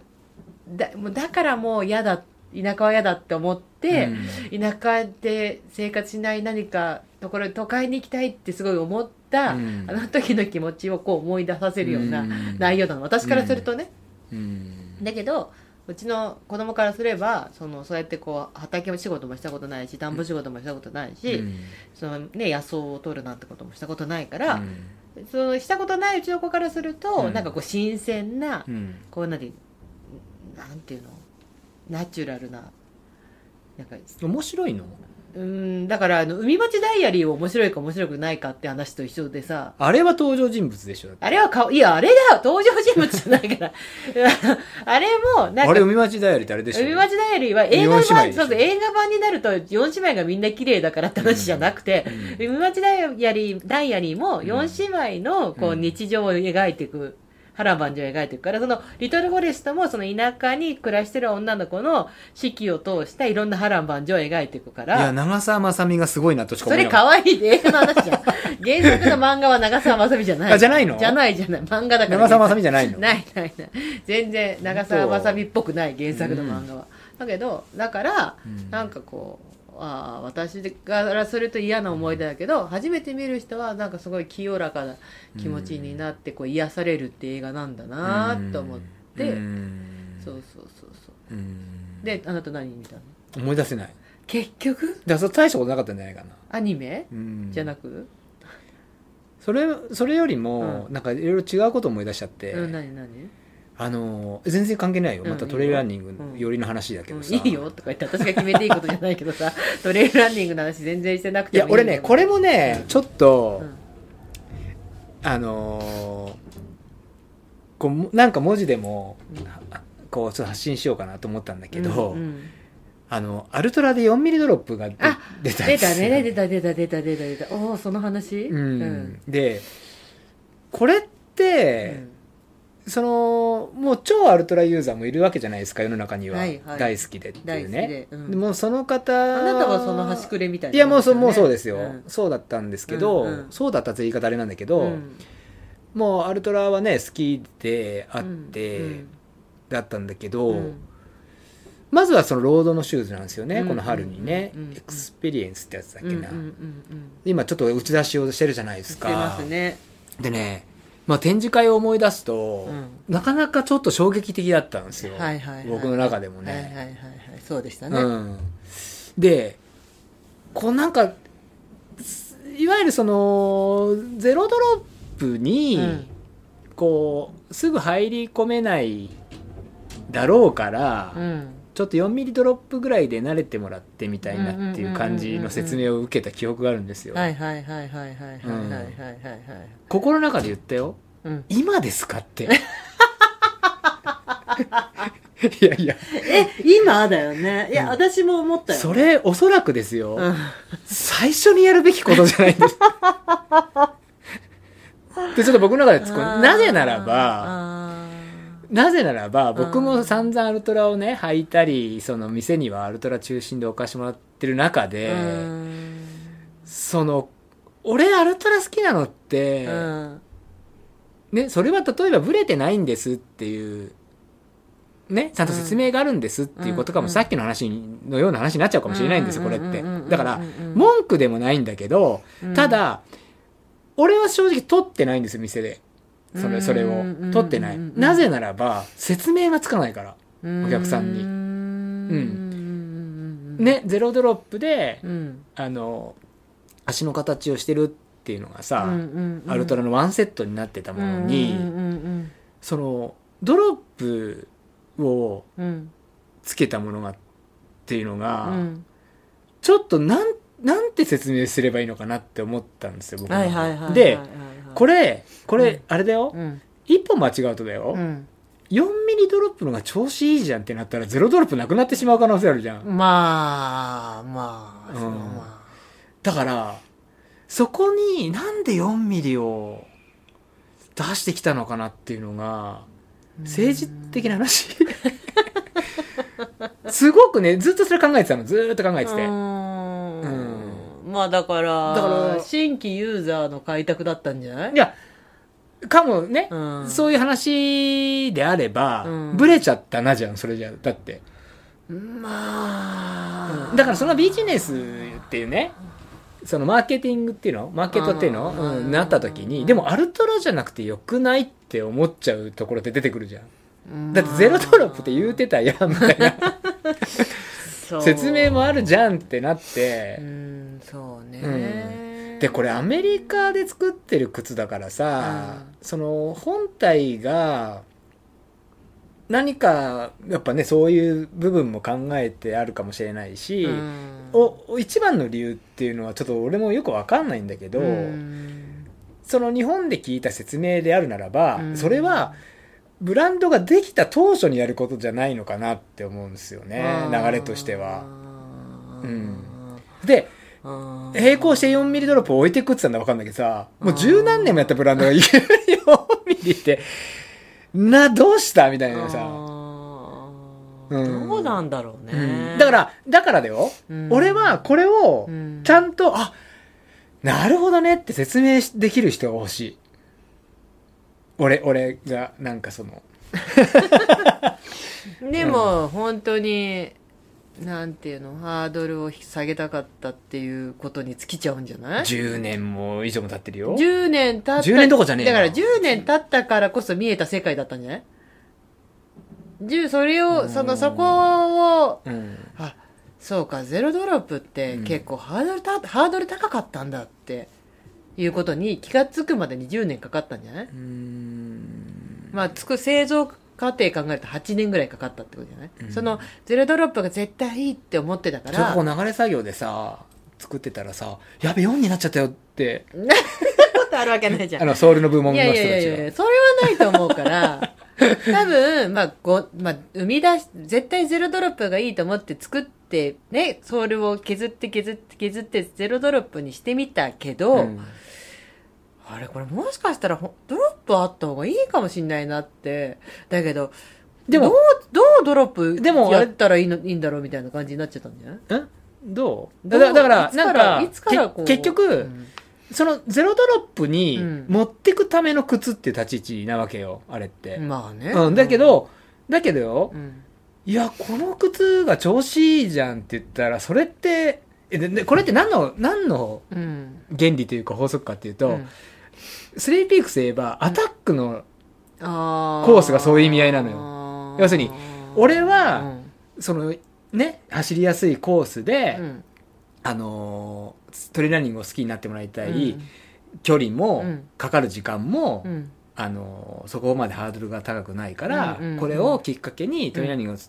A: だもうだからもう嫌だ田舎は嫌だって思って、田舎で生活しない何かところ都会に行きたいってすごい思った、
B: うん
A: あの時の気持ちをこう思い出させるような
B: うん
A: 内容なの私からするとね、
B: うん
A: だけどうちの子供からすればそのそうやってこう畑仕事もしたことないし田んぼ仕事もしたことないし、
B: うん
A: そのね、野草を取るなんてこともしたことないから
B: う、ん
A: そのしたことないうちの子からすると、
B: うん
A: なんかこう新鮮な、
B: うん
A: こうなんてなんていうのナチュラルな。なんか
B: 面白いの
A: うんだからあの海町ダイアリーを面白いか面白くないかって話と一緒でさ
B: あれは登場人物でしょだって
A: あれはかいやあれだよ登場人物じゃないから あれもなん
B: あれ
A: か
B: 海町ダイアリーってあれでしょ
A: 海町ダイアリーは映画
B: 四姉妹
A: 版
B: でしょ
A: そうそう映画版になると4姉妹がみんな綺麗だからって話じゃなくて、
B: うん
A: 海町ダイアリーダイアリーも4姉妹のこう
B: うん
A: 日常を描いていく。波乱万丈を描いていくから、その、リトルフォレストも、その田舎に暮らしてる女の子の四季を通したいろんな波乱万丈を描いていくか
B: いや
A: ら、
B: 長澤まさみがすごいなとしか
A: そ
B: 思
A: れ
B: えなかっ
A: 可愛いで、映画の話 じゃん。原作の漫画は長澤まさみじゃない。
B: あじゃないの
A: じゃないじゃない。漫画だ
B: た
A: から。
B: 長澤まさみじゃないの
A: ないないない全然長澤まさみっぽくない原作の漫画は、だけどだから、
B: うん
A: なんかこうああ私からすると嫌な思い出だけど初めて見る人はなんかすごい清らかな気持ちになってこう癒されるって映画なんだな
B: うん
A: と思って、
B: うん
A: そうそうそうそう
B: うん
A: であなた何見たの
B: 思い出せないだか
A: 結局
B: らそれ大したことなかったんじゃないかな
A: アニメ
B: うん
A: じゃなく、
B: それそれよりも、
A: う
B: なんかいろいろ違うことを思い出しちゃって、
A: うん、何何
B: あの全然関係ないよ
A: うん
B: またトレイルランニン
A: うん
B: グ寄りの話だけ
A: うん
B: どさ、
A: いいよとか言って私が決めていいことじゃないけど さトレイルランニングの話全然してなく
B: い
A: て
B: や
A: も
B: 俺ねこれもねちょっと、
A: うん
B: あのーこうもなんか文字でも
A: うん
B: こうちょっと発信しようかなと思ったんだけど、
A: うんうん
B: あのアルトラで4ミリドロップが出
A: あ
B: 出たん
A: 出
B: です
A: た
B: よ
A: ね出た出た出た出た出たおおその話
B: うん
A: うん
B: でこれって、そのもう超アルトラユーザーもいるわけじゃないですか世の中には、
A: はいはい
B: 大好きでって
A: 大
B: い
A: 好
B: う
A: き
B: ね
A: で、う
B: で
A: ん、
B: もうその方
A: あなたはその端くれみたいない
B: やもうそ,、
A: ね
B: もうそうですよ、
A: ん
B: そうだったんですけど、
A: うんうん
B: そうだったって言い方あれなんだけど、
A: うん
B: もうアルトラはね好きであって、
A: うん
B: だったんだけど、
A: うん
B: まずはそのロードのシューズなんですよね、
A: うん
B: この春にね、
A: うんうん
B: エクスペリエンスってやつだっ
A: うん
B: け
A: うんうん
B: な、
A: うん
B: 今ちょっと打ち出しをしてるじゃないです
A: して
B: か
A: ますね
B: でね、まあ、展示会を思い出すと、
A: うん
B: なかなかちょっと衝撃的だったんですよ、
A: はいはいはい
B: 僕の中でも
A: はいはい
B: ね、
A: はいはいそうでしたね、
B: うん、でこうなんかすいわゆるそのゼロドロップに、
A: うん
B: こうすぐ入り込めないだろうから、
A: うん
B: ちょっと4ミリドロップぐらいで慣れてもらってみたいなっていう感じの説明を受けた記憶があるんですよ、
A: はいはいはいはいはいはいはいはいはいはい
B: 心の中で言ったよ、
A: ううん
B: 今ですかっていやいや
A: え今だよねいや、
B: うん
A: 私も思ったよ
B: それおそらくですよ、
A: うん
B: 最初にやるべきことじゃないんですでちょっと僕の中で突っ込んでなぜならば
A: あ
B: なぜならば僕
A: う
B: も
A: ん
B: 散々アルトラをね履いたりその店にはアルトラ中心でお貸してもらってる中
A: ー
B: で、
A: うん
B: その俺アルトラ好きなのって、
A: うん
B: ね、それは例えばブレてないんですっていう、ね、ちゃんと説明があるんですっていうことかも、
A: うん
B: さっきの話のような話になっちゃうかもしれないんですよ、これって
A: うんうんうんうんうんうんう。ん
B: だから、文句でもないんだけど、ただ、俺は正直取ってないんですよ、店で。それ、それ
A: うん
B: を
A: うんうんうん。
B: 取ってない。なぜならば、説明がつかないから。お客さんに
A: うーん
B: ね、ゼロドロップで、
A: うん
B: あの、足の形をしてるっていうのが
A: うんう
B: さ、
A: んうん
B: アルトラのワンセットになってたものに、
A: うんうん
B: そのドロップを
A: うんうん
B: つけたものがっていうのが、
A: うん
B: ちょっとなんなんて説明すればいいのかなって思ったんですよ僕は
A: はいはいはいはいはいはい
B: でこれこれ、
A: うん
B: あれだよ、
A: うん
B: 一歩間違うとだよ、
A: うん
B: 4ミリドロップのが調子いいじゃんってなったらゼロドロップなくなってしまう可能性あるじゃん、
A: まあまあ
B: うん
A: そうま
B: だからそこになんで4ミリを出してきたのかなっていうのが
A: あ
B: 政治的な話 すごくねずっとそれ考えてたのずーっと考えてて
A: う
B: だ
A: ん
B: う
A: まあだから
B: だから
A: 新規ユーザーの開拓だったんじゃない
B: かもね、
A: うん
B: そういう話であれば、
A: うん
B: ブレちゃったなじゃんそれじゃだって、
A: まあ
B: だからそのビジネスっていうねそのマーケティングっていうのマーケットっていうの、
A: うん
B: うんなった時にでもアルトラじゃなくてよくないって思っちゃうところって出てくるじゃんだってゼロドロップって言うてたやんみた いな
A: そう
B: 説明もあるじゃんってなっ
A: う
B: て、
A: んそうね、
B: でこれアメリカで作ってる靴だからさ、その本体が何かやっぱねそういう部分も考えてあるかもしれないし、
A: うん
B: お一番の理由っていうのはちょっと俺もよくわかんないんだけど、
A: うん
B: その日本で聞いた説明であるならば、
A: うん
B: それはブランドができた当初にやることじゃないのかなって思うんですよね流れとしては。うんで
A: うん
B: 並行して4ミリドロップを置いてくってたんだわかんないけどさ、もう十何年もやったブランドがいきなり4ミリって、な、どうしたみたいなさ。
A: あ
B: う
A: ー
B: ん
A: どうなんだろうね、
B: うんだから、だからだよ、
A: うん
B: 俺はこれを
A: う、ん
B: ちゃんと、あ、なるほどねって説明しできる人が欲しい。俺、俺が、なんかその、
A: でも、本当になんていうのハードルを引き下げたかったっていうことに尽きちゃうんじゃない
B: 10年も以上も経ってるよ。
A: 10年経った
B: 10年どころじゃねえ
A: だ
B: な
A: から10年経ったからこそ見えた世界だったんじゃない10それ
B: う
A: を
B: ん
A: そのそこを
B: うん。
A: あそうかゼロドロップって
B: うん
A: 結構ハードルた、ハードル高かったんだっていうことに気がつくまでに10年かかったんじゃない、
B: うん
A: まあつく製造過程考えると8年ぐらいかかったってことじゃない、
B: うん
A: そのゼロドロップが絶対いいって思ってたか
B: それ
A: ら
B: こそ流れ作業でさ、作ってたらさ、やべ、4になっちゃったよって、
A: ことあるわけないじゃん
B: あの、ソウルの部門
A: い
B: の
A: やい
B: 人たち
A: やい
B: が。
A: やいや、それはないと思う から、多分、まあ、ご、まあ、生み出し、絶対ゼロドロップがいいと思って作って、ね、ソールを削って削って削ってゼロドロップにしてみたけど、
B: うん
A: あれこれもしかしたらほんドロップあった方がいいかもしんないなって。だけど、
B: でも
A: どう、どうドロップ
B: でもあ
A: や
B: れ
A: ったらいいの、いいんだろうみたいな感じになっちゃったんじゃない
B: んどう
A: ど
B: だ
A: う
B: だだから
A: い、つ
B: なん
A: いつ
B: か、
A: からこ
B: け
A: う
B: 結局、
A: うん
B: そのゼロドロップに
A: うん
B: 持ってくための靴っていう立ち位置なわけよ、あれって。うん、
A: まあね。
B: だけ、ど、だけどよ、
A: うん、
B: いや、この靴が調子いいじゃんって言ったら、それって、えででこれって何の、何の
A: うん。
B: 原理というか法則かっていう
A: う
B: と、
A: ん
B: スリーピークス言えば、アタックの、
A: あ
B: コースがそういう意味合いなのよ
A: よ
B: 要するに俺はその、ね、走りやすいコースで、あのートレーラーニングを好きになってもらいたい、距離も、
A: うん
B: かかる時間も、
A: うん
B: あのそこまでハードルが高くないから、
A: うんうんうん
B: これをきっかけにトレーニングを好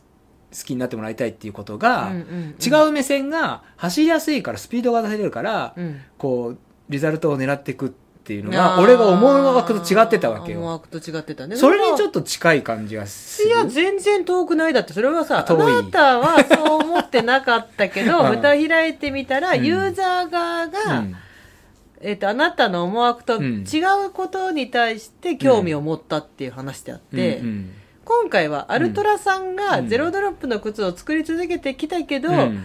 B: きになってもらいたいっていうことが、
A: うん
B: 違う目線が走りやすいからスピードが出せるから、
A: うん
B: こうリザルトを狙っていくっっていうのが、俺が思う枠と違ってたわけ
A: 思
B: よ。
A: 惑と違ってたね
B: それにちょ
A: っ
B: っと近い感じがす
A: い
B: る。
A: や全然遠くないだってそれはさあ
B: 遠
A: な
B: い
A: たはそう思ってなかったけど、
B: うん
A: 蓋開いてみたら、
B: うん
A: ユーザー側
B: う
A: が、
B: ん
A: えっとあなたの思惑と
B: うん
A: 違うことに対して興味を持ったっていう話であって、
B: うんうん
A: 今回はアルトラさんが
B: うん
A: ゼロドロップの靴を作り続けてきたけど、
B: うん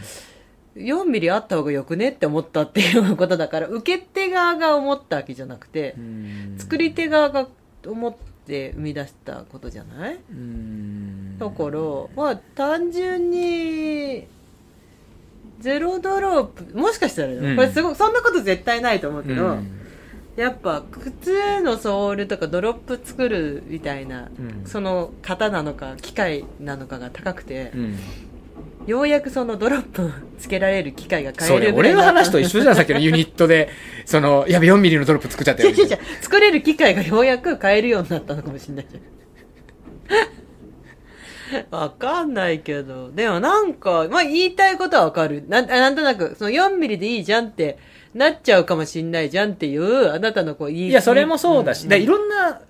A: 4ミリあった方がよくねって思ったっていうことだから受け手側が思ったわけじゃなくて、
B: うん
A: 作り手側が思って生み出したことじゃない
B: うん
A: だからまあ単純にゼロドロップもしかしたらよ、
B: うん
A: これすごくそんなこと絶対ないと思うけど、
B: うん
A: やっぱ靴のソールとかドロップ作るみたいな、
B: うん
A: その型なのか機械なのかが高くて
B: う、ん
A: ようやくそのドロップをつけられる機械が買
B: そ
A: え
B: れ
A: るぐらい
B: 俺
A: に
B: の
A: なった
B: 話と一緒じゃんさっきのユニットでそのやべ4ミリのドロップ作っちゃったよ
A: 違う違う違う作れる機械がようやく買えるようになったのかもしれないじゃん わかんないけどでもなんか、まあ、言いたいことはわかるなんなんとなくその4ミリでいいじゃんってなっちゃうかもしれないじゃんっていうあなたのこう言い
B: いやそれもそうだし、
A: ん
B: でいろんな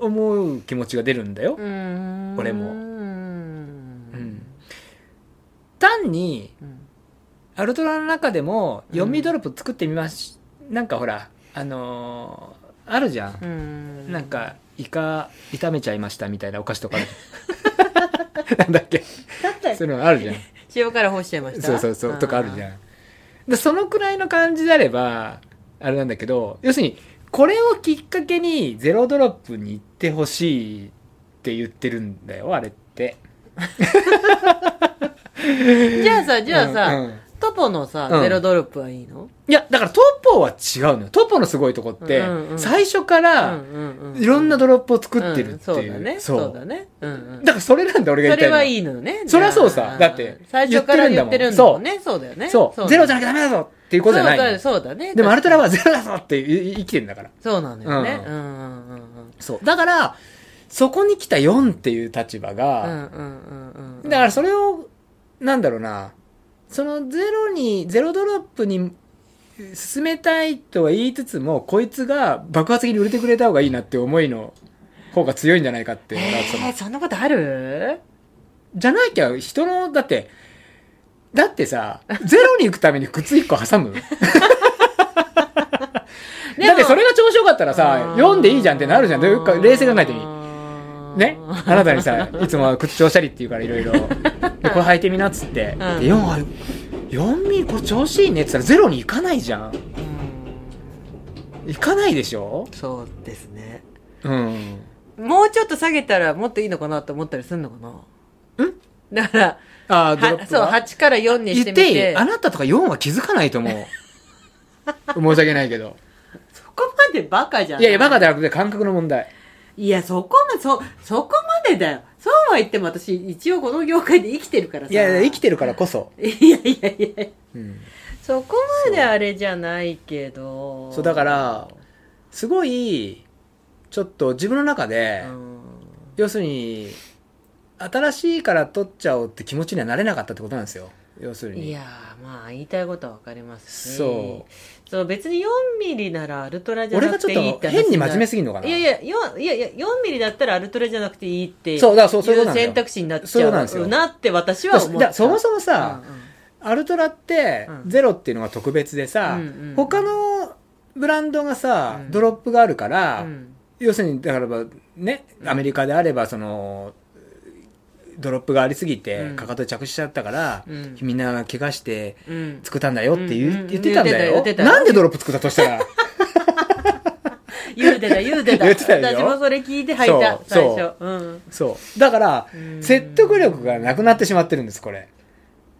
B: 思う気持ちが出るんだよ、
A: うーん
B: 俺も
A: うー
B: うんん単に
A: うん
B: アルトラの中でも4ミリドロップ作ってみます、なんかほらあのーあるじゃん
A: う、ん
B: なんかイカ炒めちゃいましたみたいなお菓子とかある なんだっけ
A: だったら
B: そういうのあるじゃん
A: 塩辛干しちゃいました
B: そうそうそう、とかあるじゃ
A: ん
B: ん。でそのくらいの感じであれば、あれなんだけど、要するに、これをきっかけにゼロドロップに行ってほしいって言ってるんだよ、あれって。
A: じゃあさじゃあさ、
B: うんうん
A: トポのさ、
B: うん
A: ゼロドロップはいいの
B: いや、だからトッポは違うのよ。トッポのすごいとこって、
A: うんうん
B: 最初からいろんなドロップを作ってるっていう。
A: うんそうだね
B: そ
A: そううだね、うんうん、
B: だからそれなんだ、俺が言
A: それ
B: いたいの
A: はいいのよね
B: そりゃそうさ
A: ん
B: だって
A: 最初から
B: 言
A: 言
B: っ
A: っててる
B: るん
A: ん
B: だ
A: だ
B: も
A: も
B: ん
A: んねそうだよね
B: そうゼロじゃ
A: ゃ
B: なきゃダメだぞっていうことじゃないのよ
A: そうだそうだね
B: でもアルトラ
A: は
B: はゼロだぞってい生きてんだから。
A: そうなのよね
B: う
A: うんうんうんうん
B: そう。だから、そこに来た4っていう立場
A: う
B: が、
A: んうんうんうん
B: だからそれを、なんだろうな、そのゼロに、ゼロドロップに進めたいとは言いつつも、こいつが爆発的に売れてくれた方がいいなって思いの方が強いんじゃないかっていうのがそ
A: え
B: の
A: ー、そんなことある
B: じゃないきゃ人の、だって、だってさ、ゼロに行くために靴1個 挟むだってそれが調子よかったらさ、4でいいじゃんってなるじゃん。どういうか冷静がないといい。ね、あなたにさ、いつもは靴調子ありって言うからいろいろ。で、これ履いてみなっつって。で、4は、4ミリこれ調子いいねって言ったらゼロに行かないじゃん。行かないでしょ
A: そうですね
B: うん。
A: もうちょっと下げたらもっといいのかなと思ったりするのかなんだから
B: あー、ドロッ
A: は
B: プ
A: そう
B: は
A: 8から4に
B: 言
A: し
B: って
A: み
B: てい
A: て
B: いあなたとか4は気づかないと 思う。申し訳ないけど。
A: そこまでバカじゃん
B: いやいや、バカではなくて感覚の問題。
A: いやそこまそそこまでだよそうは言っても私一応この業界で生きてるからさ
B: いやいや、生きてるからこそ。
A: いやいやいや
B: うん。
A: そこまであれじゃないけど
B: そうだからすごい、ちょっと自分の中で、
A: うん
B: 要するに新しいから取っちゃおうって気持ちにはなれなかったってことなんですよ要するに
A: いやーまあ言いたいことは分かりますし
B: そう
A: そう別に4ミリならアルトラじゃ
B: 俺
A: な
B: が
A: く
B: ちょ
A: て
B: っ
A: いいっ
B: と
A: て話
B: 変に真面目すぎるのかない
A: やいやよいやいや4ミリだったらアルトラじゃなくていいって
B: そうだからそうそういうことなんだよ
A: 選択肢になっ
B: そう
A: ち
B: い
A: ゃ
B: うことなんですよ
A: うなって私
B: だ
A: は
B: か
A: 思
B: ら
A: っ
B: だか
A: た
B: らそもそもさ、
A: うんうん
B: アルトラって
A: うん
B: ゼロっていうのが特別でさ、
A: うんうん
B: 他のブランドがさ、
A: うん
B: ドロップがあるから、
A: うん
B: 要するにだからばねアメリカであればそのドロップがありすぎて、
A: うん
B: かかとで着地しちゃったから、
A: うん
B: みんな怪我して
A: うん
B: 作ったんだよって言,、
A: うんうん
B: 言ってたんだよ
A: 言ってた言ってた
B: なんでドロップ作ったとしたら
A: 言う てた言うてた
B: 言うてたよ
A: 私もそれ聞いて吐いた最
B: そう
A: 初うん
B: そうだから
A: うん
B: 説得力がなくなってしまってるんですこれ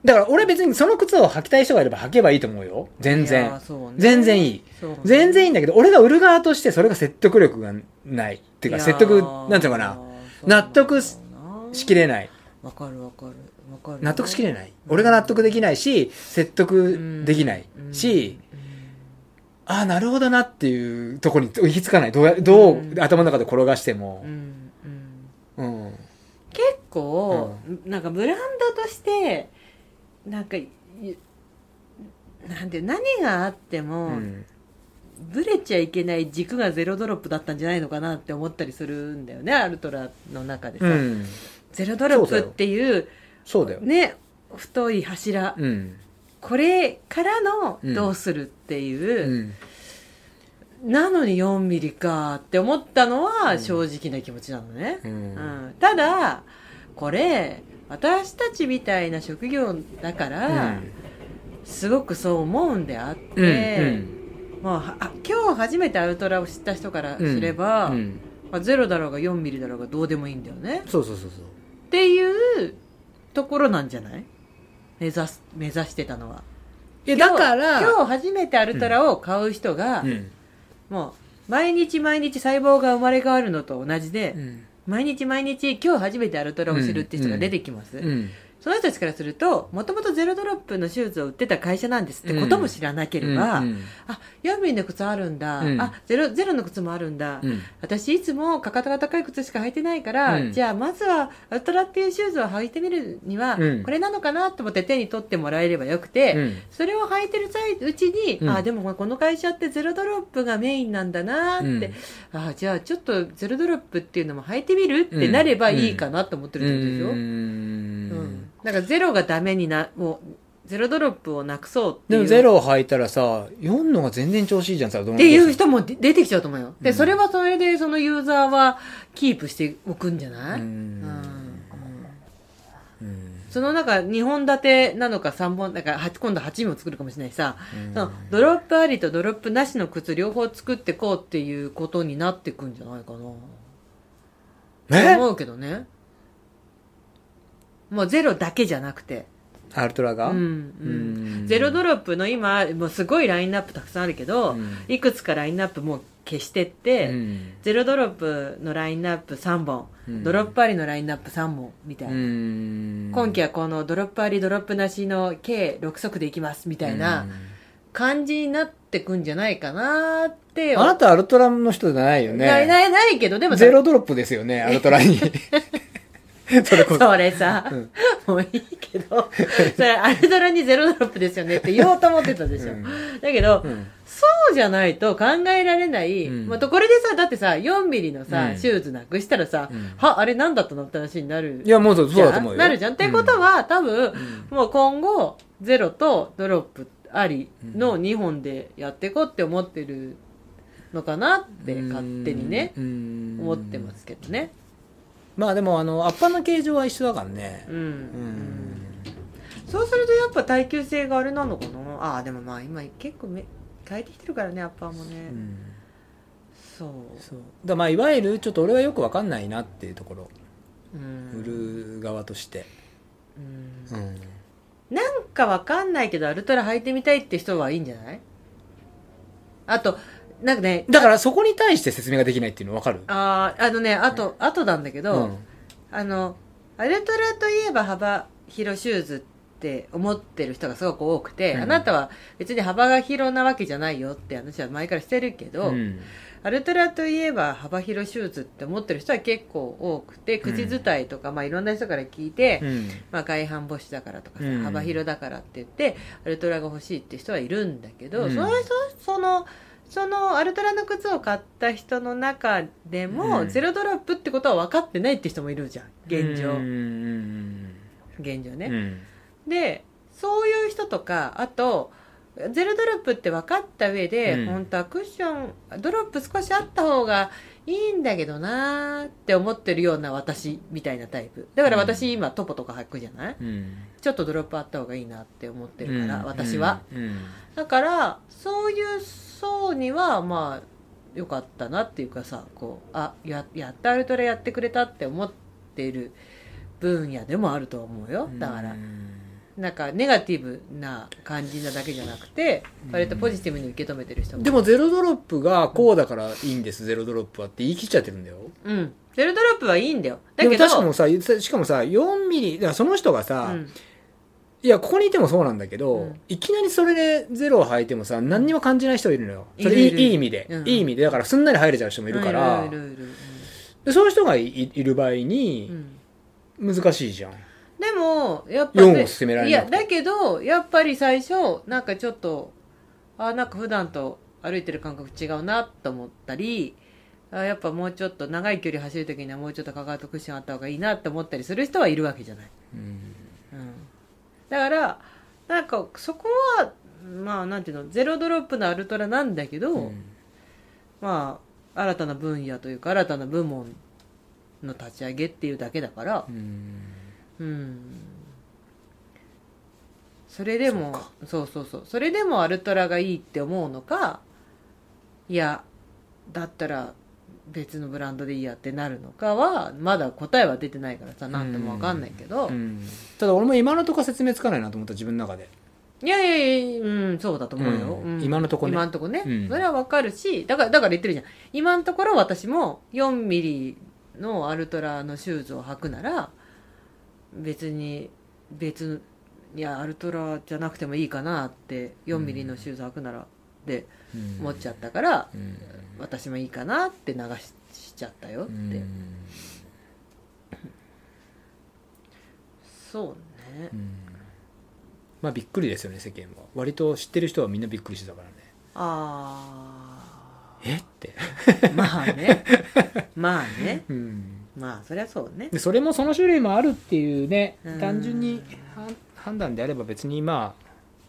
B: だから俺別にその靴を履きたい人がいれば履けばいいと思うよ全
A: いや
B: 然
A: ーそうね
B: 全然いい
A: そうね
B: 全然いいんだけど俺が売る側としてそれが説得力がないっていうか
A: やー
B: 説得なんていうのかな
A: そうなんだろうな
B: 納得ししきれない
A: わかるわかるわかる
B: 納得しき
A: ない
B: れない俺が納得できないし説得できないし、ああなるほどなっていうとこに行き着かないどうやどう
A: うん
B: 頭の中で転がして
A: う
B: も
A: ん、うん
B: うん
A: 結構、なんかブランドとしてなんかゆなんていう何があって
B: う
A: も、
B: ん
A: ぶれちゃいけない軸がゼロドロップだったんじゃないのかなって思ったりするんだよねアルトラの中でさ、
B: うん
A: ゼロドロップっていう
B: そうだよ、
A: ね太い柱、
B: うん
A: これからの
B: うん
A: どうするって
B: う
A: いう、
B: ん、
A: なのに4ミリかって思ったのは正直な気持ちなのね、
B: う
A: うん
B: ん
A: ただこれ私たちみたいな職業だから、すごくそう思うんであっ
B: うん
A: て、まあはあ今日初めてアウトラを知った人から
B: うん
A: すれば、
B: うん
A: まあ、ゼロだろうが4ミリだろうがどうでもいいんだよね
B: そうそうそうそう
A: っていうところなんじゃない目指す目指してたのは。
B: いやだから
A: 今日今日初めてアルトラを買う人が、
B: うん
A: もう毎日毎日細胞が生まれ変わるのと同じで、
B: うん
A: 毎日毎日今日初めてアルトラを知るって人が出てきます、
B: うん
A: その人たちからするともともとゼロドロップの手術を売ってた会社なんですってことも知らなければ、
B: うん
A: あヤミーの靴あるんだ、
B: うん
A: あゼロゼロの靴もあるんだ、
B: うん
A: 私いつもかかとが高い靴しか履いてないから、
B: うん
A: じゃあまずはアルトラっていうシューズを履いてみるには、
B: うん
A: これなのかなと思って手に取ってもらえればよくて、
B: うん
A: それを履いてる際うちに、
B: うん
A: あでもこの会社ってゼロドロップがメインなんだなーって、あじゃあちょっとゼロドロップっていうのも履いてみるってなればいいかなと思ってるってことでしょ、
B: う
A: うん
B: ん
A: なんかゼロがダメになもうゼロドロップをなくそうってい
B: で
A: う
B: もゼロを履いたらさ4のが全然調子いいじゃんさど
A: っ
B: の
A: ていう人もで出てきちゃうと思うよで、
B: うん
A: それはそれでそのユーザーはキープしておくんじゃない、
B: うん
A: うん
B: うん
A: その中2本立てなのか3本なんかは今度8も作るかもしれないしさ、
B: うん
A: そのドロップありとドロップなしの靴両方作ってこうっていうことになってくんじゃないかな
B: え
A: 思うけどねもうゼロだけじゃなくて
B: アルトラが
A: うん
B: う
A: うんんゼロドロップの今もうすごいラインナップたくさんあるけど、
B: うん
A: いくつかラインナップもう消してっ
B: う
A: て、
B: ん
A: ゼロドロップのラインナップ3本、
B: うん
A: ドロップありのラインナップ3本みたいな、
B: うん
A: 今期はこのドロップありドロップなしの計6足でいきますみたいな感じになってくんじゃないかなって
B: うんあなたアルトラの人じゃないよね
A: ないないないけどでもさ
B: ゼロドロップですよねアルトラ にそれこそ
A: それさ、もういいけどそれアルドラにゼロドロップですよねって言おうと思ってたでしょ、
B: うん
A: だけど、
B: うん
A: そうじゃないと考えられない、
B: うん
A: まあ、とこれでさだってさ4ミリのさ、
B: うん
A: シューズなくしたらさ、
B: うん
A: はあれなんだったのって話になる
B: いやもうそう
A: じ
B: そう
A: ゃ
B: だ
A: ん
B: と思うよ
A: なるじゃん。ってことは、多分、もう今後、ゼロとドロップありの2本でやっていこうって思ってるのかなって、勝手にね、思
B: 思
A: ってますけどね。
B: まあでもあのアッパーの形状は一緒だからね
A: うん。
B: うん
A: そうするとやっぱ耐久性があれなのかなああ、でもまあ今結構め変えてきてるからね、アッパーもね。
B: うん
A: そう。
B: そうだまあいわゆるちょっと俺はよくわかんないなっていうところ
A: うん
B: 売る側として
A: うん
B: うん
A: なんかわかんないけど、アルトラ履いてみたいって人はいいんじゃないあと、なんかね、
B: だからそこに対して説明ができないっていうのわかる
A: あーあのねあと、あとなんだけど、
B: うん
A: あのアルトラといえば幅広シューズって思ってる人がすごく多くて、
B: うん
A: あなたは別に幅が広なわけじゃないよって話は前からしてるけど、
B: うん
A: アルトラといえば幅広シューズって思ってる人は結構多くて口伝いとか、まあ、いろんな人から聞いて、
B: うん
A: まあ、外反母趾だからとかさ、
B: うん
A: 幅広だからって言ってアルトラが欲しいって人はいるんだけど、
B: うん
A: その人そのそのアルトラの靴を買った人の中でも、
B: うん
A: ゼロドロップってことは分かってないって人もいるじゃん現状、
B: うんうん
A: 現状
B: う
A: ね、
B: ん
A: でそういう人とかあとゼロドロップって分かった上で、
B: うん
A: 本当はクッションドロップ少しあった方がいいんだけどなーって思ってるような私みたいなタイプだから私今トポとか履くじゃない
B: うん
A: ちょっとドロップあった方がいいなって思ってるから、
B: うん
A: 私は、
B: うん
A: だからそういう層にはまあよかったなっていうかさこうあややったアルトラやってくれたって思ってる分野でもあると思うよだから、
B: うん
A: なんかネガティブな感じなだけじゃなくて
B: うん
A: 割とポジティブに受け止めてる人も
B: でもゼロドロップがこうだからいいんです、ゼロドロップはって言い切っちゃってるんだよ。
A: うんゼロドロップはいいんだよだ
B: でも
A: けど
B: 確かもさ、しかもさ、4ミリ、だからその人がさ、
A: うん
B: いや、ここにいてもそうなんだけど、
A: うん
B: いきなりそれでゼロを履いてもさ、何にも感じない人いるのよ。
A: い
B: そ
A: る
B: れいい
A: いる
B: いい意味で、
A: うん
B: いい意味で、だからすんなり入れちゃう人もいるから、
A: いるいるいるいる
B: でそういう人がいいいる場合
A: うんう
B: に、
A: ん
B: 難しいじゃん。
A: でもやっぱ
B: 4を進められ
A: い
B: な
A: や
B: くて。
A: だけどやっぱり最初なんかちょっとあなんか普段と歩いてる感覚違うなと思ったりあやっぱもうちょっと長い距離走る時にはもうちょっとかかとクッションあった方がいいなと思ったりする人はいるわけじゃない、
B: うん
A: うん、だからなんかそこはまあなんていうのゼロドロップのアルトラなんだけど、
B: うん
A: まあ新たな分野というか新たな部門の立ち上げっていうだけだから
B: うん
A: うんそれでもそ
B: そっか
A: うそうそうそれでもアルトラがいいって思うのかいやだったら別のブランドでいいやってなるのかはまだ答えは出てないからさ何とも分かんないけど、
B: うんただ俺も今のとこ説明つかないなと思った自分の中で
A: いやいやいや、うん、そうだと思うよ、
B: うん
A: うん
B: 今のとこね
A: 今のとこね、
B: うん
A: それはわかるしだからだから言ってるじゃん今のところ私も4ミリのアルトラのシューズを履くなら別に別いやアルトラじゃなくてもいいかなって4ミリのシューズ履くならって思っちゃったから、
B: うん
A: 私もいいかなって流ししちゃったよって、
B: うん
A: そうね
B: うんまあびっくりですよね世間は割と知ってる人はみんなびっくりしてたからね
A: あ
B: え って、
A: あまあねまあね
B: うん
A: まあそりゃそうね
B: でそれもその種類もあるっていうね
A: うん
B: 単純には判断であれば別にま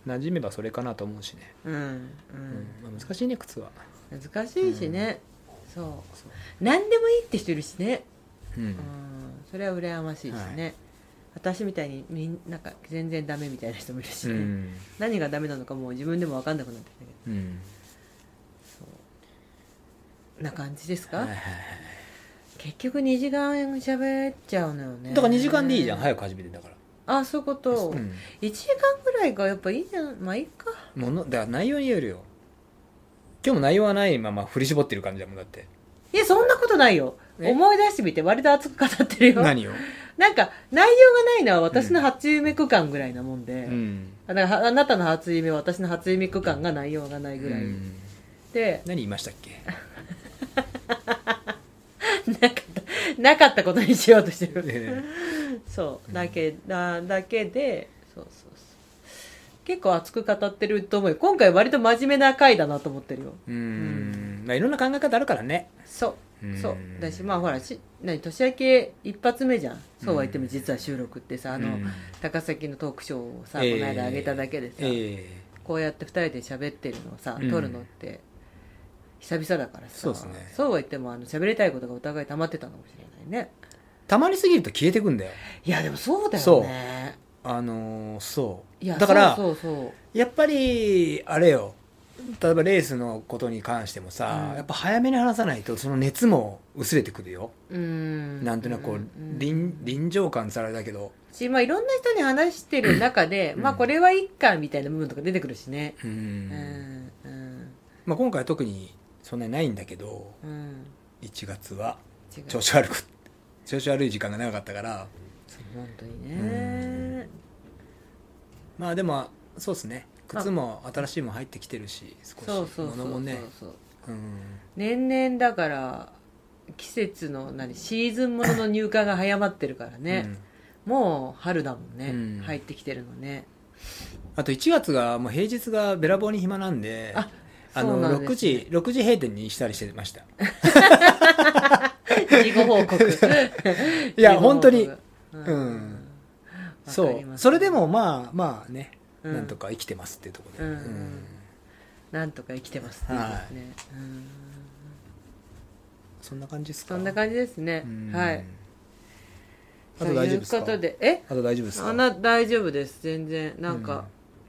B: あ馴染めばそれかなと思うしね、
A: うんう
B: うん
A: ん
B: まあ難しいね靴は、
A: 難しいしね、そ
B: そう
A: 何でもいいって人いるしね、
B: う
A: うんん、それは羨ましいしね、私みたいにみんなんか全然ダメみたいな人もいるし
B: う
A: ね、
B: ん
A: 何がダメなのかもう自分でも分かんなくなってきたけ
B: うん
A: どそうな感じですか、
B: はいはいは
A: 結局2時間喋っちゃうのよね
B: いだから2時間でいいじゃん早く始めてんだから
A: あそういうこと、
B: うん
A: 1時間ぐらいがやっぱいいじゃんまあいいか
B: ものだから内容によるよ今日も内容はないまま振り絞ってる感じだもんだって
A: いやそんなことないよ
B: え
A: 思い出してみて割と熱く語ってるよ
B: 何を
A: なんか内容がないのは私の初夢区間ぐらいなもんで、
B: うん
A: あだからはあなたの初夢は私の初夢区間が内容がないぐらい、
B: うん
A: で
B: 何言いましたっ け
A: なかったなかったことにしようとしてる、
B: ね
A: そうだけだだけでそうそうそう結構熱く語ってると思うよ今回割と真面目な回だなと思ってるよ
B: うんまあいろんな考え方あるからね
A: そうそう
B: うん
A: だしまあほらし何年明け一発目じゃんそうは言っても実は収録ってさあの、
B: うん
A: 高崎のトークショーをさ、
B: え
A: こ
B: え
A: の間あげただけでさ、
B: ええ
A: こうやって2人で喋ってるのをさ
B: うん
A: 撮るのって久々だからさ、
B: そうですね
A: そうは言ってもあの喋りたいことがお互い溜まってたのかもしれないね
B: たまりすぎると消えてくんだよ
A: いやでもそうだよ
B: そ
A: ね
B: あのーそう
A: いや
B: だから
A: そうそうそう
B: やっぱりあれよ例えばレースのことに関してもさ、
A: うん
B: やっぱ早めに話さないとその熱も薄れてくるよ、
A: うーん
B: なんとなくこう、
A: りん
B: 臨臨場感さられだけど
A: しまあいろんな人に話してる中で、
B: うん
A: まあこれはいっかみたいな部分とか出てくるしね
B: うん
A: うんうん
B: まあ、今回は特にそんなにないんだけど
A: うん
B: 1月は
A: 違う
B: 調子悪く調子悪い時間が長かったから
A: 本当にね
B: まあでもそうですね靴も新しいも入ってきてるし
A: そ
B: 少
A: う
B: し
A: そうそう
B: 物
A: そ
B: も
A: う
B: ね
A: そう
B: うん
A: 年々だから季節の何シーズンものの入荷が早まってるからね、
B: うん
A: もう春だもんね、
B: うん
A: 入ってきてるのね
B: あと1月がもう平日がべらぼうに暇なんで
A: あ
B: あ
A: そうな
B: の
A: んです
B: 6時6時閉店にしたりしてました
A: 事後報 告い
B: いや本当に
A: う
B: うん
A: わ
B: そ
A: かりま
B: う
A: す
B: それでもまあまあね、
A: うん
B: なんとか生きてますっていうところで、
A: うんなんとか生きてますね,、
B: はい
A: ねうん
B: そんな感じですか
A: そんな感じですね、
B: うん
A: はい
B: あと大丈夫ですか
A: ということでえ
B: あと大丈夫ですか
A: あな大丈夫です全然なんか、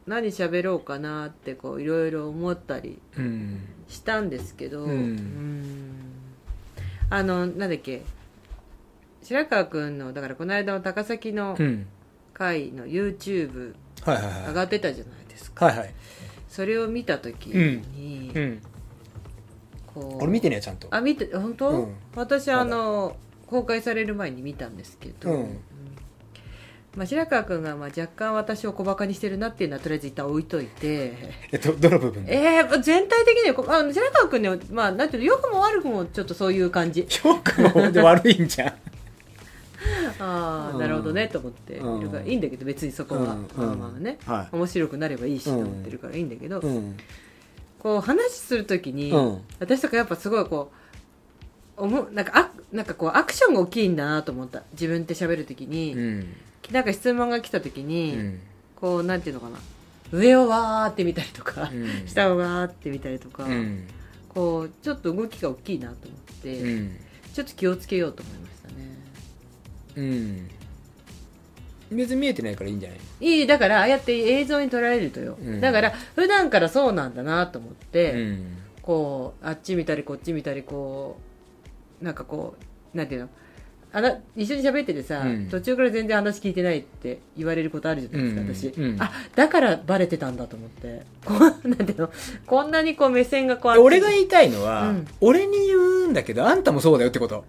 A: 何喋ろうかなってこういろいろ思ったり
B: うん
A: したんですけど、
B: うん
A: うんあのなんだっけ白川君のだからこの間の高崎の
B: うん
A: 回の YouTube
B: はいはいはい
A: 上がってたじゃないですか、
B: はいはい
A: それを見た時に、
B: うん
A: こう
B: 俺見てねちゃんと
A: あ見て本当、
B: うん
A: 私
B: まだ
A: あの公開される前に見たんですけど、
B: うん
A: まあ、白川君がまあ若干私を小バカにしてるなっていうのはとりあえず一旦置いといて
B: えっとどの部分で
A: えー、全体的にはこあの白川君ね、まあ、なんていうの良くも悪くもちょっとそういう感じ
B: 評価の方で悪い んじゃん
A: ああ、
B: うん
A: なるほどねと思っているから、
B: うん
A: いいんだけど別にそこは、
B: うん
A: まあまあね、
B: はい
A: 面白くなればいいしと思ってるからいいんだけど、
B: うん
A: こう話するときに、
B: うん
A: 私とかやっぱすごいこう思うなんかあなんかこうアクションが大きいんだなと思った自分って喋るときに、
B: うん
A: なんか質問が来たとき
B: う
A: に、
B: ん
A: こうなんていうのかな上をわーって見たりとか、
B: うん
A: 下をわーって見たりとか、
B: うん
A: こうちょっと動きが大きいなと思って、
B: うん
A: ちょっと気をつけようと思いましたね
B: うん別に見えてないからいいんじゃない
A: いいだからああやって映像に撮られるとよ、
B: うん
A: だから普段からそうなんだなと思って、
B: うん
A: こうあっち見たりこっち見たりこうなんかこうなんていうのあな一緒に喋っててさ、
B: うん
A: 途中から全然話聞いてないって言われることあるじゃないですか、
B: うんうん
A: 私、あだからバレてたんだと思ってこうなんていうのこんなにこう目線がこうあっち
B: 俺が言いたいのは、
A: うん
B: 俺に言うんだけどあんたもそうだよってこと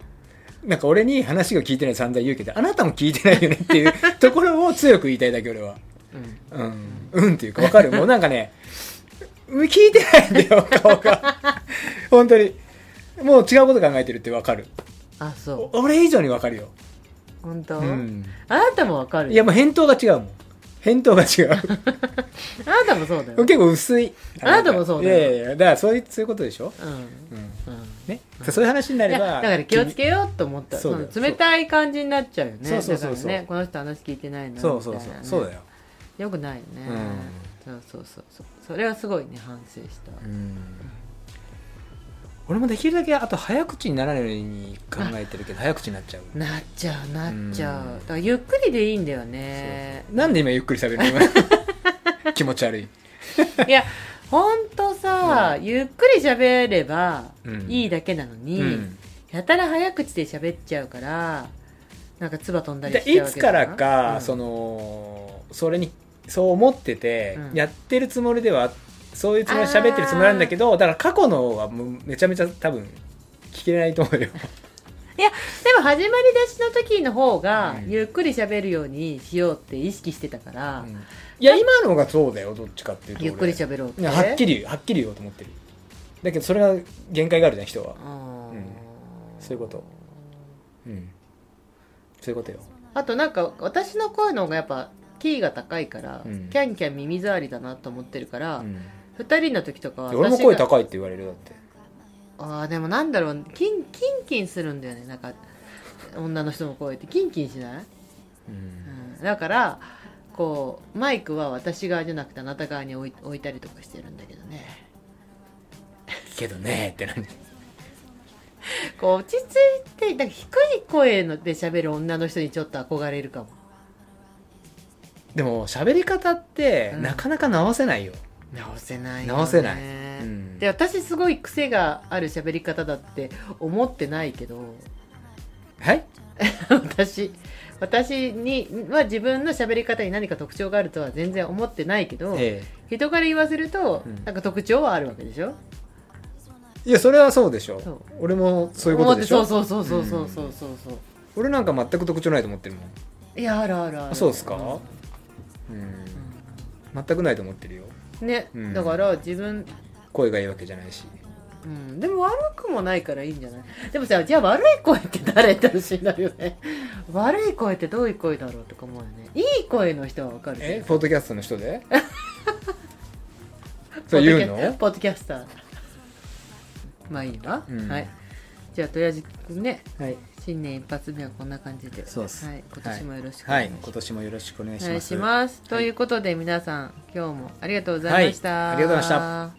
B: なんか俺に話が聞いてない散々言うけどあなたも聞いてないよねっていう ところを強く言いたいだけ俺は
A: うん
B: うんうんっていうかわかるもうなんかね聞いてないんだよ 顔が本当にもう違うこと考えてるってわかる
A: あそ
B: お俺以上にわかるよ、
A: う本当、
B: うん、
A: あなたもわかる
B: い
A: よ
B: やもう返答が違うもん返答が違う
A: あなたもそうだよ、うん
B: 結構薄い
A: あなたもそうだ
B: い
A: よ
B: やいやいやだからそういうそういうことでしょ、うん
A: うん
B: ね、そういう話にないれ
A: や
B: ば
A: だから気をつけようと思った
B: そう
A: そ
B: だよ
A: の冷たい感じになっちゃうよね
B: そうそうそうそ
A: だ
B: う
A: からねこの人話聞いてないな
B: そうそうそう
A: みたいなね
B: そうだよ
A: よくないよね、そうそうそうそうそれはすごいね反省した、
B: 俺もできるだけあと早口にならないように考えてるけど早口になっちゃう
A: なっちゃうなっちゃう、
B: うん
A: だからゆっくりでいいんだよね
B: なんで今ゆっくり喋 るの今気持ち悪い
A: いやほんとさ、ゆっくり喋れば
B: うん
A: いいだけなのに、
B: うん
A: やたら早口で喋っちゃうからなんか唾飛んだり
B: で
A: しち
B: い
A: ゃうわ
B: つ
A: け
B: か
A: だな
B: らか、
A: うん
B: そのそれにそう思ってて、
A: うん
B: やってるつもりではそういうつもりで喋ってるつもりなんだけどだから過去のはもうめちゃめちゃ多分聞けないと思うよ
A: いやでも始まり出しの時の方が、
B: うん
A: ゆっくり喋るようにしようって意識してたから、
B: うんいや今のがそうだよどっちかっていうと俺
A: ゆっくり喋ろうっ
B: い
A: て
B: やはっきり言うはっきり言おうと思ってるだけどそれが限界があるじゃん人は
A: うん
B: うんそういうことうんそういうことよ
A: あとなんか私の声の方がやっぱキーが高いから、
B: うん
A: キャンキャン耳障りだなと思ってるから、
B: うん
A: 二2人の時とかは
B: 俺も声
A: が
B: 高いって言われるよだって
A: あーでもなんだろうキンキンキンするんだよねなんか女の人の声ってキンキンしない、
B: う
A: うんん、だからこうマイクは私側じゃなくてあなた側に置い置いたりとかしてるんだけどね
B: けどねって何
A: こう落ち着いてなんか低い声ので喋る女の人にちょっと憧れるかも
B: でも喋り方って
A: うん
B: なかなか直せないよ
A: 直せないよ、ね、
B: 直せないうん
A: で私すごい癖がある喋り方だって思ってないけど
B: はい
A: 私私には自分の喋り方に何か特徴があるとは全然思ってないけど、
B: え
A: 人から言わせると、
B: うん
A: なんか特徴はあるわけでしょ
B: えいやそれはそうでしょ
A: そう
B: 俺もそういうことでし
A: 思
B: ょ
A: ってそうそうそうそうそうそうそう
B: 俺なんか全く特徴ないと思ってるもん
A: いやあるあるあ
B: あ
A: る
B: そうですかうん全くないと思ってるよ
A: ね、
B: うん
A: だから自分、
B: 声がいいわけじゃないし
A: うん、でも悪くもないからいいんじゃないでもさじゃあ悪い声って誰って話になるよね 悪い声ってどういう声だろうとか思うよねいい声の人はわかるけど
B: えポッドキャストの人 でそう言うの
A: ポッドキャスターまあいいわ、
B: うん
A: はいじゃあとりあえずね
B: はい
A: 新年一発目はこんな感じで
B: そうっす
A: はい、今年もよろしくお
B: は
A: 願い
B: い
A: します、
B: 今年もよろしくお願い
A: お
B: し
A: 願
B: ま
A: い
B: す
A: します、ということで皆さん今日もありがとうございました、
B: はいありがとうございました